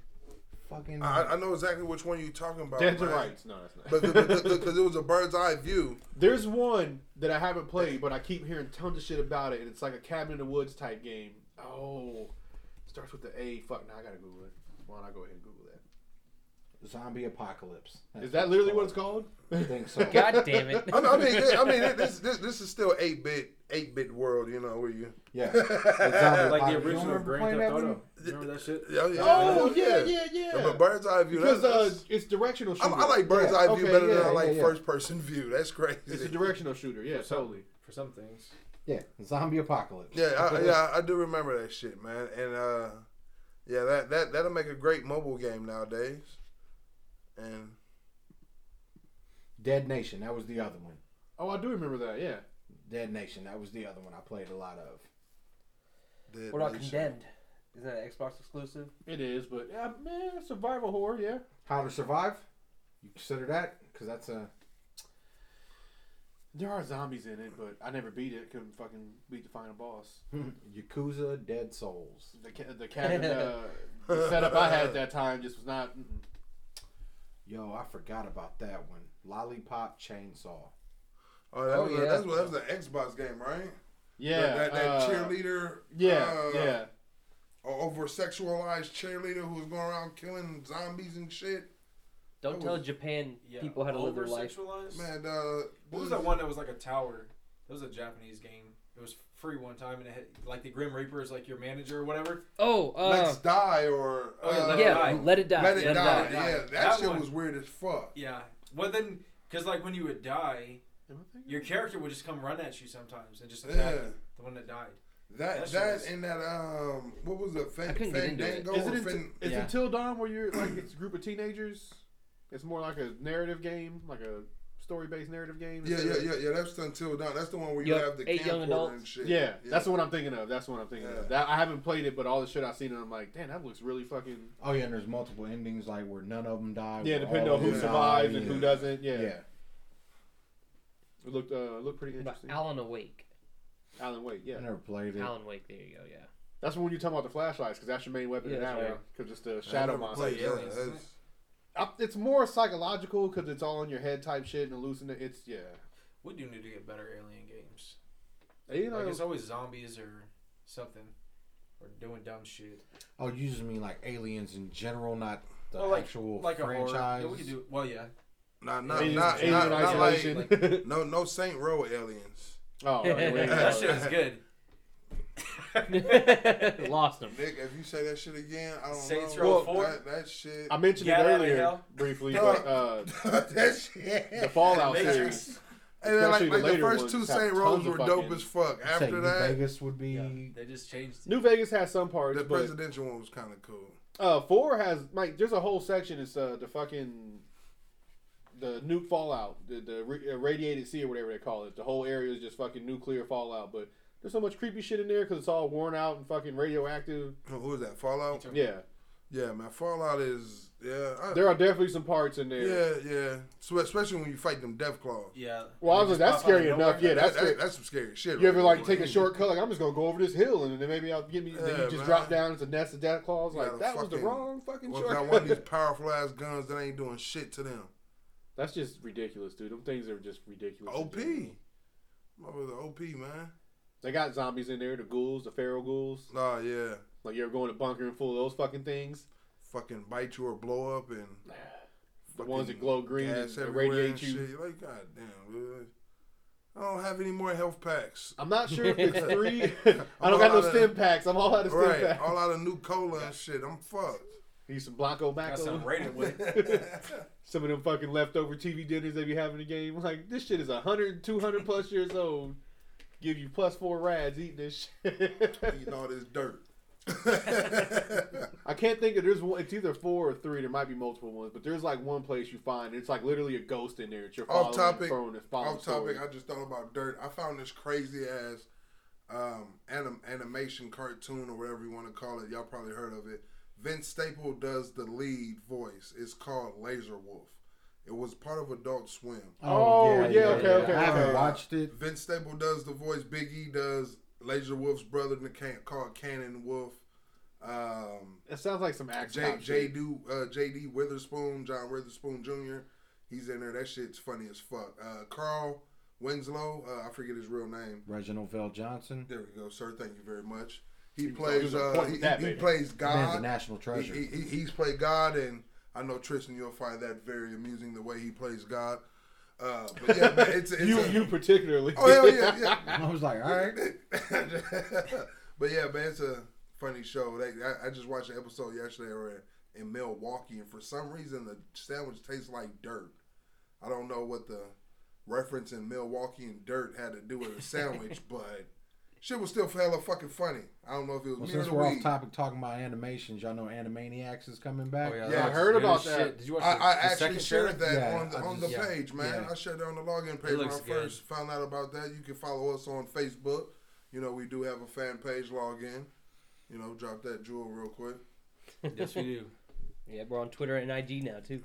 [SPEAKER 1] fucking
[SPEAKER 4] I, I know exactly which one you're talking about.
[SPEAKER 3] Dead to
[SPEAKER 4] man.
[SPEAKER 3] rights. No, that's not.
[SPEAKER 4] (laughs) But because it was a bird's eye view.
[SPEAKER 3] There's one that I haven't played, but I keep hearing tons of shit about it, and it's like a cabin in the woods type game. Oh, starts with the A. Fuck, now I gotta Google it. Why don't I go ahead and Google that?
[SPEAKER 1] zombie apocalypse.
[SPEAKER 3] Is that literally what it's called?
[SPEAKER 1] I think so.
[SPEAKER 2] God damn it.
[SPEAKER 4] I mean, I mean, it- I mean it- this, this this is still eight bit eight bit world. You know where you.
[SPEAKER 1] (laughs) Yeah.
[SPEAKER 4] (laughs) yeah,
[SPEAKER 1] Like the
[SPEAKER 6] Like the
[SPEAKER 1] You
[SPEAKER 6] original
[SPEAKER 1] remember
[SPEAKER 6] Grand
[SPEAKER 1] playing
[SPEAKER 6] Theft
[SPEAKER 1] that
[SPEAKER 6] Auto.
[SPEAKER 1] one?
[SPEAKER 6] Remember that shit?
[SPEAKER 4] yeah, yeah.
[SPEAKER 3] Oh yeah, yeah,
[SPEAKER 4] But
[SPEAKER 3] yeah.
[SPEAKER 4] bird's eye view.
[SPEAKER 3] Because
[SPEAKER 4] that's-
[SPEAKER 3] uh, it's directional
[SPEAKER 4] I,
[SPEAKER 3] shooter.
[SPEAKER 4] I like bird's
[SPEAKER 1] Yeah,
[SPEAKER 4] eye view
[SPEAKER 3] okay,
[SPEAKER 4] better
[SPEAKER 3] yeah,
[SPEAKER 4] than I
[SPEAKER 3] yeah,
[SPEAKER 4] like
[SPEAKER 1] yeah.
[SPEAKER 4] first person view. That's crazy.
[SPEAKER 3] It's a directional shooter. Yeah, totally.
[SPEAKER 6] For some things.
[SPEAKER 1] Yeah, zombie apocalypse.
[SPEAKER 4] Yeah, I, yeah, I do remember that shit, man. And uh, yeah, that that that'll make a great mobile game nowadays. And
[SPEAKER 1] Dead Nation, that was the other one.
[SPEAKER 3] Oh, I do remember that. Yeah.
[SPEAKER 1] Dead Nation, that was the other one I played a lot of.
[SPEAKER 4] Dead (laughs)
[SPEAKER 2] What about
[SPEAKER 4] Nation.
[SPEAKER 2] Condemned? Isn't that an Xbox exclusive?
[SPEAKER 3] It is, but yeah, man, survival horror, yeah.
[SPEAKER 1] How to Survive? You consider that? Because that's a (laughs)
[SPEAKER 3] There are zombies in it, but I never beat it. Couldn't fucking beat the final boss.
[SPEAKER 1] Yakuza Dead Souls.
[SPEAKER 3] The ca-
[SPEAKER 4] (laughs)
[SPEAKER 3] the cabin uh, the setup I had at that time just was not. Mm-mm.
[SPEAKER 1] Yo, I forgot about that one. Lollipop Chainsaw.
[SPEAKER 4] Oh, that
[SPEAKER 2] Oh,
[SPEAKER 4] was a,
[SPEAKER 2] yeah.
[SPEAKER 4] that's what that was an Xbox game, right?
[SPEAKER 3] Yeah,
[SPEAKER 4] that, that, that
[SPEAKER 3] uh,
[SPEAKER 4] cheerleader.
[SPEAKER 3] Yeah,
[SPEAKER 4] uh,
[SPEAKER 3] yeah.
[SPEAKER 4] Over sexualized cheerleader who was going around killing zombies and shit.
[SPEAKER 2] Don't
[SPEAKER 4] That
[SPEAKER 2] tell
[SPEAKER 4] was-
[SPEAKER 2] Japan
[SPEAKER 6] Yeah.
[SPEAKER 2] people how to live their life.
[SPEAKER 6] Over-sexualized?
[SPEAKER 4] Man, uh,
[SPEAKER 6] What was that one that was like a tower? That was a Japanese game. It was free one time, and it had, like the Grim Reaper is like your manager or whatever.
[SPEAKER 2] Oh, uh,
[SPEAKER 4] Let's die or
[SPEAKER 6] Oh, yeah,
[SPEAKER 4] uh,
[SPEAKER 6] Let It
[SPEAKER 2] yeah,
[SPEAKER 6] Die.
[SPEAKER 2] let it die.
[SPEAKER 4] Let It die.
[SPEAKER 6] Die.
[SPEAKER 4] Yeah, that,
[SPEAKER 6] That
[SPEAKER 4] shit
[SPEAKER 6] one.
[SPEAKER 4] was weird as fuck.
[SPEAKER 6] Yeah. Well, then, because like when you would die, your character would just come run at you sometimes and just attack
[SPEAKER 4] Yeah.
[SPEAKER 6] you, the one that died.
[SPEAKER 4] That
[SPEAKER 6] That shit
[SPEAKER 4] that
[SPEAKER 6] was-
[SPEAKER 4] and that um, what was it? Fan,
[SPEAKER 2] I couldn't get into it.
[SPEAKER 4] Fandango
[SPEAKER 3] Is
[SPEAKER 4] or
[SPEAKER 3] it until,
[SPEAKER 4] Fan-
[SPEAKER 3] it's
[SPEAKER 1] yeah.
[SPEAKER 3] until dawn where you're like it's a group of teenagers? It's more like a narrative game, like a story based narrative game.
[SPEAKER 4] Yeah, yeah, yeah, yeah. That's until dawn. That's the one where you
[SPEAKER 2] Yeah,
[SPEAKER 4] have the
[SPEAKER 2] eight young
[SPEAKER 4] camcorder
[SPEAKER 2] adults.
[SPEAKER 4] and shit.
[SPEAKER 3] Yeah, that's the one I'm thinking of. That's the one I'm thinking
[SPEAKER 4] Yeah.
[SPEAKER 3] of. That I haven't played it, but all the shit I've seen, I'm like, damn, that looks really fucking.
[SPEAKER 1] Oh yeah, and there's multiple endings like where none of them die.
[SPEAKER 3] Yeah,
[SPEAKER 1] where
[SPEAKER 3] depending
[SPEAKER 1] all
[SPEAKER 3] on
[SPEAKER 1] of
[SPEAKER 3] who
[SPEAKER 1] them die,
[SPEAKER 3] survives and
[SPEAKER 1] yeah.
[SPEAKER 3] who doesn't.
[SPEAKER 1] Yeah.
[SPEAKER 3] Yeah, it looked uh, looked pretty
[SPEAKER 2] But
[SPEAKER 3] interesting.
[SPEAKER 2] Alan Awake.
[SPEAKER 3] Alan Wake, yeah,
[SPEAKER 1] I never played it.
[SPEAKER 2] Alan Wake. There you go. Yeah.
[SPEAKER 3] that's when you're talking about the flashlights because that's your main weapon
[SPEAKER 2] Yeah,
[SPEAKER 3] now,
[SPEAKER 2] that's
[SPEAKER 3] because
[SPEAKER 2] right.
[SPEAKER 3] it's the shadow monster.
[SPEAKER 6] played it. Aliens,
[SPEAKER 4] That's,
[SPEAKER 6] isn't it?
[SPEAKER 3] I, it's more psychological because it's all in your head type shit and hallucinate. It's yeah.
[SPEAKER 6] We do need to get better alien games.
[SPEAKER 3] You know,
[SPEAKER 6] Like it's always zombies or something, or doing dumb shit.
[SPEAKER 1] Oh, you just mean like aliens in general, not the
[SPEAKER 6] Well, like-
[SPEAKER 1] actual
[SPEAKER 6] like a horror.
[SPEAKER 1] franchise.
[SPEAKER 6] Yeah, we could do. Well, yeah.
[SPEAKER 4] nah, not,
[SPEAKER 3] Alien-
[SPEAKER 4] not,
[SPEAKER 3] Alien
[SPEAKER 4] not, not like
[SPEAKER 3] Isolation.
[SPEAKER 4] no no Saint Row aliens.
[SPEAKER 3] (laughs) oh,
[SPEAKER 6] (laughs)
[SPEAKER 3] yeah, we ain't
[SPEAKER 6] that
[SPEAKER 3] got
[SPEAKER 6] shit
[SPEAKER 3] it.
[SPEAKER 6] is
[SPEAKER 2] (laughs)
[SPEAKER 6] good. (laughs)
[SPEAKER 2] Lost him.
[SPEAKER 4] Nick, if you say that shit again, I don't
[SPEAKER 6] Saints
[SPEAKER 4] know.
[SPEAKER 6] Row
[SPEAKER 4] Well,
[SPEAKER 6] 4?
[SPEAKER 4] That, that shit.
[SPEAKER 3] I mentioned
[SPEAKER 6] Get
[SPEAKER 3] it
[SPEAKER 6] outta
[SPEAKER 3] earlier
[SPEAKER 6] hell.
[SPEAKER 3] briefly, but uh,
[SPEAKER 4] (laughs) that shit.
[SPEAKER 3] the Fallout
[SPEAKER 6] Matrix.
[SPEAKER 3] series.
[SPEAKER 4] And then, like,
[SPEAKER 3] Especially the
[SPEAKER 4] like the
[SPEAKER 3] later
[SPEAKER 4] first
[SPEAKER 3] ones
[SPEAKER 4] two
[SPEAKER 3] have
[SPEAKER 4] Saint
[SPEAKER 3] tons
[SPEAKER 4] Rows
[SPEAKER 3] of
[SPEAKER 4] were dope
[SPEAKER 3] fucking-
[SPEAKER 4] as fuck.
[SPEAKER 1] Say
[SPEAKER 4] After
[SPEAKER 1] New
[SPEAKER 4] that,
[SPEAKER 1] Vegas would be.
[SPEAKER 6] Yeah, they just changed.
[SPEAKER 3] New Vegas has some parts,
[SPEAKER 4] the
[SPEAKER 3] but
[SPEAKER 4] presidential one was kind of cool.
[SPEAKER 3] Uh, four has like there's a whole section. It's uh the fucking the nuke fallout, the the re- uh, radiated sea or whatever they call it. The whole area is just fucking nuclear fallout. But there's so much creepy shit in there because it's all worn out and fucking radioactive.
[SPEAKER 4] Oh, Who was that? Fallout.
[SPEAKER 3] Yeah,
[SPEAKER 4] Yeah, man. Fallout is yeah. I,
[SPEAKER 3] there are definitely some parts in there.
[SPEAKER 4] yeah, yeah. So, especially when you fight them death claws.
[SPEAKER 6] Yeah.
[SPEAKER 3] Well, I was
[SPEAKER 6] They
[SPEAKER 3] like,
[SPEAKER 6] just
[SPEAKER 3] that's
[SPEAKER 6] pop out of
[SPEAKER 3] scary
[SPEAKER 6] nowhere.
[SPEAKER 3] enough. Yeah,
[SPEAKER 4] That,
[SPEAKER 3] that's
[SPEAKER 4] that,
[SPEAKER 3] scary.
[SPEAKER 4] that's some scary shit.
[SPEAKER 3] You ever
[SPEAKER 4] right
[SPEAKER 3] like
[SPEAKER 4] there.
[SPEAKER 3] take a shortcut? Like I'm just gonna go over this hill and then maybe I'll get me. then
[SPEAKER 4] Yeah,
[SPEAKER 3] you just
[SPEAKER 4] man.
[SPEAKER 3] drop down into nest of death claws.
[SPEAKER 4] You
[SPEAKER 3] Like
[SPEAKER 4] gotta
[SPEAKER 3] that was the
[SPEAKER 4] fucking-
[SPEAKER 3] wrong fucking
[SPEAKER 4] Well, got one of
[SPEAKER 3] (laughs)
[SPEAKER 4] these
[SPEAKER 3] shortcut.
[SPEAKER 4] powerful ass guns that ain't doing shit to
[SPEAKER 3] (laughs)
[SPEAKER 4] them.
[SPEAKER 3] That's just ridiculous, dude. Them things are just ridiculous. in
[SPEAKER 4] OP.
[SPEAKER 3] general.
[SPEAKER 4] Mother the OP, man.
[SPEAKER 3] They got zombies in there, the ghouls, the feral ghouls.
[SPEAKER 4] Nah, yeah.
[SPEAKER 3] Like you ever go in a bunker and full of those fucking things?
[SPEAKER 4] Fucking bite you or blow up and.
[SPEAKER 3] The ones
[SPEAKER 4] fucking
[SPEAKER 3] that glow green
[SPEAKER 4] gas
[SPEAKER 3] and
[SPEAKER 4] everywhere
[SPEAKER 3] irradiate
[SPEAKER 4] and
[SPEAKER 3] you.
[SPEAKER 4] shit. You're like, goddamn, dude. I don't have any more health packs.
[SPEAKER 3] I'm not sure
[SPEAKER 4] (laughs)
[SPEAKER 3] if it's three. (laughs) I
[SPEAKER 4] I'm
[SPEAKER 3] don't got
[SPEAKER 4] all
[SPEAKER 3] no
[SPEAKER 4] outta-
[SPEAKER 3] stim packs. I'm all out of stim
[SPEAKER 4] Right,
[SPEAKER 3] packs.
[SPEAKER 4] all out of new cola and shit. I'm fucked.
[SPEAKER 3] Need some Blanco
[SPEAKER 6] Got some
[SPEAKER 3] Bacco. (laughs)
[SPEAKER 6] rated
[SPEAKER 4] (laughs)
[SPEAKER 6] with.
[SPEAKER 3] Some of them fucking leftover TV dinners they be having in the game. Like, this shit is 100, 200 plus years old. Give you plus four rads eating this shit. (laughs)
[SPEAKER 4] Eating all this dirt. (laughs)
[SPEAKER 3] I can't think of there's one. It's either four or three. There might be multiple ones, but there's like one place you find it's like literally a ghost in there. It's your
[SPEAKER 4] Off
[SPEAKER 3] following,
[SPEAKER 4] topic,
[SPEAKER 3] Throwing, following
[SPEAKER 4] Off topic,
[SPEAKER 3] story.
[SPEAKER 4] I just thought about dirt. I found this crazy ass um, anim- animation cartoon or whatever you want to call it. Y'all probably heard of it. Vince Staple does the lead voice. It's called Laser Wolf. It was part of Adult Swim.
[SPEAKER 3] Oh, yeah, okay,
[SPEAKER 1] I
[SPEAKER 3] okay, okay.
[SPEAKER 1] haven't watched it.
[SPEAKER 4] Vince Staple does the voice. Big E does Laser Wolf's brother in the can- called Cannon Wolf. Um,
[SPEAKER 3] That sounds like some action.
[SPEAKER 4] J
[SPEAKER 3] cop
[SPEAKER 4] J
[SPEAKER 3] shit.
[SPEAKER 4] do uh, JD Witherspoon, John Witherspoon Jr. He's in there. That shit's funny as fuck. Uh, Carl Winslow, uh, I forget his real name.
[SPEAKER 1] Reginald Vell Johnson.
[SPEAKER 4] There we go, sir. Thank you very much. He
[SPEAKER 3] was- he
[SPEAKER 4] plays.
[SPEAKER 3] was on
[SPEAKER 4] Uh,
[SPEAKER 3] point
[SPEAKER 4] he,
[SPEAKER 3] with that,
[SPEAKER 4] he
[SPEAKER 3] baby.
[SPEAKER 4] plays
[SPEAKER 1] The man's a
[SPEAKER 4] God.
[SPEAKER 1] national
[SPEAKER 4] He,
[SPEAKER 1] treasure.
[SPEAKER 4] he, he- he's played God, and I know Tristan, you'll find that very amusing the way he plays God. Uh, but yeah, man,
[SPEAKER 3] (laughs)
[SPEAKER 4] it's, it's
[SPEAKER 3] you,
[SPEAKER 4] a-
[SPEAKER 3] you particularly.
[SPEAKER 4] Oh hell yeah, yeah.
[SPEAKER 1] I was like, all right.
[SPEAKER 4] (laughs) but yeah, man, it's a funny show. They, I, I just watched an episode yesterday or in Milwaukee, and for some reason the sandwich tastes like dirt. I don't know what the reference in Milwaukee and dirt had to do with
[SPEAKER 1] (laughs)
[SPEAKER 4] a sandwich, but shit was still hella fucking funny. I don't know if it was
[SPEAKER 1] Well,
[SPEAKER 4] me or
[SPEAKER 1] since
[SPEAKER 4] the
[SPEAKER 1] we're off
[SPEAKER 4] weed.
[SPEAKER 1] topic talking about animations, y'all know Animaniacs is coming
[SPEAKER 6] Oh,
[SPEAKER 1] back.
[SPEAKER 4] Yeah,
[SPEAKER 3] I heard about
[SPEAKER 6] Shit,
[SPEAKER 3] that.
[SPEAKER 6] Did you watch
[SPEAKER 4] I,
[SPEAKER 6] the,
[SPEAKER 4] I
[SPEAKER 6] the
[SPEAKER 4] actually
[SPEAKER 6] second
[SPEAKER 4] shared
[SPEAKER 6] show?
[SPEAKER 4] that
[SPEAKER 1] Yeah,
[SPEAKER 4] on the,
[SPEAKER 1] I
[SPEAKER 4] on the
[SPEAKER 1] just-
[SPEAKER 6] yeah,
[SPEAKER 4] page, man.
[SPEAKER 1] yeah.
[SPEAKER 4] I shared that on the login page when I
[SPEAKER 6] looks
[SPEAKER 4] first
[SPEAKER 6] good.
[SPEAKER 4] found out about that. You can follow us on Facebook. You know, we do have a fan page login. You know, drop that jewel real quick
[SPEAKER 6] (laughs) yes, we do.
[SPEAKER 2] (laughs) Yeah, we're on Twitter and IG now too.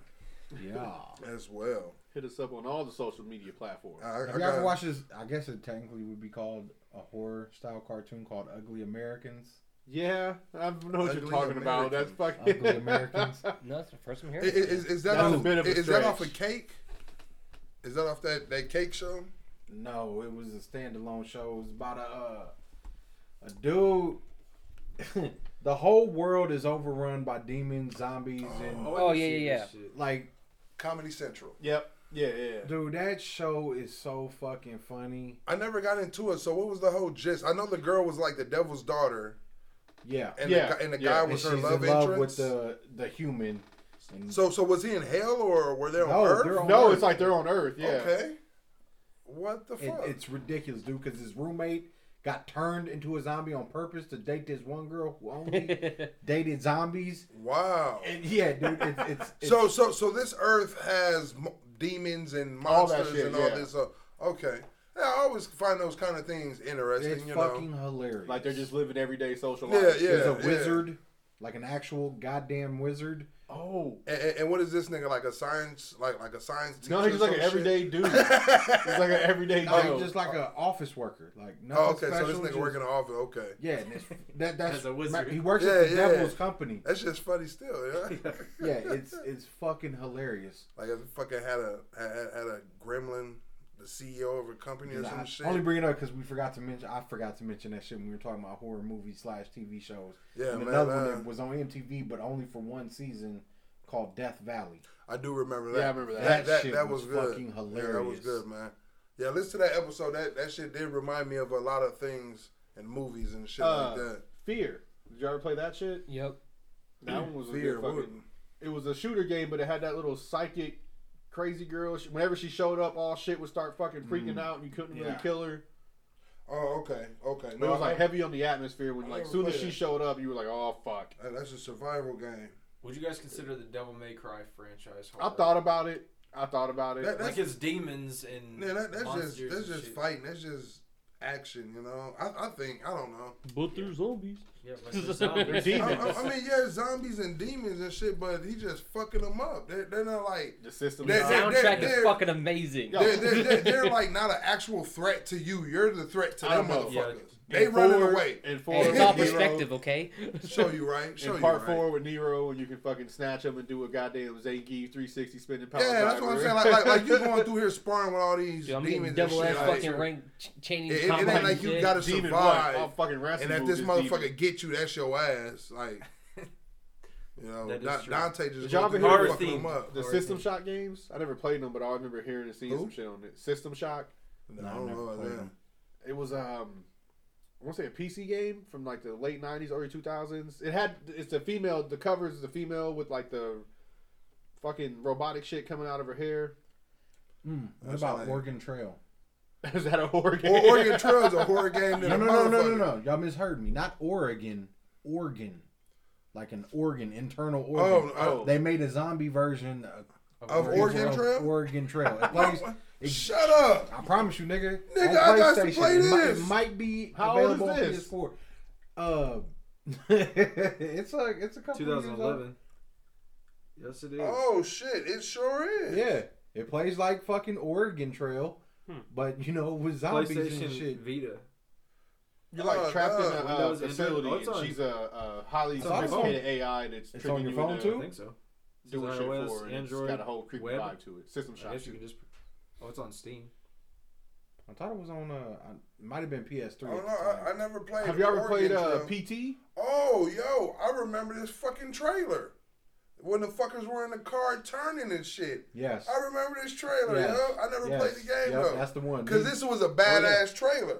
[SPEAKER 1] Yeah.
[SPEAKER 4] as well.
[SPEAKER 3] (laughs) Hit us up on all the social media platforms.
[SPEAKER 4] I, I
[SPEAKER 1] Have you
[SPEAKER 4] got,
[SPEAKER 1] ever watched this? I guess it technically would be called a horror style cartoon called Ugly Americans.
[SPEAKER 3] yeah, I know what
[SPEAKER 4] Ugly
[SPEAKER 3] you're talking about. That's
[SPEAKER 4] Americans.
[SPEAKER 3] fucking
[SPEAKER 1] Ugly Americans.
[SPEAKER 2] No, that's the first time
[SPEAKER 4] I-
[SPEAKER 2] hearing.
[SPEAKER 4] i-
[SPEAKER 2] about
[SPEAKER 4] Is,
[SPEAKER 2] that.
[SPEAKER 4] is that,
[SPEAKER 3] That was
[SPEAKER 4] off,
[SPEAKER 3] a bit of a
[SPEAKER 4] is that off a
[SPEAKER 3] stretch.
[SPEAKER 4] cake? Is that off that, that cake show?
[SPEAKER 1] No, it was a standalone show. It was about a uh, a dude. (laughs) the whole world is overrun by demons, zombies, and
[SPEAKER 2] Oh, yeah, yeah,
[SPEAKER 1] like,
[SPEAKER 4] Comedy Central.
[SPEAKER 3] Yep. (laughs) Yeah, yeah.
[SPEAKER 1] dude, that show is so fucking funny.
[SPEAKER 4] I never got into it. So what was the whole gist? I know the girl was like the devil's daughter,
[SPEAKER 1] Yeah,
[SPEAKER 4] and
[SPEAKER 3] Yeah,
[SPEAKER 4] the, gu- and the
[SPEAKER 3] yeah.
[SPEAKER 4] guy
[SPEAKER 1] and
[SPEAKER 4] was
[SPEAKER 1] she's
[SPEAKER 4] her
[SPEAKER 1] in
[SPEAKER 4] love
[SPEAKER 1] love
[SPEAKER 4] interest.
[SPEAKER 1] with the the human. And
[SPEAKER 4] so so was he in hell or were they on
[SPEAKER 1] No,
[SPEAKER 4] Earth?
[SPEAKER 1] they're on
[SPEAKER 3] No,
[SPEAKER 1] Earth.
[SPEAKER 3] it's like they're on Earth. Yeah.
[SPEAKER 4] Okay. What the
[SPEAKER 1] It,
[SPEAKER 4] fuck?
[SPEAKER 1] it's ridiculous, dude, because his roommate got turned into a zombie on purpose to date this one girl who
[SPEAKER 2] (laughs)
[SPEAKER 4] (laughs)
[SPEAKER 1] only dated zombies.
[SPEAKER 4] wow.
[SPEAKER 1] And yeah, dude, it's it's, it's
[SPEAKER 4] (laughs) so so so this Earth has mo- demons and
[SPEAKER 3] All that
[SPEAKER 4] monsters
[SPEAKER 3] shit,
[SPEAKER 4] and all
[SPEAKER 3] yeah.
[SPEAKER 4] this. Uh, okay. Yeah, I always find those kind of things interesting.
[SPEAKER 1] it's
[SPEAKER 4] you
[SPEAKER 1] fucking
[SPEAKER 4] know.
[SPEAKER 1] hilarious.
[SPEAKER 3] Like they're just living everyday social
[SPEAKER 4] Yeah,
[SPEAKER 3] life.
[SPEAKER 4] yeah.
[SPEAKER 1] there's a wizard, like an actual goddamn wizard.
[SPEAKER 3] Oh.
[SPEAKER 4] And, and- and what is this nigga like a science like like a science teacher?
[SPEAKER 3] No, he's like an
[SPEAKER 4] (laughs)
[SPEAKER 3] everyday dude. He's like an everyday
[SPEAKER 1] Like,
[SPEAKER 3] dude.
[SPEAKER 1] just like an office worker, like nothing
[SPEAKER 4] oh, okay.
[SPEAKER 1] special.
[SPEAKER 4] So this nigga
[SPEAKER 1] just-
[SPEAKER 4] working in the office. Okay.
[SPEAKER 1] Yeah, and it's, that that's
[SPEAKER 6] As a wizard.
[SPEAKER 1] He works
[SPEAKER 4] Yeah,
[SPEAKER 1] at the
[SPEAKER 4] yeah.
[SPEAKER 1] devil's company.
[SPEAKER 4] That's just funny still. Yeah.
[SPEAKER 1] Yeah, it's it's fucking hilarious.
[SPEAKER 4] like I fucking had a had, had a gremlin, the CEO of a company or
[SPEAKER 1] I
[SPEAKER 4] some shit.
[SPEAKER 1] only bring it up because we forgot to mention. I forgot to mention that shit when we were talking about horror movies slash TV shows.
[SPEAKER 4] yeah,
[SPEAKER 1] and
[SPEAKER 4] man. uh,
[SPEAKER 1] another one
[SPEAKER 4] I-
[SPEAKER 1] that was on MTV, but only for one season, called Death Valley.
[SPEAKER 4] I do remember that.
[SPEAKER 3] Yeah, I remember that.
[SPEAKER 4] That that,
[SPEAKER 1] shit
[SPEAKER 4] that
[SPEAKER 1] was
[SPEAKER 4] was, good.
[SPEAKER 1] fucking
[SPEAKER 4] Yeah, that was
[SPEAKER 1] hilarious.
[SPEAKER 4] good, man. Yeah, listen to that episode. That that shit did remind me of a lot of things and movies and shit
[SPEAKER 3] Uh,
[SPEAKER 4] like that.
[SPEAKER 3] Fear. Did you ever play that shit?
[SPEAKER 2] Yep.
[SPEAKER 3] That one was a
[SPEAKER 4] Fear
[SPEAKER 3] good fucking.
[SPEAKER 4] wouldn't.
[SPEAKER 3] It was a shooter game, but it had that little psychic, crazy girl. She, whenever she showed up, all shit would start fucking freaking out, and you couldn't really
[SPEAKER 1] Yeah.
[SPEAKER 3] kill her.
[SPEAKER 4] Oh, okay, okay.
[SPEAKER 3] But
[SPEAKER 4] No,
[SPEAKER 3] it was
[SPEAKER 4] I- Oh,
[SPEAKER 3] like heavy on the atmosphere. When
[SPEAKER 4] I
[SPEAKER 3] like
[SPEAKER 4] never
[SPEAKER 3] soon as
[SPEAKER 4] played
[SPEAKER 3] she
[SPEAKER 4] it.
[SPEAKER 3] showed up, you were like, oh fuck.
[SPEAKER 4] uh, that's a survival game.
[SPEAKER 6] Would you guys consider the Devil May Cry franchise
[SPEAKER 3] I
[SPEAKER 6] horror?
[SPEAKER 3] thought about it. I thought about it.
[SPEAKER 4] That-
[SPEAKER 6] like it's demons and
[SPEAKER 4] Yeah, that, that's
[SPEAKER 6] monsters
[SPEAKER 4] just that's
[SPEAKER 6] and
[SPEAKER 4] just
[SPEAKER 6] shit.
[SPEAKER 4] fighting. That's just action. You know, I, I think I don't know.
[SPEAKER 2] But they're zombies.
[SPEAKER 6] Yeah, but there's zombies.
[SPEAKER 3] They're
[SPEAKER 4] I,
[SPEAKER 3] demons.
[SPEAKER 4] I- I mean, yeah, zombies and demons and shit, but he just fucking them up. They're, they're not like
[SPEAKER 3] the system.
[SPEAKER 2] The
[SPEAKER 4] That-
[SPEAKER 3] is-
[SPEAKER 4] that-
[SPEAKER 2] soundtrack
[SPEAKER 4] that-
[SPEAKER 2] is
[SPEAKER 4] that-
[SPEAKER 2] fucking amazing.
[SPEAKER 3] Yeah.
[SPEAKER 4] they're, they're,
[SPEAKER 2] (laughs)
[SPEAKER 4] they're, they're like not an actual threat to you. You're the threat to
[SPEAKER 3] I
[SPEAKER 4] them
[SPEAKER 3] know.
[SPEAKER 4] motherfuckers.
[SPEAKER 6] Yeah.
[SPEAKER 4] They
[SPEAKER 3] in
[SPEAKER 4] running
[SPEAKER 3] four-
[SPEAKER 4] away.
[SPEAKER 3] In four,
[SPEAKER 2] Hey, it's all
[SPEAKER 3] with Nero,
[SPEAKER 2] perspective, okay?
[SPEAKER 4] Show you right. Show
[SPEAKER 3] In
[SPEAKER 4] you
[SPEAKER 3] part
[SPEAKER 4] right.
[SPEAKER 3] four with Nero, and you can fucking snatch him and do a goddamn Zangief 360 spinning power.
[SPEAKER 4] Yeah, that's what I'm
[SPEAKER 3] driver.
[SPEAKER 4] saying. Like, like, like
[SPEAKER 3] (laughs)
[SPEAKER 4] you going through here sparring with all these
[SPEAKER 2] Dude, I'm getting
[SPEAKER 4] demons and shit.
[SPEAKER 2] double ass
[SPEAKER 4] Like,
[SPEAKER 2] fucking rank ch- chaining
[SPEAKER 4] it, it, it
[SPEAKER 2] combat
[SPEAKER 4] ain't
[SPEAKER 2] and
[SPEAKER 4] like you
[SPEAKER 2] shit.
[SPEAKER 4] gotta
[SPEAKER 3] demon
[SPEAKER 4] survive.
[SPEAKER 3] what? All fucking wrestling
[SPEAKER 4] and if
[SPEAKER 3] moves
[SPEAKER 4] this
[SPEAKER 3] is
[SPEAKER 4] motherfucker
[SPEAKER 3] demon.
[SPEAKER 4] get you, that's your ass. Like, you know,
[SPEAKER 6] That is
[SPEAKER 4] Da-
[SPEAKER 6] true.
[SPEAKER 4] Dante just
[SPEAKER 3] Did y'all
[SPEAKER 4] going
[SPEAKER 3] ever
[SPEAKER 4] through
[SPEAKER 3] hear
[SPEAKER 4] fucking
[SPEAKER 6] the
[SPEAKER 4] them
[SPEAKER 6] theme?
[SPEAKER 4] up.
[SPEAKER 3] The
[SPEAKER 6] Or
[SPEAKER 3] System
[SPEAKER 6] is it-
[SPEAKER 3] Shock games? I never played them, but I remember hearing and seeing
[SPEAKER 4] Who?
[SPEAKER 3] some shit on it. System Shock.
[SPEAKER 4] No, I don't
[SPEAKER 1] never
[SPEAKER 4] know about
[SPEAKER 1] played
[SPEAKER 4] that.
[SPEAKER 1] them.
[SPEAKER 3] It was um, I want to say a PC game from like the late '90s, early 2000s. It had it's a female. The covers is the female with like the fucking robotic shit coming out of her hair. (laughs)
[SPEAKER 1] Mm, what
[SPEAKER 4] That's
[SPEAKER 1] about
[SPEAKER 4] like-
[SPEAKER 1] Oregon Trail?
[SPEAKER 3] is that a horror game?
[SPEAKER 4] Or Oregon Trail's a horror
[SPEAKER 1] No,
[SPEAKER 4] game. than
[SPEAKER 1] no,
[SPEAKER 4] a
[SPEAKER 1] no, no, no,
[SPEAKER 4] motherfucker.
[SPEAKER 1] no. Y'all misheard me. Not Oregon organ, like an organ, internal organ.
[SPEAKER 4] Oh, oh.
[SPEAKER 1] They made a zombie version of,
[SPEAKER 4] Of Oregon
[SPEAKER 1] of
[SPEAKER 4] Trail?
[SPEAKER 1] Oregon
[SPEAKER 4] (laughs)
[SPEAKER 1] Trail. It plays- it-
[SPEAKER 4] Shut up.
[SPEAKER 1] I promise you, nigga.
[SPEAKER 4] Nigga,
[SPEAKER 1] on
[SPEAKER 4] I got to
[SPEAKER 1] PlayStation,
[SPEAKER 4] play
[SPEAKER 1] it might- It
[SPEAKER 4] this.
[SPEAKER 1] might be
[SPEAKER 3] How old
[SPEAKER 1] available
[SPEAKER 3] is
[SPEAKER 1] on
[SPEAKER 3] this?
[SPEAKER 1] PS4. Uh, (laughs) it's a it's a (laughs) couple of years old.
[SPEAKER 6] 2011. Yes, it is.
[SPEAKER 4] Oh shit! It sure is.
[SPEAKER 1] Yeah, it plays like fucking Oregon Trail,
[SPEAKER 2] Hmm.
[SPEAKER 1] but you know with zombies and
[SPEAKER 6] PlayStation
[SPEAKER 1] shit.
[SPEAKER 6] Vita.
[SPEAKER 3] You're like
[SPEAKER 4] Oh,
[SPEAKER 3] trapped in a
[SPEAKER 4] no.
[SPEAKER 3] uh,
[SPEAKER 6] Windows Internet-
[SPEAKER 3] facility.
[SPEAKER 6] Oh, it's
[SPEAKER 3] and
[SPEAKER 6] on-
[SPEAKER 3] she's a, a highly
[SPEAKER 1] It's on your
[SPEAKER 3] sophisticated AI, and it's,
[SPEAKER 1] It's
[SPEAKER 3] tricking
[SPEAKER 1] on your
[SPEAKER 3] you
[SPEAKER 1] phone,
[SPEAKER 3] into
[SPEAKER 1] too?
[SPEAKER 6] I think so. It's
[SPEAKER 3] Doing
[SPEAKER 6] on
[SPEAKER 3] shit
[SPEAKER 6] iOS,
[SPEAKER 3] for it. and
[SPEAKER 6] Android,
[SPEAKER 3] it's got a whole creepy
[SPEAKER 6] web.
[SPEAKER 3] vibe to it. System
[SPEAKER 6] I
[SPEAKER 3] shock.
[SPEAKER 6] guess you can just. Oh, it's on Steam.
[SPEAKER 1] I thought it was on. Uh, I- it might have been PS3.
[SPEAKER 4] I
[SPEAKER 1] at the
[SPEAKER 4] don't know.
[SPEAKER 1] time.
[SPEAKER 4] Oh, I, I never played.
[SPEAKER 3] Have you ever
[SPEAKER 4] Oregon
[SPEAKER 3] played uh,
[SPEAKER 4] Trail.
[SPEAKER 3] PT?
[SPEAKER 4] Oh, yo, I remember this fucking trailer. When the fuckers were in the car turning and shit.
[SPEAKER 1] yes.
[SPEAKER 4] I remember this trailer,
[SPEAKER 1] Yes.
[SPEAKER 4] yo. I never
[SPEAKER 1] Yes.
[SPEAKER 4] played the game,
[SPEAKER 1] Yep,
[SPEAKER 4] though.
[SPEAKER 1] That's the one.
[SPEAKER 4] Because
[SPEAKER 1] Me-
[SPEAKER 4] this was a badass trailer.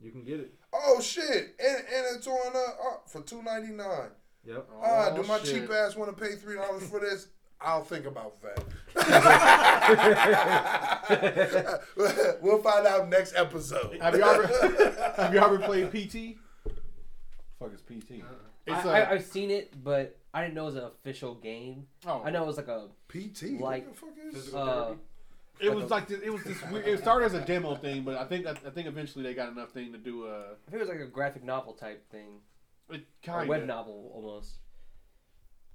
[SPEAKER 6] You can get it.
[SPEAKER 4] Oh, shit. And, and it's on uh, uh, for two ninety nine.
[SPEAKER 6] Yep.
[SPEAKER 4] Ah,
[SPEAKER 3] Oh,
[SPEAKER 4] do my
[SPEAKER 3] shit.
[SPEAKER 4] cheap ass want to pay $3 for this? I'll think about that. we'll find out next episode.
[SPEAKER 3] Have you
[SPEAKER 4] (laughs)
[SPEAKER 3] ever- Have you ever played PT?
[SPEAKER 1] fuck is PT.
[SPEAKER 2] I,
[SPEAKER 3] It's a
[SPEAKER 2] I, I've seen it, but I didn't know it was an official game.
[SPEAKER 3] oh,
[SPEAKER 2] I know it was like a
[SPEAKER 4] PT?
[SPEAKER 2] Like-
[SPEAKER 4] what the fuck is
[SPEAKER 6] Physical
[SPEAKER 2] Uh,
[SPEAKER 6] therapy.
[SPEAKER 3] It was like this, it was this. Weird, it started as a demo thing, but I think I, I think eventually they got enough thing to do a
[SPEAKER 2] I think it was like a graphic novel type thing,
[SPEAKER 3] it
[SPEAKER 2] a
[SPEAKER 3] kind
[SPEAKER 2] web
[SPEAKER 3] of
[SPEAKER 2] novel almost.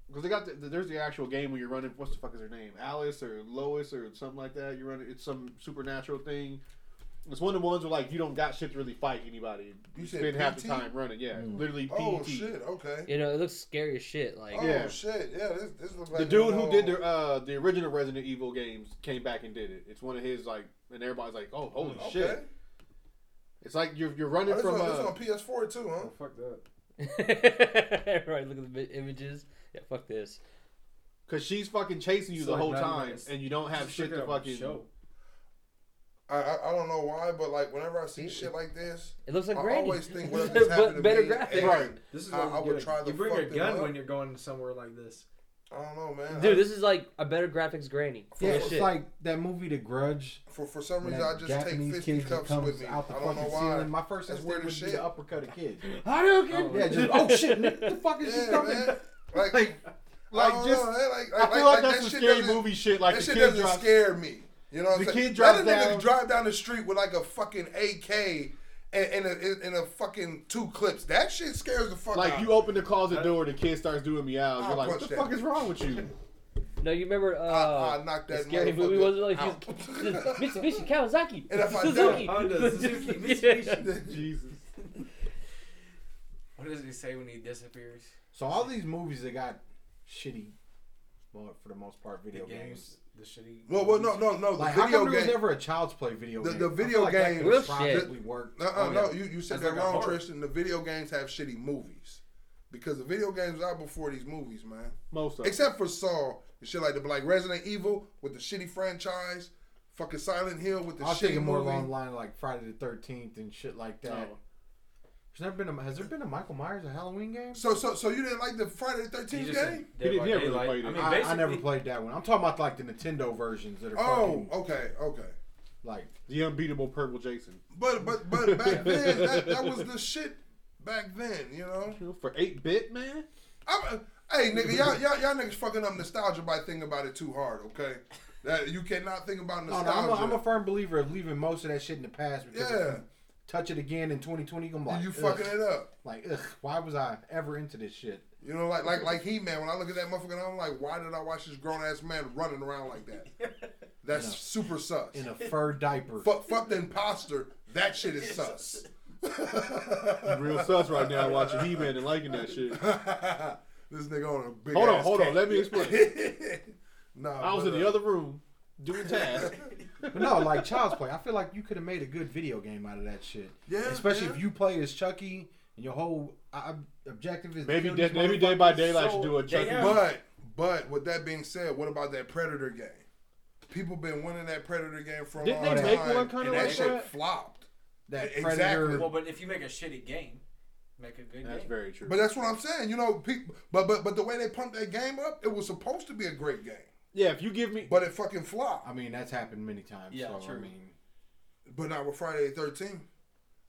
[SPEAKER 3] because they got the, there's the actual game where you're running. What's the fuck is her name? Alice or Lois or something like that. You're running. It's some supernatural thing. It's one of the ones where like you don't got shit to really fight anybody. You,
[SPEAKER 4] You said
[SPEAKER 3] spend half the
[SPEAKER 4] PT?
[SPEAKER 3] time running. Yeah,
[SPEAKER 1] Mm.
[SPEAKER 3] literally PT.
[SPEAKER 4] Oh, shit. Okay.
[SPEAKER 2] You know, it looks scary as shit. Like (laughs)
[SPEAKER 4] Oh
[SPEAKER 3] Yeah.
[SPEAKER 4] shit! Yeah, this this looks like
[SPEAKER 3] The dude who
[SPEAKER 4] whole-
[SPEAKER 3] did the uh, the original Resident Evil games came back and did it. It's one of his like, and everybody's like, oh holy
[SPEAKER 4] Okay.
[SPEAKER 3] shit! It's like you're you're
[SPEAKER 4] Oh,
[SPEAKER 3] running
[SPEAKER 4] this,
[SPEAKER 3] from.
[SPEAKER 4] on,
[SPEAKER 3] uh,
[SPEAKER 4] this on PS4 too, huh?
[SPEAKER 6] Oh, fuck that.
[SPEAKER 2] right, look at the vi- images. Yeah, fuck this.
[SPEAKER 3] Cause she's fucking chasing you
[SPEAKER 6] It's
[SPEAKER 3] the
[SPEAKER 6] like
[SPEAKER 3] whole
[SPEAKER 6] not
[SPEAKER 3] time,
[SPEAKER 6] nice.
[SPEAKER 3] and you don't have
[SPEAKER 6] Just
[SPEAKER 3] shit
[SPEAKER 6] check
[SPEAKER 3] to
[SPEAKER 6] it out.
[SPEAKER 3] fucking.
[SPEAKER 6] show.
[SPEAKER 4] I, I I don't know why, but like whenever I see shit like this,
[SPEAKER 2] It looks like
[SPEAKER 4] I
[SPEAKER 2] Granny. (laughs)
[SPEAKER 4] always think what if this happened to
[SPEAKER 2] but better
[SPEAKER 4] me?
[SPEAKER 2] graphics.
[SPEAKER 3] Right.
[SPEAKER 6] This is
[SPEAKER 4] I-
[SPEAKER 6] why you
[SPEAKER 4] I would
[SPEAKER 6] get a-
[SPEAKER 4] try the
[SPEAKER 6] You bring
[SPEAKER 4] fuck
[SPEAKER 6] a
[SPEAKER 4] them
[SPEAKER 6] gun
[SPEAKER 4] up.
[SPEAKER 6] when you're going somewhere like this.
[SPEAKER 4] I don't know, man.
[SPEAKER 2] Dude,
[SPEAKER 4] I-
[SPEAKER 2] this is like a better graphics Granny.
[SPEAKER 1] Yeah,
[SPEAKER 2] Yeah,
[SPEAKER 1] it's
[SPEAKER 2] shit.
[SPEAKER 1] like that movie The Grudge.
[SPEAKER 4] for for some
[SPEAKER 1] when
[SPEAKER 4] reason
[SPEAKER 1] that
[SPEAKER 4] I just
[SPEAKER 1] Japanese
[SPEAKER 4] take
[SPEAKER 1] kid that
[SPEAKER 4] fifty cups
[SPEAKER 1] comes
[SPEAKER 4] with me. I
[SPEAKER 1] out the
[SPEAKER 4] don't know
[SPEAKER 1] fucking
[SPEAKER 4] why.
[SPEAKER 1] ceiling. My first
[SPEAKER 4] That's
[SPEAKER 1] instinct
[SPEAKER 4] weird
[SPEAKER 1] would
[SPEAKER 4] as
[SPEAKER 1] be
[SPEAKER 4] shit.
[SPEAKER 1] to uppercut a kid.
[SPEAKER 4] (laughs)
[SPEAKER 2] I don't
[SPEAKER 6] care.
[SPEAKER 1] yeah, just oh shit, nigga, what the fuck is this
[SPEAKER 4] Yeah,
[SPEAKER 1] coming?
[SPEAKER 4] man. Like,
[SPEAKER 3] Like,
[SPEAKER 4] like
[SPEAKER 3] like
[SPEAKER 4] I
[SPEAKER 3] just.
[SPEAKER 4] just, know, man. like,
[SPEAKER 3] I feel like, that's
[SPEAKER 4] that
[SPEAKER 3] some
[SPEAKER 4] shit
[SPEAKER 3] scary
[SPEAKER 4] doesn't-
[SPEAKER 3] movie shit. Like
[SPEAKER 4] that
[SPEAKER 3] the
[SPEAKER 4] shit
[SPEAKER 3] kid
[SPEAKER 4] doesn't
[SPEAKER 3] drops.
[SPEAKER 4] scare me. You know what I'm
[SPEAKER 3] The
[SPEAKER 4] saying?
[SPEAKER 3] kid
[SPEAKER 4] Let
[SPEAKER 3] drives
[SPEAKER 4] a nigga
[SPEAKER 3] down-
[SPEAKER 4] drive down the street with like a fucking AK and, and, a, and a fucking two clips. That shit scares the fuck out
[SPEAKER 3] Like
[SPEAKER 4] of
[SPEAKER 3] you
[SPEAKER 4] me.
[SPEAKER 3] open the closet door, the kid starts doing meows.
[SPEAKER 4] I'll
[SPEAKER 3] You're like, what the
[SPEAKER 4] punch
[SPEAKER 3] fuck
[SPEAKER 4] that.
[SPEAKER 3] is wrong with you?
[SPEAKER 4] (laughs)
[SPEAKER 2] No, you remember uh,
[SPEAKER 4] I- I knocked
[SPEAKER 2] the
[SPEAKER 4] that
[SPEAKER 2] scary movie
[SPEAKER 4] motherfucker
[SPEAKER 2] was like (laughs)
[SPEAKER 4] out. (laughs)
[SPEAKER 2] Mitsubishi Kawasaki,
[SPEAKER 4] And if I don't,
[SPEAKER 2] Suzuki, (laughs)
[SPEAKER 6] Honda, Suzuki,
[SPEAKER 2] Yeah.
[SPEAKER 6] Mitsubishi.
[SPEAKER 3] Jesus.
[SPEAKER 6] What does he say when he disappears?
[SPEAKER 1] So all these movies that got shitty, well, for the most part,
[SPEAKER 6] The
[SPEAKER 1] video games.
[SPEAKER 6] games, the shitty.
[SPEAKER 4] (laughs) Well, well, no, no, no. The
[SPEAKER 1] Like, how
[SPEAKER 4] video
[SPEAKER 1] come there was
[SPEAKER 4] game.
[SPEAKER 1] never a child's play video
[SPEAKER 4] The-
[SPEAKER 1] game?
[SPEAKER 4] the
[SPEAKER 1] I feel
[SPEAKER 4] video
[SPEAKER 1] like that
[SPEAKER 4] game-
[SPEAKER 1] could've
[SPEAKER 2] Real shit.
[SPEAKER 1] probably worked.
[SPEAKER 4] No,
[SPEAKER 1] Oh, yeah.
[SPEAKER 4] no, you, you said
[SPEAKER 6] That's
[SPEAKER 4] that
[SPEAKER 6] like a
[SPEAKER 4] wrong,
[SPEAKER 6] horror.
[SPEAKER 4] Tristan. The video games have shitty movies. Because the video games was out before these movies, man.
[SPEAKER 3] Most of them.
[SPEAKER 4] Except for Saw and shit like that. But like Resident Evil with the shitty franchise, fucking Silent Hill with the
[SPEAKER 1] I was
[SPEAKER 4] shitty
[SPEAKER 1] thinking more
[SPEAKER 4] movie.
[SPEAKER 1] along the line like Friday the Thirteenth and shit like that.
[SPEAKER 3] Oh.
[SPEAKER 1] There's never been a, has there been a Michael Myers a Halloween game?
[SPEAKER 4] So, so, so you didn't like the Friday the
[SPEAKER 6] He
[SPEAKER 4] Thirteenth
[SPEAKER 6] just
[SPEAKER 4] game?
[SPEAKER 6] said Dead
[SPEAKER 3] He
[SPEAKER 6] by
[SPEAKER 3] didn't really
[SPEAKER 6] Daylight.
[SPEAKER 3] play
[SPEAKER 6] I
[SPEAKER 3] that.
[SPEAKER 6] mean,
[SPEAKER 1] I, I
[SPEAKER 6] basically,
[SPEAKER 1] never played that one. I'm talking about like the Nintendo versions that are
[SPEAKER 4] Oh,
[SPEAKER 1] fucking
[SPEAKER 4] okay, okay.
[SPEAKER 1] like
[SPEAKER 3] the unbeatable purple Jason
[SPEAKER 4] But but but back then that, that was the shit. Back then, you know.
[SPEAKER 3] for eight bit man.
[SPEAKER 4] I'm, hey nigga, y'all, y'all y'all niggas fucking up nostalgia by thinking about it too hard. Okay, that you cannot think about
[SPEAKER 1] No,
[SPEAKER 4] nostalgia.
[SPEAKER 1] no, I'm, a, I'm a firm believer of leaving most of that shit in the past because if
[SPEAKER 4] Yeah.
[SPEAKER 1] you touch it again in 2020, you're gonna be like,
[SPEAKER 4] you
[SPEAKER 1] ugh.
[SPEAKER 4] fucking it up.
[SPEAKER 1] like, ugh, why was I ever into this shit?
[SPEAKER 4] You know, like like like He Man. When I look at that motherfucker, I'm like, why did I watch this grown ass man running around like
[SPEAKER 3] (laughs)
[SPEAKER 4] that? That's
[SPEAKER 1] In a-
[SPEAKER 4] super sus. (laughs)
[SPEAKER 1] In a fur diaper.
[SPEAKER 4] Fuck, fuck the imposter. That shit
[SPEAKER 3] (laughs)
[SPEAKER 4] is sus. (laughs)
[SPEAKER 3] Real sus right now watching He Man and liking that shit.
[SPEAKER 4] this nigga on a big.
[SPEAKER 3] Hold on,
[SPEAKER 4] ass
[SPEAKER 3] hold on,
[SPEAKER 4] cat.
[SPEAKER 3] let
[SPEAKER 4] (laughs)
[SPEAKER 3] me explain.
[SPEAKER 4] nah,
[SPEAKER 3] I was
[SPEAKER 4] but,
[SPEAKER 3] in the
[SPEAKER 4] uh,
[SPEAKER 3] other room doing
[SPEAKER 4] (laughs)
[SPEAKER 3] tasks.
[SPEAKER 1] But no, like Child's Play. I feel like you could have made a good video game out of that shit.
[SPEAKER 4] Yeah,
[SPEAKER 1] Especially
[SPEAKER 4] yeah.
[SPEAKER 1] if you play as Chucky and your whole ob- objective is to
[SPEAKER 3] Maybe
[SPEAKER 1] kill
[SPEAKER 3] day,
[SPEAKER 1] these
[SPEAKER 3] maybe day by daylight
[SPEAKER 2] So,
[SPEAKER 3] should do a E.
[SPEAKER 2] they
[SPEAKER 3] Chucky.
[SPEAKER 2] have-
[SPEAKER 4] But but with that being said, what about that Predator game? People been winning that Predator game for a
[SPEAKER 3] Didn't
[SPEAKER 4] long
[SPEAKER 3] they make
[SPEAKER 4] time,
[SPEAKER 3] one kinda
[SPEAKER 4] and that
[SPEAKER 1] like
[SPEAKER 4] shit
[SPEAKER 3] that?
[SPEAKER 4] flopped.
[SPEAKER 1] that
[SPEAKER 4] E-, Exactly.
[SPEAKER 1] predator.
[SPEAKER 6] Well, but if you make a shitty game, make a good
[SPEAKER 3] That's
[SPEAKER 6] game.
[SPEAKER 3] very true.
[SPEAKER 4] But that's what I'm saying. You know, people. But but but the way they pumped that game up, it was supposed to be a great game,
[SPEAKER 3] yeah, if you give me
[SPEAKER 4] but it fucking flopped.
[SPEAKER 1] I mean, that's happened many times.
[SPEAKER 6] Yeah,
[SPEAKER 1] so, I
[SPEAKER 6] true.
[SPEAKER 1] mean,
[SPEAKER 4] But not with Friday the 13th.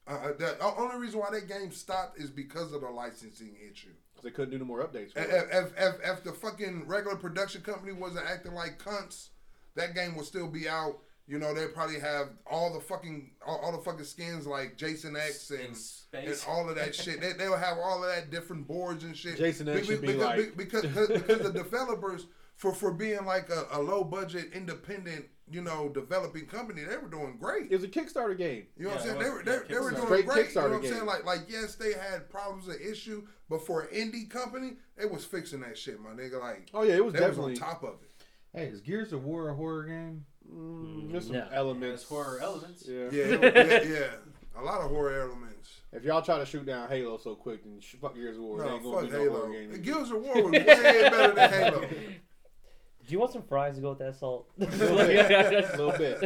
[SPEAKER 4] Uh, uh, the o- only reason why that game stopped is because of the licensing issue.
[SPEAKER 3] 'Cause they couldn't do no more updates. for
[SPEAKER 4] If,
[SPEAKER 3] it.
[SPEAKER 4] if, if, if the fucking regular production company wasn't acting like cunts, that game would still be out. You know, they probably have all the fucking all, all the fucking skins like Jason X and,
[SPEAKER 6] in
[SPEAKER 4] and
[SPEAKER 6] space.
[SPEAKER 4] all of that shit. They, they'll have all of that different boards and shit.
[SPEAKER 3] Jason X should be
[SPEAKER 4] because,
[SPEAKER 3] like-
[SPEAKER 4] because, because, because the developers for for being like a, a low budget independent you know developing company, they were doing great.
[SPEAKER 3] It was a Kickstarter game.
[SPEAKER 4] You know what I'm
[SPEAKER 6] Yeah,
[SPEAKER 4] saying?
[SPEAKER 6] it
[SPEAKER 4] They
[SPEAKER 6] was-
[SPEAKER 4] were, they,
[SPEAKER 6] yeah,
[SPEAKER 4] they were
[SPEAKER 6] Kickstarter.
[SPEAKER 4] doing
[SPEAKER 3] Straight
[SPEAKER 4] great. you know
[SPEAKER 3] Kickstarter
[SPEAKER 4] what I'm
[SPEAKER 3] game.
[SPEAKER 4] saying? Like, like yes, they had problems and issue, but for an indie company, they was fixing that shit, my nigga. Like,
[SPEAKER 3] Oh yeah, it was
[SPEAKER 4] they
[SPEAKER 3] definitely.
[SPEAKER 4] was on top of it.
[SPEAKER 1] Hey, is Gears of War a horror game?
[SPEAKER 3] Mm, there's some
[SPEAKER 2] No.
[SPEAKER 3] elements.
[SPEAKER 6] It's horror elements.
[SPEAKER 3] Yeah.
[SPEAKER 4] Yeah, yeah, yeah. A lot of horror elements.
[SPEAKER 3] (laughs) If y'all try to shoot down Halo so quick, then sh- fuck Gears of War. They
[SPEAKER 4] No,
[SPEAKER 3] ain't gonna
[SPEAKER 4] fuck
[SPEAKER 3] be no
[SPEAKER 4] Halo.
[SPEAKER 3] horror game.
[SPEAKER 4] Gears of War was way better than
[SPEAKER 3] (laughs)
[SPEAKER 4] Halo.
[SPEAKER 2] Do you want some fries to go with that
[SPEAKER 4] (laughs)
[SPEAKER 2] salt? (laughs) a
[SPEAKER 3] little
[SPEAKER 2] bit.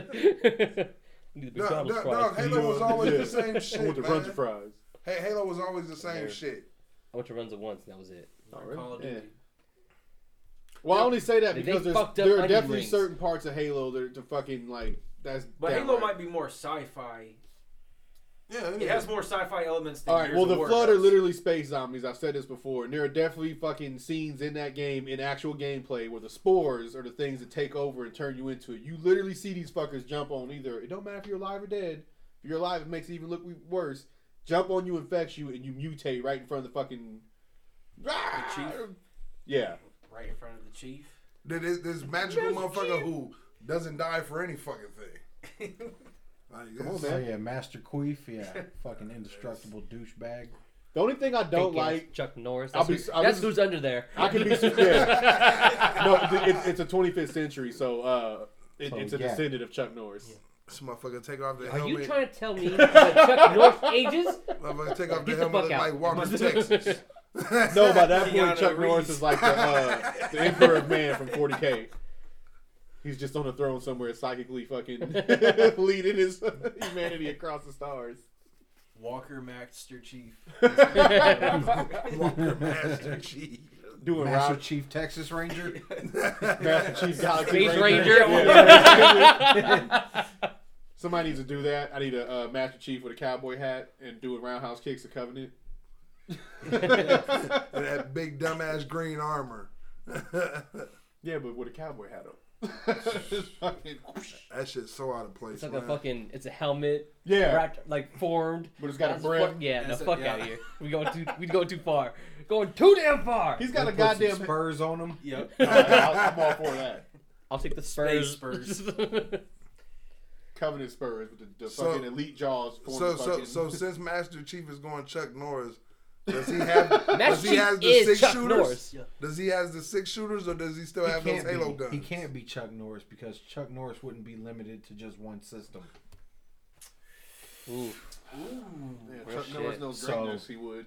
[SPEAKER 2] (laughs) Need the
[SPEAKER 4] Dog,
[SPEAKER 2] McDonald's
[SPEAKER 4] dog,
[SPEAKER 2] fries.
[SPEAKER 4] dog, Halo
[SPEAKER 2] (laughs)
[SPEAKER 3] You
[SPEAKER 4] was
[SPEAKER 3] want-
[SPEAKER 4] always
[SPEAKER 3] yeah.
[SPEAKER 4] the
[SPEAKER 3] (laughs)
[SPEAKER 4] same
[SPEAKER 3] I want
[SPEAKER 4] shit,
[SPEAKER 3] the
[SPEAKER 4] man.
[SPEAKER 3] French fries.
[SPEAKER 4] Hey, Halo was always the same
[SPEAKER 3] Yeah.
[SPEAKER 4] shit.
[SPEAKER 2] I went to runs it once, and that was it.
[SPEAKER 4] Oh,
[SPEAKER 6] Call of
[SPEAKER 3] Yeah.
[SPEAKER 6] Duty.
[SPEAKER 3] Well, I only say that
[SPEAKER 2] They
[SPEAKER 3] because there's,
[SPEAKER 2] fucked up
[SPEAKER 3] there are
[SPEAKER 2] onion
[SPEAKER 3] definitely
[SPEAKER 2] rings.
[SPEAKER 3] certain parts of Halo that are to fucking like that's.
[SPEAKER 6] But
[SPEAKER 3] downright-
[SPEAKER 6] Halo might be more sci-fi.
[SPEAKER 4] Yeah,
[SPEAKER 6] It has more sci-fi elements than
[SPEAKER 3] All right.
[SPEAKER 6] Gears
[SPEAKER 3] Well,
[SPEAKER 6] of
[SPEAKER 3] the
[SPEAKER 6] War
[SPEAKER 3] flood
[SPEAKER 6] does.
[SPEAKER 3] are literally space zombies. I've said this before, and there are definitely fucking scenes in that game in actual gameplay where the spores are the things that take over and turn you into it. You literally see these fuckers jump on either. It don't matter if you're alive or dead. If you're alive, it makes it even look we- worse. Jump on you, infects you, and you mutate right in front of the fucking.
[SPEAKER 6] chief?
[SPEAKER 3] Yeah.
[SPEAKER 6] right in front of the chief.
[SPEAKER 4] There- There's this magical motherfucker who doesn't die for any fucking
[SPEAKER 3] (laughs)
[SPEAKER 4] thing. Like,
[SPEAKER 3] Come on,
[SPEAKER 4] it's-
[SPEAKER 3] man.
[SPEAKER 1] Oh yeah, Master Queef. Yeah, fucking indestructible douchebag.
[SPEAKER 3] The only thing I don't
[SPEAKER 2] Fake ass
[SPEAKER 3] like.
[SPEAKER 2] Chuck Norris.
[SPEAKER 3] I'll
[SPEAKER 2] That's,
[SPEAKER 3] be-
[SPEAKER 2] who-
[SPEAKER 3] I'll
[SPEAKER 2] that's
[SPEAKER 3] be-
[SPEAKER 2] who's under there. (laughs)
[SPEAKER 3] I can be. Yeah. No, it- it's, it's a 25th century, so uh, it,
[SPEAKER 1] So,
[SPEAKER 3] it's a
[SPEAKER 1] yeah.
[SPEAKER 3] descendant of Chuck Norris.
[SPEAKER 4] (laughs) This motherfucker take off the
[SPEAKER 2] Are you
[SPEAKER 4] helmet.
[SPEAKER 2] trying to tell
[SPEAKER 4] (laughs)
[SPEAKER 2] me that Chuck Norris ages?
[SPEAKER 4] Motherfucker take off the
[SPEAKER 2] Get the
[SPEAKER 4] helmet
[SPEAKER 2] fuck out.
[SPEAKER 4] like Walker, Texas.
[SPEAKER 3] No,
[SPEAKER 6] (laughs)
[SPEAKER 3] by that point,
[SPEAKER 6] Keanu
[SPEAKER 3] Chuck Norris
[SPEAKER 6] Reeves.
[SPEAKER 3] is like the, uh, the Emperor of Man from 40K. He's just on a throne somewhere, psychically fucking (laughs) leading his humanity across the stars.
[SPEAKER 6] Walker Master Chief.
[SPEAKER 4] (laughs) Walker Master Chief.
[SPEAKER 3] Doing
[SPEAKER 1] Master
[SPEAKER 3] Rob
[SPEAKER 1] Chief Texas
[SPEAKER 4] (laughs)
[SPEAKER 1] Ranger.
[SPEAKER 3] Master Chief Galaxy
[SPEAKER 2] Space
[SPEAKER 3] Ranger.
[SPEAKER 2] Ranger.
[SPEAKER 3] Yeah. Somebody needs to do that. I need a uh, Master Chief with a cowboy hat and do a roundhouse kicks to Covenant.
[SPEAKER 4] And that big dumbass green armor. (laughs) that
[SPEAKER 3] Yeah, but with a cowboy hat on. (laughs) Just fucking whoosh.
[SPEAKER 4] shit's so out of place,
[SPEAKER 2] It's like a
[SPEAKER 4] man.
[SPEAKER 2] fucking. It's a helmet.
[SPEAKER 3] Yeah.
[SPEAKER 2] Wrapped like formed.
[SPEAKER 3] But it's got a
[SPEAKER 2] That's
[SPEAKER 3] brim.
[SPEAKER 2] fuck- yeah, no,
[SPEAKER 6] That's it,
[SPEAKER 2] fuck
[SPEAKER 6] yeah.
[SPEAKER 2] out of here. We going too. We going too far. Going too damn far. (laughs)
[SPEAKER 3] (laughs) He's (laughs) got a
[SPEAKER 1] They put some
[SPEAKER 3] goddamn.
[SPEAKER 1] spurs on him.
[SPEAKER 6] yep.
[SPEAKER 3] Oh, I- I'm all for (laughs) that.
[SPEAKER 2] I'll take the
[SPEAKER 6] Space
[SPEAKER 2] Spurs. (laughs)
[SPEAKER 3] Covenant Spurs with the, the
[SPEAKER 4] So-
[SPEAKER 3] fucking elite jaws. form
[SPEAKER 4] so,
[SPEAKER 3] the
[SPEAKER 4] so,
[SPEAKER 3] fucking,
[SPEAKER 4] so
[SPEAKER 2] (laughs)
[SPEAKER 4] since Master Chief is going Chuck Norris, does he have? does
[SPEAKER 2] Master
[SPEAKER 4] he has
[SPEAKER 2] Chief
[SPEAKER 4] the
[SPEAKER 2] is
[SPEAKER 4] six
[SPEAKER 2] Chuck
[SPEAKER 4] shooters?
[SPEAKER 2] Norris.
[SPEAKER 4] Does he has the six shooters, or does he still have those Halo
[SPEAKER 1] be,
[SPEAKER 4] guns?
[SPEAKER 1] he can't be Chuck Norris because Chuck Norris wouldn't be limited to just one system.
[SPEAKER 2] Ooh.
[SPEAKER 3] (laughs) Yeah,
[SPEAKER 2] Real
[SPEAKER 3] Chuck Norris
[SPEAKER 2] shit.
[SPEAKER 3] knows
[SPEAKER 1] So-
[SPEAKER 3] greatness. he would.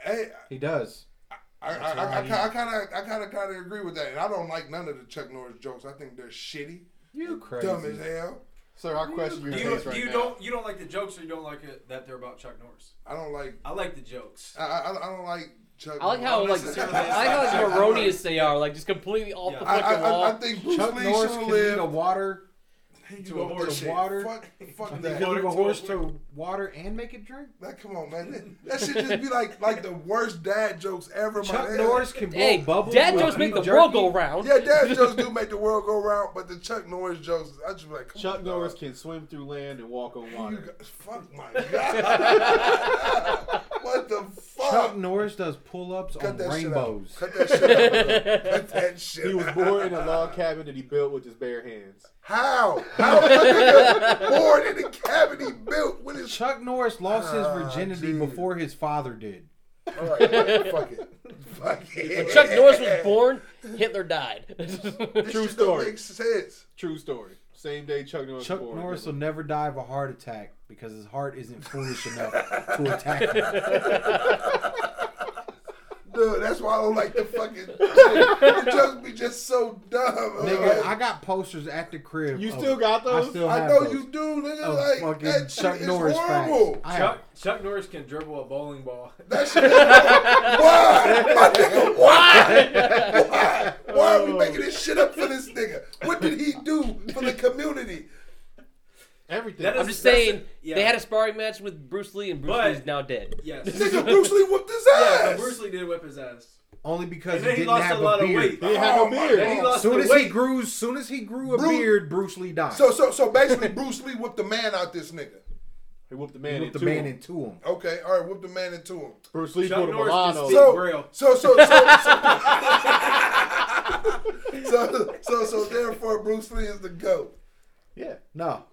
[SPEAKER 4] Hey,
[SPEAKER 1] He does.
[SPEAKER 4] I, I,
[SPEAKER 1] That's
[SPEAKER 4] I, I,
[SPEAKER 1] why he-
[SPEAKER 4] I kind of, I kind of, kind of agree with that. And I don't like none of the Chuck Norris jokes. I think they're shitty,
[SPEAKER 1] You crazy.
[SPEAKER 4] dumb as hell.
[SPEAKER 3] Sir, our question
[SPEAKER 6] You,
[SPEAKER 3] your face right
[SPEAKER 6] you
[SPEAKER 3] now.
[SPEAKER 6] don't you don't like the jokes or you don't like it that they're about Chuck Norris.
[SPEAKER 4] I don't like,
[SPEAKER 6] I like the jokes.
[SPEAKER 4] I, I, I don't like Chuck.
[SPEAKER 2] I like how like
[SPEAKER 6] Unless it's-
[SPEAKER 2] I like how like, erroneous they are. Like just completely off the
[SPEAKER 6] Yeah.
[SPEAKER 4] I, I,
[SPEAKER 2] fucking wall.
[SPEAKER 4] I, I think Bruce
[SPEAKER 1] Chuck
[SPEAKER 4] Lee
[SPEAKER 1] Norris
[SPEAKER 4] should
[SPEAKER 1] can lead
[SPEAKER 4] live.
[SPEAKER 1] a water.
[SPEAKER 4] He
[SPEAKER 6] To
[SPEAKER 4] go
[SPEAKER 6] a horse
[SPEAKER 4] to
[SPEAKER 1] shit.
[SPEAKER 4] water. Fuck, fuck
[SPEAKER 1] He
[SPEAKER 4] that.
[SPEAKER 1] can lead a
[SPEAKER 6] Water to
[SPEAKER 1] horse
[SPEAKER 6] a-
[SPEAKER 1] to water and make it drink.
[SPEAKER 4] Like, come on, man. That- That should just be like like the worst dad jokes ever. my
[SPEAKER 1] Chuck
[SPEAKER 4] man.
[SPEAKER 1] Norris can blow
[SPEAKER 2] hey,
[SPEAKER 1] bubbles.
[SPEAKER 2] dad
[SPEAKER 1] with
[SPEAKER 2] jokes make the
[SPEAKER 1] beef
[SPEAKER 2] world
[SPEAKER 1] jerky.
[SPEAKER 2] go round.
[SPEAKER 4] Yeah, dad jokes do make the world go round, but the Chuck Norris jokes, I just be like, come
[SPEAKER 3] Chuck
[SPEAKER 4] on,
[SPEAKER 3] Norris
[SPEAKER 4] dog.
[SPEAKER 3] can swim through land and walk on
[SPEAKER 4] You
[SPEAKER 3] water.
[SPEAKER 4] got- fuck my god. (laughs) what the fuck?
[SPEAKER 1] Chuck Norris does pull-ups
[SPEAKER 4] Oh. Cut
[SPEAKER 1] on
[SPEAKER 4] that
[SPEAKER 1] rainbows.
[SPEAKER 4] shit out. Cut that shit out. Cut that shit
[SPEAKER 3] He was
[SPEAKER 4] out.
[SPEAKER 3] born in a log cabin that he built with his bare hands.
[SPEAKER 4] How? How was the nigga born in the cabin he built with his
[SPEAKER 1] Chuck Norris lost his
[SPEAKER 4] Ah,
[SPEAKER 1] virginity
[SPEAKER 4] dude.
[SPEAKER 1] before his father did.
[SPEAKER 4] All right, fuck it. Fuck it.
[SPEAKER 2] When Chuck Norris
[SPEAKER 4] (laughs)
[SPEAKER 2] was born, Hitler died. (laughs)
[SPEAKER 4] This
[SPEAKER 3] True
[SPEAKER 4] shit don't
[SPEAKER 3] story.
[SPEAKER 4] make sense.
[SPEAKER 3] True story. Same day Chuck Norris
[SPEAKER 1] Chuck
[SPEAKER 3] was born.
[SPEAKER 1] Norris will never die of a heart attack because his heart isn't foolish enough
[SPEAKER 4] (laughs)
[SPEAKER 1] to attack him.
[SPEAKER 4] Dude, that's why I don't like the fucking. the jokes be just so dumb.
[SPEAKER 1] Nigga,
[SPEAKER 4] Like,
[SPEAKER 1] I got posters at the crib.
[SPEAKER 3] You
[SPEAKER 1] of-
[SPEAKER 3] still got those?
[SPEAKER 1] I still
[SPEAKER 4] I
[SPEAKER 1] have
[SPEAKER 4] know
[SPEAKER 1] those.
[SPEAKER 4] you do, nigga.
[SPEAKER 1] of
[SPEAKER 4] like
[SPEAKER 1] fucking
[SPEAKER 4] that
[SPEAKER 1] Chuck
[SPEAKER 4] shit
[SPEAKER 1] Norris
[SPEAKER 4] is
[SPEAKER 1] facts.
[SPEAKER 4] horrible.
[SPEAKER 1] I have
[SPEAKER 6] Chuck Chuck Norris can dribble a bowling ball. (laughs)
[SPEAKER 4] That shit. Is why, my nigga? Why? Why? Why are we making this shit up for this nigga? What did he do for the community?
[SPEAKER 3] Everything.
[SPEAKER 6] That
[SPEAKER 2] I'm
[SPEAKER 6] is-
[SPEAKER 2] just
[SPEAKER 6] that's
[SPEAKER 2] saying
[SPEAKER 6] the- yeah.
[SPEAKER 2] they had a sparring match with Bruce Lee, and Bruce
[SPEAKER 6] But-
[SPEAKER 2] Lee's now dead.
[SPEAKER 6] Yes.
[SPEAKER 4] Nigga, Bruce Lee whooped his ass.
[SPEAKER 6] Yeah, but Bruce Lee did whip his ass.
[SPEAKER 1] Only because
[SPEAKER 6] And
[SPEAKER 1] he
[SPEAKER 6] then he
[SPEAKER 1] didn't
[SPEAKER 6] lost
[SPEAKER 1] have
[SPEAKER 6] a lot
[SPEAKER 1] a
[SPEAKER 6] of
[SPEAKER 1] beard.
[SPEAKER 6] weight.
[SPEAKER 3] he didn't have no
[SPEAKER 4] Oh, my
[SPEAKER 3] beard.
[SPEAKER 6] Then he lost
[SPEAKER 1] Soon as
[SPEAKER 6] the
[SPEAKER 1] he
[SPEAKER 6] weight.
[SPEAKER 1] grew, soon as he grew a
[SPEAKER 4] Bruce-
[SPEAKER 1] beard, Bruce Lee died.
[SPEAKER 4] So so so basically, Bruce Lee whipped the man out this nigga.
[SPEAKER 3] He whooped the
[SPEAKER 1] he
[SPEAKER 3] man
[SPEAKER 1] whipped the
[SPEAKER 3] into
[SPEAKER 1] man
[SPEAKER 3] him.
[SPEAKER 1] into him.
[SPEAKER 4] Okay, all right, whipped the man into him.
[SPEAKER 3] Bruce Lee
[SPEAKER 6] Chuck
[SPEAKER 3] pulled a
[SPEAKER 6] Norris can
[SPEAKER 3] Milano.
[SPEAKER 6] speak
[SPEAKER 4] So-
[SPEAKER 6] Braille.
[SPEAKER 4] So so so so, so so so therefore Bruce Lee is the goat.
[SPEAKER 3] yeah,
[SPEAKER 1] No,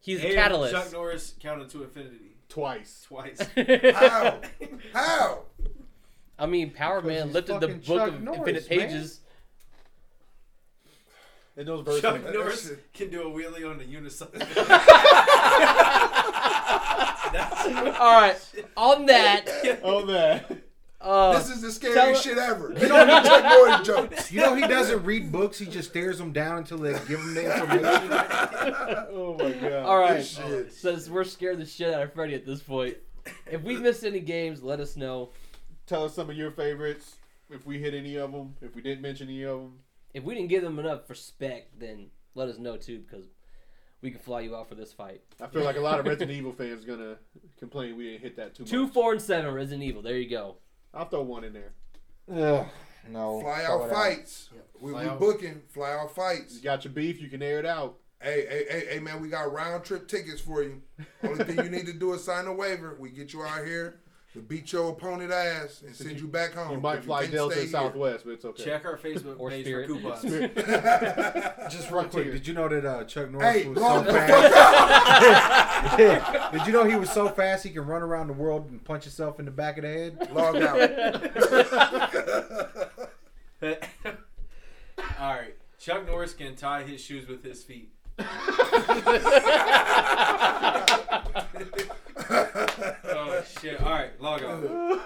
[SPEAKER 2] He's a
[SPEAKER 6] And Chuck
[SPEAKER 2] catalyst.
[SPEAKER 6] Norris counted to infinity
[SPEAKER 3] twice.
[SPEAKER 2] (laughs)
[SPEAKER 6] twice.
[SPEAKER 4] How? How?
[SPEAKER 2] I mean, Power
[SPEAKER 1] Because
[SPEAKER 2] Man
[SPEAKER 1] he's
[SPEAKER 2] lifted the
[SPEAKER 1] fucking
[SPEAKER 2] book
[SPEAKER 1] Chuck
[SPEAKER 2] of
[SPEAKER 1] Norris,
[SPEAKER 2] infinite
[SPEAKER 1] man.
[SPEAKER 2] pages.
[SPEAKER 3] And those verses.
[SPEAKER 6] Chuck
[SPEAKER 4] that
[SPEAKER 6] Norris
[SPEAKER 4] shit-
[SPEAKER 6] can do a wheelie on
[SPEAKER 2] (laughs)
[SPEAKER 6] the unicycle. (laughs)
[SPEAKER 2] All right, on
[SPEAKER 4] (laughs)
[SPEAKER 2] that,
[SPEAKER 3] Oh man. (laughs)
[SPEAKER 2] uh,
[SPEAKER 4] This is the
[SPEAKER 2] tell-
[SPEAKER 4] scariest shit ever. You don't need Chuck Norris jokes.
[SPEAKER 1] you know he doesn't read books. He just stares them down until they give him the
[SPEAKER 4] (laughs)
[SPEAKER 1] information.
[SPEAKER 3] Oh my god.
[SPEAKER 2] all right.
[SPEAKER 4] This shit.
[SPEAKER 2] Since we're scared the shit out of Freddy at this point, if we missed any games, let us know.
[SPEAKER 3] Tell us some of your favorites. If we hit any of them, if we didn't mention any of them,
[SPEAKER 2] If we didn't give them enough respect, then let us know too, because we can fly you out for this fight.
[SPEAKER 3] I feel like a lot of Resident Evil fans gonna complain we didn't hit that too much.
[SPEAKER 2] Two, four, and seven Resident Evil. There you go. (laughs)
[SPEAKER 3] I'll throw one in there.
[SPEAKER 1] Ugh, no,
[SPEAKER 4] Fly
[SPEAKER 1] throw
[SPEAKER 4] out
[SPEAKER 1] it
[SPEAKER 4] (laughs) fights. We,
[SPEAKER 3] Fly
[SPEAKER 4] we
[SPEAKER 3] out.
[SPEAKER 4] booking fly out fights.
[SPEAKER 3] You got your beef, you can air it out.
[SPEAKER 4] Hey, hey, hey, hey, man, we got round trip tickets for you. Only thing you need to do is sign a waiver. We get you out here to beat your opponent ass and send Oh, you back home.
[SPEAKER 3] You might
[SPEAKER 4] 'cause
[SPEAKER 3] fly
[SPEAKER 4] can't
[SPEAKER 3] Delta
[SPEAKER 4] stay
[SPEAKER 3] and
[SPEAKER 4] here.
[SPEAKER 3] Southwest, but it's okay.
[SPEAKER 6] Check our Facebook
[SPEAKER 2] Or
[SPEAKER 6] page
[SPEAKER 2] Spirit.
[SPEAKER 6] for coupons.
[SPEAKER 1] Just real quick, did you know that uh, Chuck Norris
[SPEAKER 4] Hey,
[SPEAKER 1] was so
[SPEAKER 4] blow the (laughs)
[SPEAKER 1] fast? did you know he was so fast he can run around the world and punch himself in the back of the head?
[SPEAKER 4] Log out.
[SPEAKER 6] All (laughs) right. Chuck Norris can tie his shoes with his feet. (laughs) Oh,